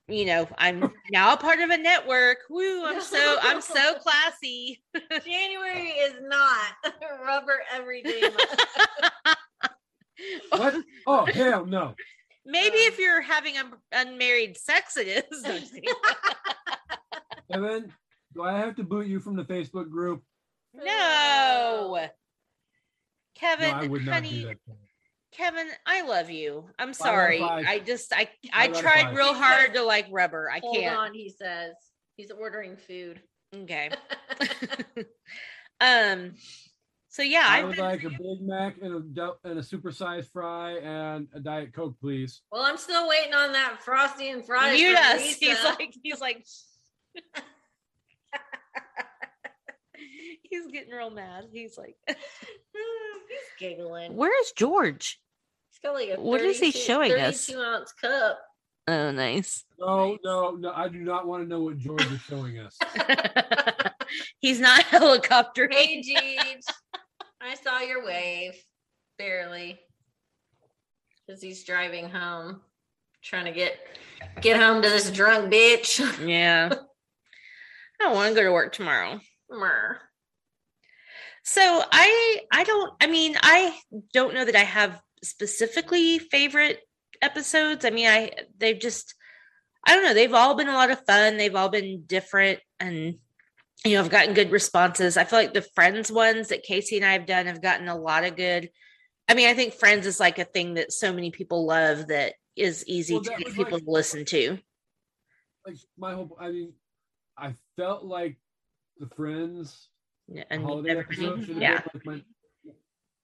you know, I'm now a part of a network. Woo! I'm so I'm so classy. January is not rubber every day. What? Oh, hell no. Maybe Um, if you're having un- unmarried sex, it is. I'm just kidding. Evan, do I have to boot you from the Facebook group? no, Kevin, no, I would not do honey, that. Kevin, I love you. I'm Five out of sorry. five. I just I I out of tried five. real hard to like rubber. I Hold can't. on, he says. He's ordering food. Okay. um. So yeah, I I've would been, like a Big Mac and a dou- and a supersized fry and a Diet Coke, please. Well, I'm still waiting on that Frosty and Friday. Mute from us. Lisa. He's like he's like he's getting real mad. He's like giggling. Where is George? He's got like a what is he 32 showing us? 32 ounce cup. Oh, nice. No, no, no. I do not want to know what George is showing us. he's not helicoptering. Hey, Jeeves. I saw your wave, barely, because he's driving home, trying to get get home to this drunk bitch. Yeah. I don't want to go to work tomorrow. Mer. So I I don't I mean I don't know that I have specifically favorite episodes. I mean I they've just I don't know, they've all been a lot of fun. They've all been different and you know, I've gotten good responses. I feel like the friends ones that Casey and I have done have gotten a lot of good. I mean, I think friends is like a thing that so many people love that is easy Well, to that get was people like- to listen to. Like my whole, I mean, I felt like the Friends Yeah, and holiday everything. episode should have Yeah. been like my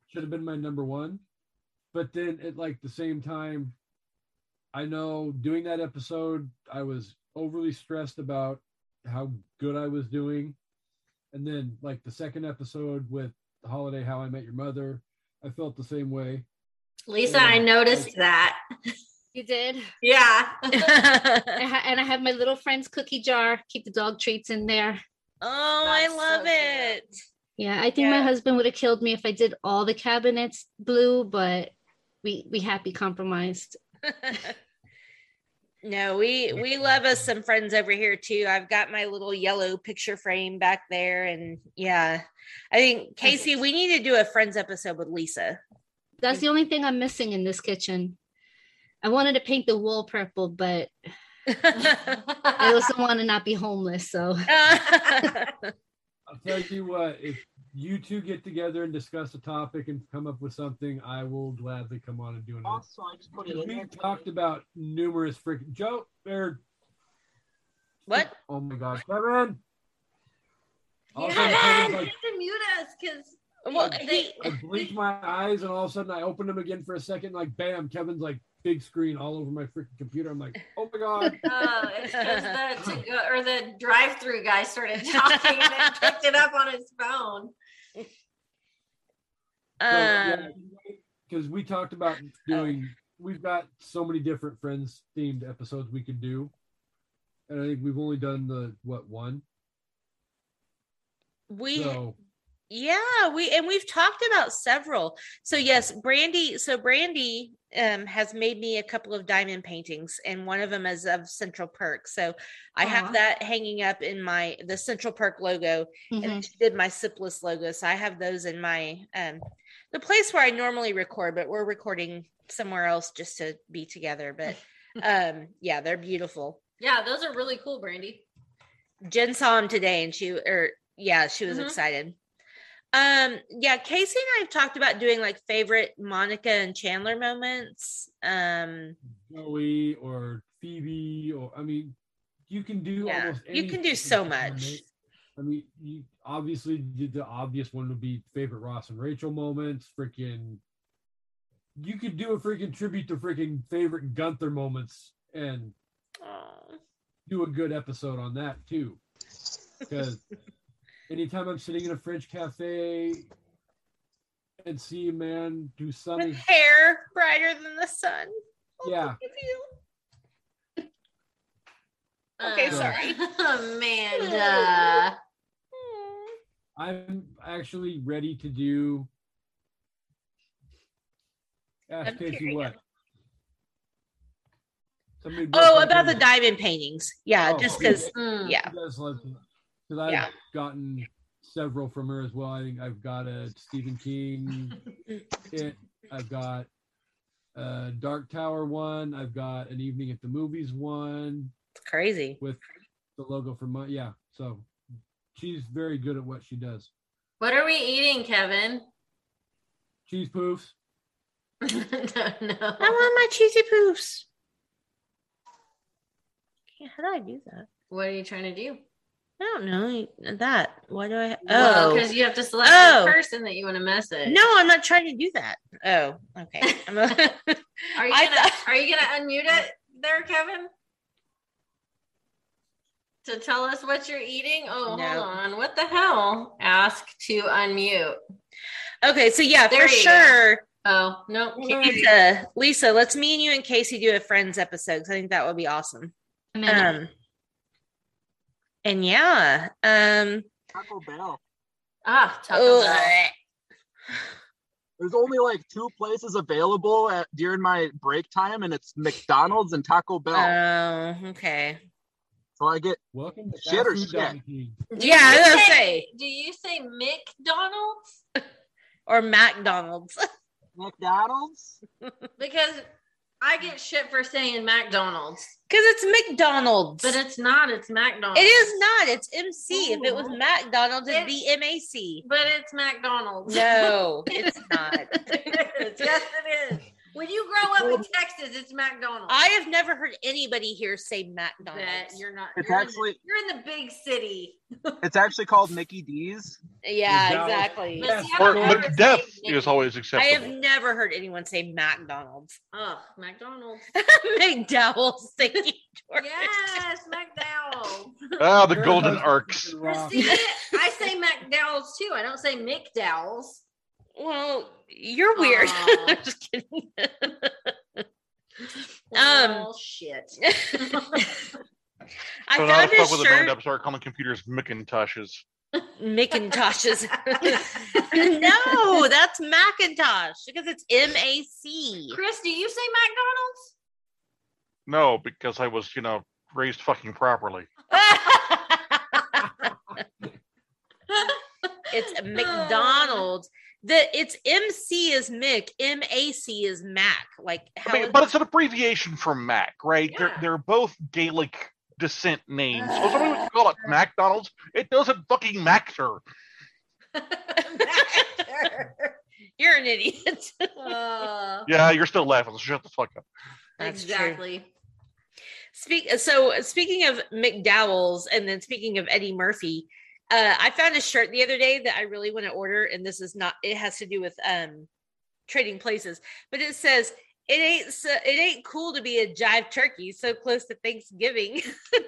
should have been my number one, but then at like the same time, I know doing that episode, I was overly stressed about how good I was doing. And then, like the second episode with the holiday, How I Met Your Mother, I felt the same way. Lisa, I And, noticed that. You did? Yeah. I ha- and I have my little friend's cookie jar. Keep the dog treats in there. Oh, I love it. Yeah, I think my husband would have killed me if I did all the cabinets blue, but we we happy compromised. No, we we love us some friends over here too. I've got my little yellow picture frame back there, and yeah, I think Casey, we need to do a friends episode with Lisa. That's the only thing I'm missing in this kitchen. I wanted to paint the wall purple, but I also want to not be homeless. So I'll tell you what, if you two get together and discuss a topic and come up with something, I will gladly come on and do an Also, I just put it in We there. talked about numerous freaking Joe or what? Oh my God, Kevin! Also, yeah, Kevin's you have like, to mute us because well, they, I blinked my eyes and all of a sudden I opened them again for a second. Like, bam! Kevin's like big screen all over my freaking computer. I'm like, oh my God! oh, it's 'cause the to go, or the drive-through guy started talking and then picked it up on his phone. Um, Because we talked about doing. We've got so many different friends themed episodes we could do, and I think we've only done the what one. we So- yeah we and we've talked about several. So yes, Brandy. So Brandy um, has made me a couple of diamond paintings, and one of them is of Central Park. So I Aw. have that hanging up in my the Central Park logo, and then Mm-hmm. Mhm. she did my Sipless logo. So I have those in my um, the place where I normally record, but we're recording somewhere else just to be together. But um, yeah, they're beautiful. Yeah, those are really cool, Brandy. Jen saw him today and she or yeah, she was Mm-hmm. Mhm. excited. Um yeah, Casey and I have talked about doing like favorite Monica and Chandler moments. Um Joey or Phoebe or I mean, you can do Yeah, almost you can do anything so you wanna much. make. I mean, you obviously the, the obvious one would be favorite Ross and Rachel moments. Freaking, you could do a freaking tribute to freaking favorite Gunther moments and do a good episode on that too. Because anytime I'm sitting in a French cafe and see a man do something, hair brighter than the sun. Oh, yeah, Okay, Uh, sorry. Amanda. Oh, I'm actually ready to do. Ask I'm Casey tearing what? Somebody broke Oh, my about the table. diamond paintings. Yeah, Oh, just she- because Mm. yeah. she does love to- 'cause I've Yeah. gotten several from her as well. I think I've got a Stephen King. it. I've got a Dark Tower one. I've got an Evening at the Movies one. It's crazy. With the logo for my yeah. So she's very good at what she does. What are we eating, Kevin? Cheese poofs. I want my cheesy poofs. Yeah, How do I do that? What are you trying to do? I don't know that. Why do I? Oh, Oh, because you have to select Oh. the person that you want to message. No, I'm not trying to do that. Oh, okay. I'm a- Are you I gonna are you gonna unmute it there, Kevin? To tell us what you're eating? Oh, No. hold on. What the hell? Ask to unmute. okay, so yeah, There for you go. sure. Oh no. Lisa, Lisa, let's me and you and Casey do a friends episode. 'cause I think that would be awesome. I'm in. Mm. Um, and yeah, um, oh, Taco Bell. Ah, Taco Bell. There's only like two places available at, during my break time, and it's McDonald's and Taco Bell. Oh, okay. So I get Welcome to shit or Fast Food shit. Do yeah, I you was gonna say- say Do you say McDonald's? or McDonald's. McDonald's? Because I get shit for saying McDonald's. Because it's McDonald's. But it's not, it's McDonald's. It is not. It's MC. If it was McDonald's, it'd be MAC. But it's McDonald's. No, it's not. It is. yes, it is. When you grow up in Texas, it's McDonald's. I have never heard anybody here say bet McDonald's. you're not. It's You're, actually- in, you're in the big city. It's actually called Mickey D's. Yeah, Dallas. exactly. But see, Or I've never McDeath seen is always I acceptable. have never heard anyone say McDonald's. Ugh, McDonald's. McDowell's thinking. Yes, McDowell. Ah, the golden arcs. See, I say McDowell's too. I don't say McDowell's. Well, you're weird. Aw. I'm just kidding. Um, Well, shit. I so now I found fuck his with a shirt. band up, start calling computers Mcintoshes. Macintoshes. no, that's Macintosh because it's M A C. Chris, do you say McDonald's? No, because I was, you know, raised fucking properly. It's McDonald's. The it's M C is Mick. M A C is Mac. Like how I mean, is- but it's an abbreviation for Mac, right? They're, they're both Gaelic descent names. Oh, So if somebody would call it McDonald's, it doesn't fucking matter. you're an idiot. Uh, Yeah, you're still laughing. So shut the fuck up. That's true. exactly. Speak uh, so speaking of McDowell's and then speaking of Eddie Murphy, uh, I found a shirt the other day that I really want to order, and this is not it has to do with um trading places, but it says it ain't so, it ain't cool to be a jive turkey so close to Thanksgiving.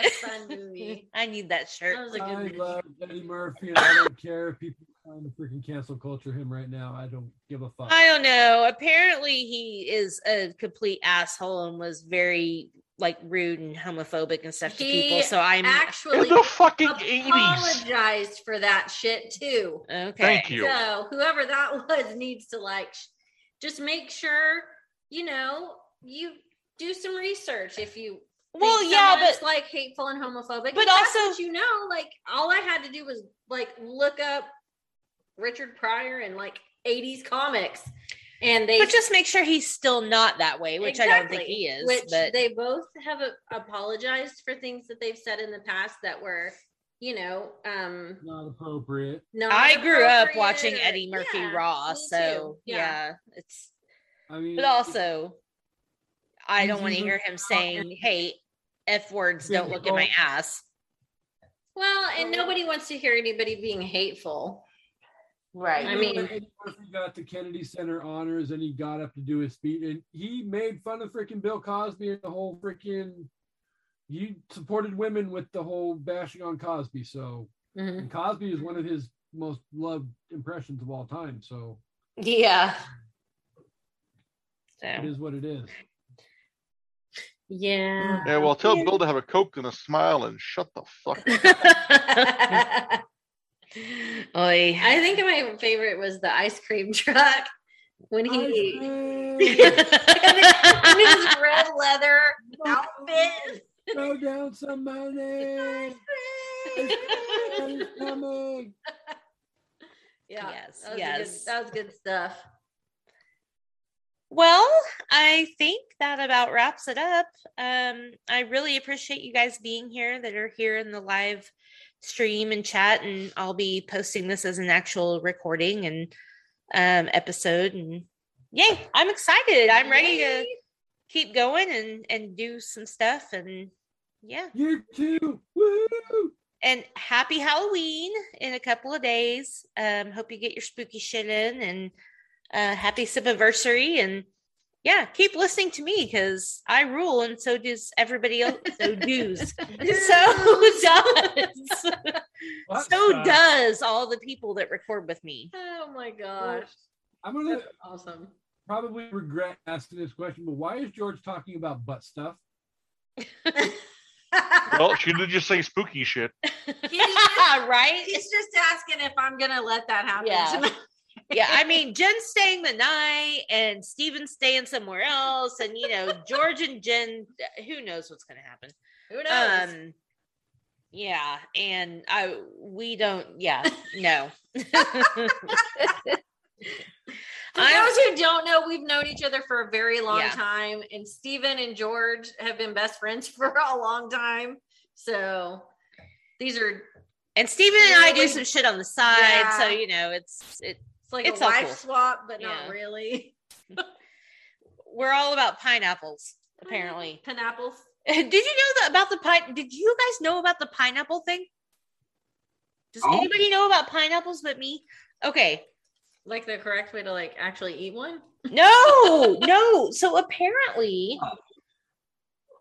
I, was a fun movie. I need that shirt. That was a good I movie. love Eddie Murphy, and I don't care if people are trying to freaking cancel culture him right now. I don't give a fuck. I don't know. Apparently, he is a complete asshole and was very like rude and homophobic and stuff to He people. So I'm actually the fucking apologized for that shit too. Okay. Thank you. So whoever that was needs to like sh- just make sure you know you do some research if you. Well, yeah, but like hateful and homophobic. But If that's also- what you know, like all I had to do was like look up Richard Pryor and like '80s comics, and they But just make sure he's still not that way, which I don't think Exactly. he is. Which but they both have a- apologized for things that they've said in the past that were, you know, um Not appropriate. not I grew up appropriate watching or- Eddie Murphy Yeah, Raw, me so too. yeah. it's. I mean, But also, I don't want to Mhm. hear him saying, "Hey, f words, don't look at my ass." Well, and nobody wants to hear anybody being hateful. Right. I mean, Eddie Murphy got the Kennedy Center honors, and he got up to do his speech, and he made fun of freaking Bill Cosby and the whole freaking. He supported women with the whole bashing on Cosby, so Mm-hmm. and Cosby is one of his most loved impressions of all time. So yeah. it Mm-hmm. is what it is. Yeah. Yeah, well, tell Bill to have a Coke and a smile and shut the fuck Mm. up. Oy. I think my favorite was the ice cream truck when he in his red leather outfit. Throw down some money. It's coming. Yeah. Yes, That was a good- yes. that was good stuff. Well, I think that about wraps it up. Um, I really appreciate you guys being here that are here in the live stream and chat, and I'll be posting this as an actual recording and um, episode. And yay, I'm excited. I'm ready to keep going and and do some stuff. And yeah, you too. Woo! And happy Halloween in a couple of days. Um, hope you get your spooky shit in and uh, happy anniversary. And yeah, keep listening to me because I rule and so does everybody else. So does. so does. so What? Uh, does all the people that record with me. Oh my gosh. I'm gonna awesome. probably regret asking this question, but why is George talking about butt stuff? well, she did just say spooky shit. right? He's just asking if I'm gonna let that happen. Yeah. Yeah. yeah, I mean, Jen's staying the night and Steven's staying somewhere else. And, you know, George and Jen, who knows what's going to happen? Who knows? Um, yeah. And I, we don't, yeah, no. For those who don't know, we've known each other for a very long Yeah. time, and Steven and George have been best friends for a long time. So these are And Steven and I do Really? some shit on the side. So, Yeah. you know, it's, it, it's like It's a all wife cool. swap, but not Yeah. really. we're all about pineapples, apparently. Pineapples. Did you know that about the pine? Did you guys know about the pineapple thing? Does No. anybody know about pineapples but me? Okay. Like the correct way to like actually eat one. No, no. So apparently,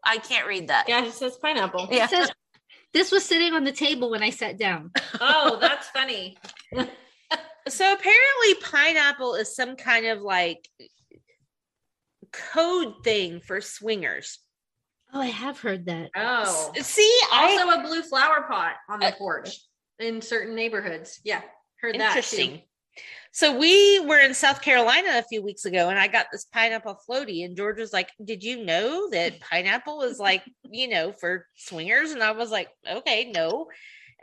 I can't read that. Yeah, it says pineapple. It says this was sitting on the table when I sat down. oh, that's funny. so apparently, pineapple is some kind of like code thing for swingers. Oh, I have heard that. Oh. S- See, I Also a blue flower pot on the porch in certain neighborhoods. Yeah. Heard that. Interesting. Interesting. So we were in South Carolina a few weeks ago, and I got this pineapple floaty, and George was like, "Did you know that pineapple is like, you know, for swingers?" And I was like, "Okay, no."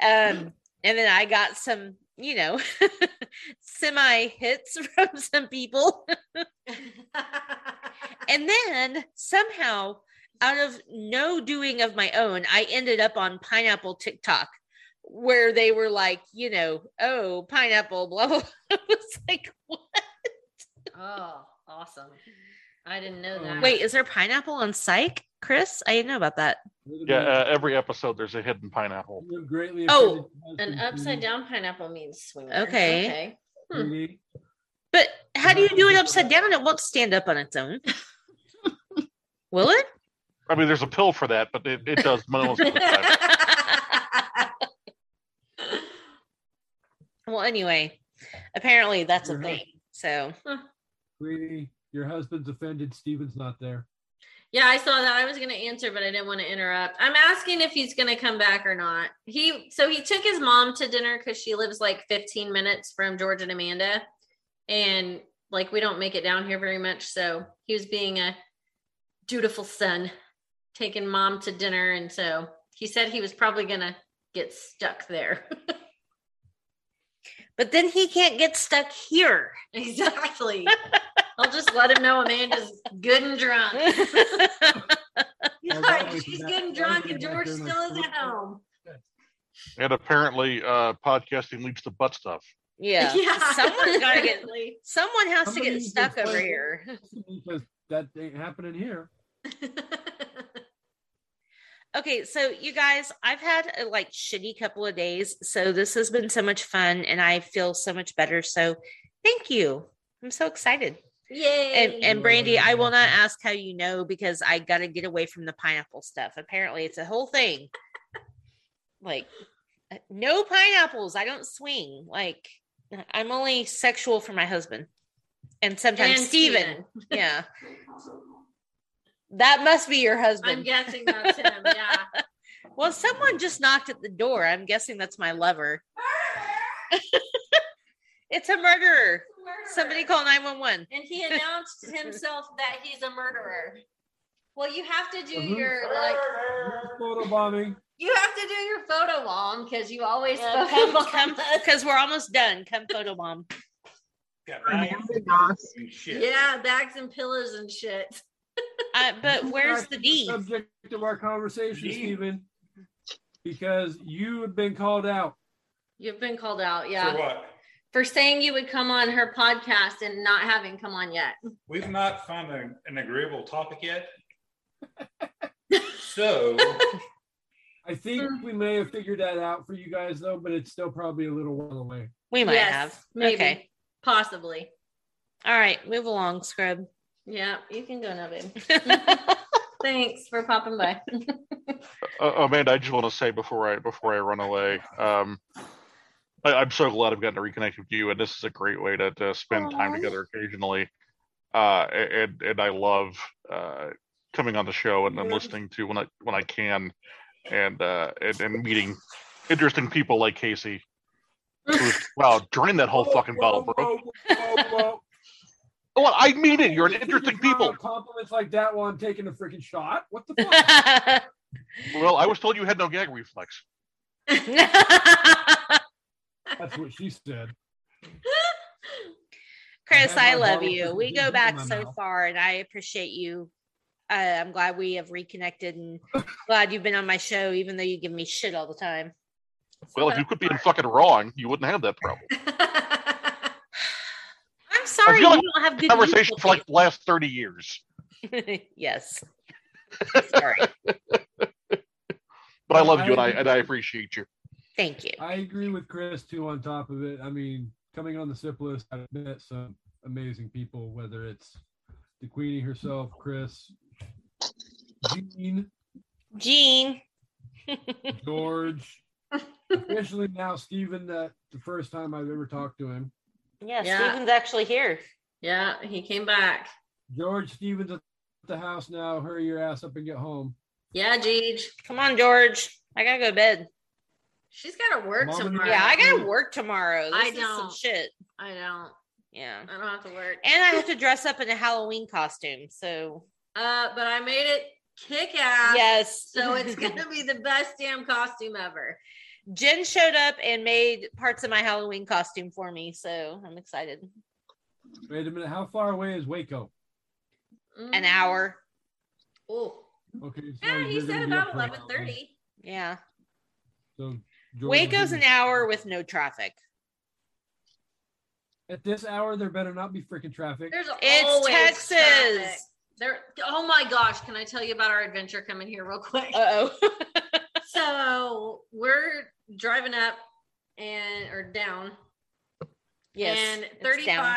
Mm-hmm. Um, and then I got some, you know, semi hits from some people, and then somehow, out of no doing of my own, I ended up on pineapple TikTok where they were like, you know, oh, pineapple, blah blah. blah. I was like, Oh, awesome. I didn't know that. wait, is there pineapple on Psych, Chris? I didn't know about that. Yeah, uh, every episode there's a hidden pineapple. You're greatly Oh, An upside down Hmm. pineapple means swinger. Okay. Okay. down. but how do you do it upside down? It won't stand up on its own, will it? I mean, there's a pill for that, but it, it does most of the time. Well, anyway, apparently that's a thing. So Sweetie, your husband's offended. Steven's not there. Yeah, I saw that. I was going to answer, but I didn't want to interrupt. I'm asking if he's going to come back or not. He so he took his mom to dinner because she lives like 15 minutes from George and Amanda, and like we don't make it down here very much. So he was being a dutiful son, taking mom to dinner, and so he said he was probably going to get stuck there. But then he can't get stuck here. Exactly. I'll just let him know Amanda's good and drunk. He's like, she's good and drunk, and George still isn't home. And apparently, uh, podcasting leads to butt stuff. Yeah. Yeah. Someone's gotta get someone has to get Somebody stuck needs to over play. here. because that ain't happening here. Okay, so you guys, I've had a like shitty couple of days. So this has been so much fun and I feel so much better. So thank you. I'm so excited. Yay. And and Brandy, I will not ask how you know because I gotta get away from the pineapple stuff. Apparently it's a whole thing. like uh, no pineapples. I don't swing. Like I'm only sexual for my husband. And sometimes And Steven. yeah. That must be your husband. I'm guessing that's him. Yeah. Well, someone just knocked at the door. I'm guessing that's my lover. it's a murderer. Somebody call 911. And he announced himself that he's a murderer. Well, you have to do Mhm. your like Photo bombing. you have to do your photo bomb because you always Yeah, photo come, bomb. come, because we're almost done. Come photobomb. Yeah, bags and pillows and shit. Uh, but where's Back the to D? Subject of our conversation, Stephen, because you have been called out. You've been called out, yeah. For saying you would come on her podcast and not having come on yet. We've not found an, an agreeable topic yet. so I think we may have figured that out for you guys though, but it's still probably a little while away. We might Yes, have. maybe. Okay. Possibly. All right. Move along, Scrub. Yeah, you can go now, babe. Thanks for popping by. Uh, Amanda, I just want to say before I before I run away, um, I, I'm so glad I've gotten to reconnect with you, and this is a great way to, to spend time Aw. together occasionally. Uh, and and I love uh, coming on the show and, and listening to when I when I can, and uh, and, and meeting interesting people like Casey. Who's, wow, drain that Oh, whole fucking bottle, bro. Well, I mean it. You're an interesting people. Compliments like that while I'm taking a freaking shot. What the Well, I was told you had no gag reflex. fuck? That's what she said. Chris, I had I my love bottle you. with We the go beans in back my so mouth. far, and I appreciate you. Uh, I'm glad we have reconnected, and glad you've been on my show, even though you give me shit all the time. Well, if you could be fucking wrong, you wouldn't have that problem. I'm sorry you feel like don't have good Conversation news for like the last thirty years, updates. yes. Sorry. but I love you and I and I appreciate you. Thank you. I agree with Chris too. On top of it, I mean, coming on the sip list, I've met some amazing people. Whether it's the Queenie herself, Chris, Jean, Gene. George, especially now Stephen. That the first time I've ever talked to him. Yeah, Yeah. Steven's actually here. Yeah, he came back. George Stevens at the house now. Hurry your ass up and get home. Yeah, Jeej. Come on, George. I gotta go to bed. She's got to work Mom and tomorrow. Yeah, I gotta work tomorrow. This I is some don't. shit. I don't. Yeah. I don't have to work. And I have to dress up in a Halloween costume. So Uh, but I made it kick ass. Yes. So it's gonna be the best damn costume ever. Jen showed up and made parts of my Halloween costume for me. So I'm excited. Wait a minute. How far away is Waco? Mm-hmm. An hour. Oh. Okay. So Yeah, he you're gonna said be about up late. eleven thirty. Yeah. So George, Waco's you- an hour with no traffic. At this hour, there better not be freaking traffic. There's It's always Texas. traffic. There. Oh my gosh! Can I tell you about our adventure coming here real quick? Uh oh. so we're driving up and or down. Yes. And it's down.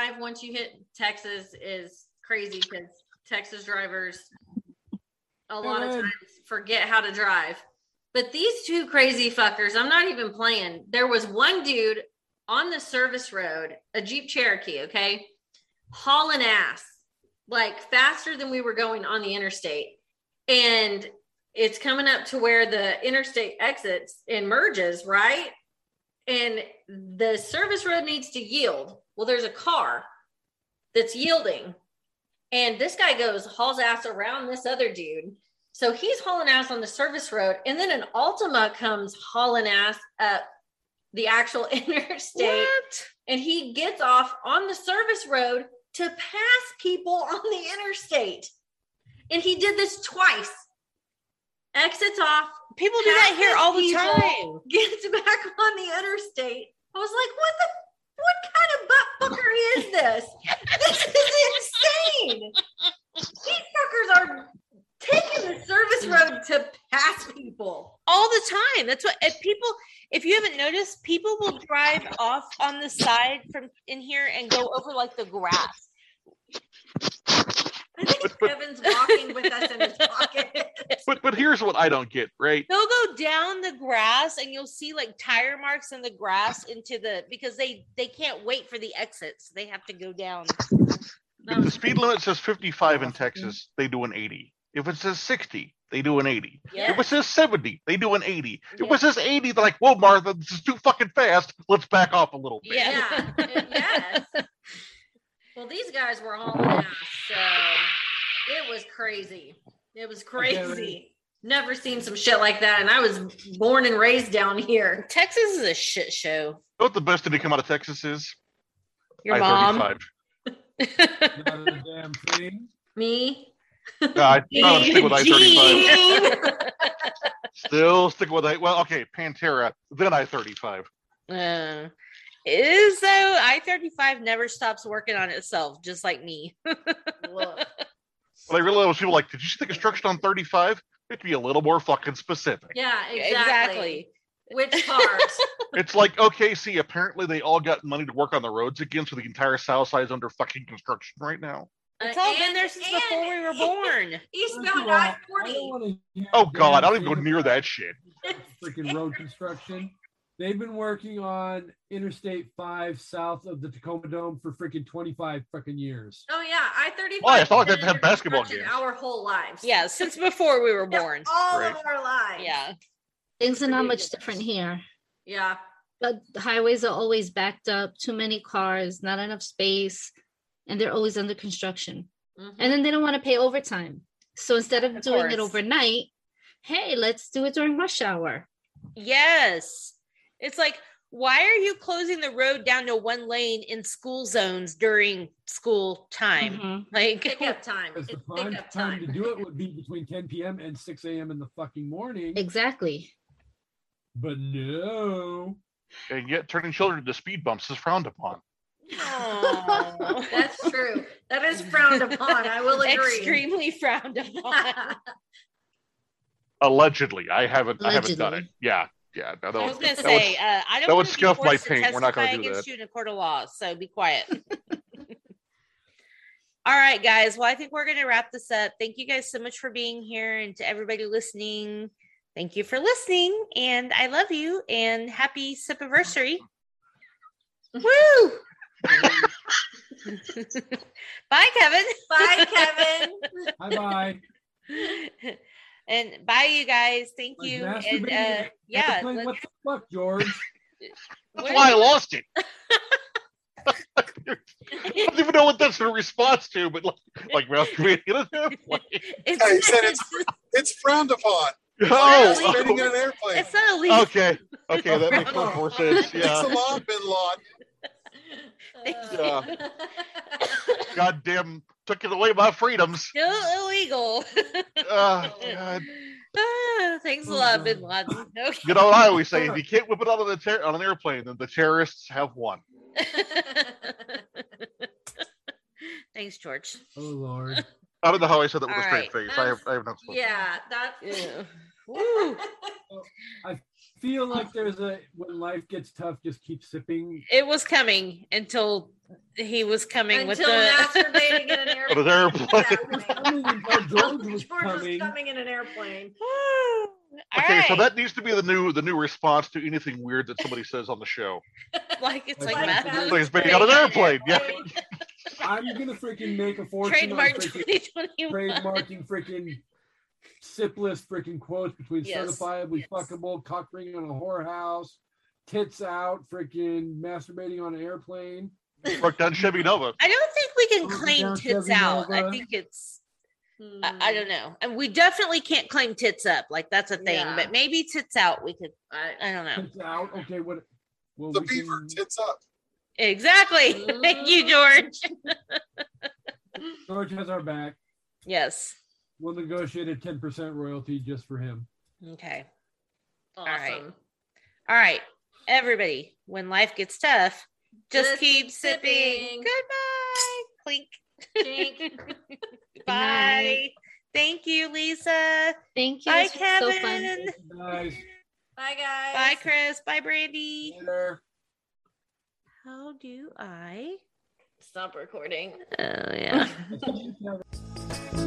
35 once you hit Texas is crazy because Texas drivers a lot of Good. times forget how to drive. But these two crazy fuckers, I'm not even playing. There was one dude on the service road, a Jeep Cherokee, okay, hauling ass like faster than we were going on the interstate. and it's coming up to where the interstate exits and merges, right? And the service road needs to yield. Well, there's a car that's yielding. And this guy goes, hauls ass around this other dude. So he's hauling ass on the service road. And then an Altima comes hauling ass up the actual interstate. And he gets off on the service road to pass people on the interstate. And he did this twice. Exits off. People do that here passes all the people, time. Gets back on the interstate. I was like, what the what kind of butt fuckery is this? This is insane. These fuckers are taking the service road to pass people. all the time. That's what if people if you haven't noticed, people will drive off on the side from in here and go over like the grass. Kevin's walking with us in his pocket. But but here's what I don't get, right? They'll go down the grass and you'll see like tire marks in the grass into the because they they can't wait for the exits. They have to go down. If the speed limit says 55 in Texas, they do an 80. If it says 60, they do an 80. If Yeah. it says 70, they do an 80. If it says 80, they're like, whoa, Martha, this is too fucking fast. Let's back off a little bit. Yeah. yes. Well, these guys were hauling ass, so it was crazy. It was crazy. Never seen some shit like that, and I was born and raised down here. Texas is a shit show. You know what the best thing to come out of Texas is? Your mom. Not a damn thing. Me. No, I, no, I'm sticking with I-35. Gene. Still stick with I. Well, okay, Pantera, then I-35. Uh, it is though I thirty five never stops working on itself, just like me. But I realized people were like, did you see the construction on 35? It'd be a little more fucking specific. Yeah, exactly. exactly. Which part? It's like, okay, see, apparently they all got money to work on the roads again, so the entire south side is under fucking construction right now. Uh, It's all been there since before we were born. Eastbound I forty. Oh god, I don't even go near that shit. freaking road construction. They've been working on Interstate 5 south of the Tacoma Dome for freaking 25 fucking years. Oh yeah, I thirty Oh, five. I thought they'd have basketball games. Our whole lives. Yeah, since before we were born. All of Right. our lives. Yeah. Things are not much different here. Yeah. But the highways are always backed up, too many cars, not enough space, and they're always under construction. And then they don't want to pay overtime. So instead of, doing it course. overnight, hey, let's do it during rush hour. Yes. It's like, why are you closing the road down to one lane in school zones during school time? Like pickup time. Because the prime time to do it would be between 10 p.m. and 6 a.m. in the fucking morning. Exactly. But no. And yet turning children into speed bumps is frowned upon. That's true. That is frowned upon. I will agree. Extremely frowned upon. Allegedly. I haven't I haven't done it. Allegedly. Yeah. Yeah. No, that I would- was gonna that would- say, uh, I don't that want would to scuff my paint. We're Testify not gonna do against that. you in a court of law, so be quiet. All right, guys. Well, I think we're gonna wrap this up. Thank you guys so much for being here, and to everybody listening, thank you for listening. And I love you, and happy sip anniversary. Woo! bye, Kevin. Bye, Kevin. Bye bye. and bye, you guys. Thank you. And uh, yeah, let's- What the fuck, George? That's why I lost it. I don't even know what that's in response to, but like, like Ralph, can we get it? Like, Yeah, he said it's- it's frowned upon. Oh, Like spinning in an airplane. It's not illegal. okay, okay, that makes a lot more sense. Yeah. Thanks a lot, Bin Laden. Uh, yeah. Goddamn, took it away my freedoms. Still illegal. Oh, God. Ah, thanks a lot, Bin Laden. Okay. You know what I always say? If you can't whip it out of the ter- on an airplane, then the terrorists have won. Thanks, George. Oh Lord. I don't know how I said that with All a straight right. face. I have, I have no clue. Yeah, that's I feel like there's a when life gets tough, just keep sipping. It was coming until he was coming with the Until masturbating in an airplane. With an airplane. uh, George was George coming. was coming in an airplane. Okay, so that needs to be the new the new response to anything weird that somebody says on the show. like it's like, Like math. that. Like it's being on an airplane. Yeah. I'm gonna freaking make a fortune on trademark freaking 2021. trademarking freaking sipless freaking quotes between Yes. certifiably fuckable, cock ringing on a whorehouse, tits out, freaking masturbating on an airplane. Broke down Chevy Nova. I don't think we can claim down tits Chevy out. I Nova. think it's Hmm. I, I don't know. And we definitely can't claim tits up. Like that's a thing. Yeah. But maybe tits out we could I, I don't know. Tits out. Okay, what? Well, The we beaver tits up. Exactly. Thank you, George. can- George has our back. Yes. We'll negotiate a ten percent royalty just for him. Okay. All right. All right. Everybody, when life gets tough, just, keep sipping. Goodbye. Clink. Bye. Thank you, Lisa. Thank you. Bye, This was so fun. Kevin. Nice. Bye, guys. Bye, Chris. Bye, Brandy. Later. How do I? Stop recording. Oh, yeah.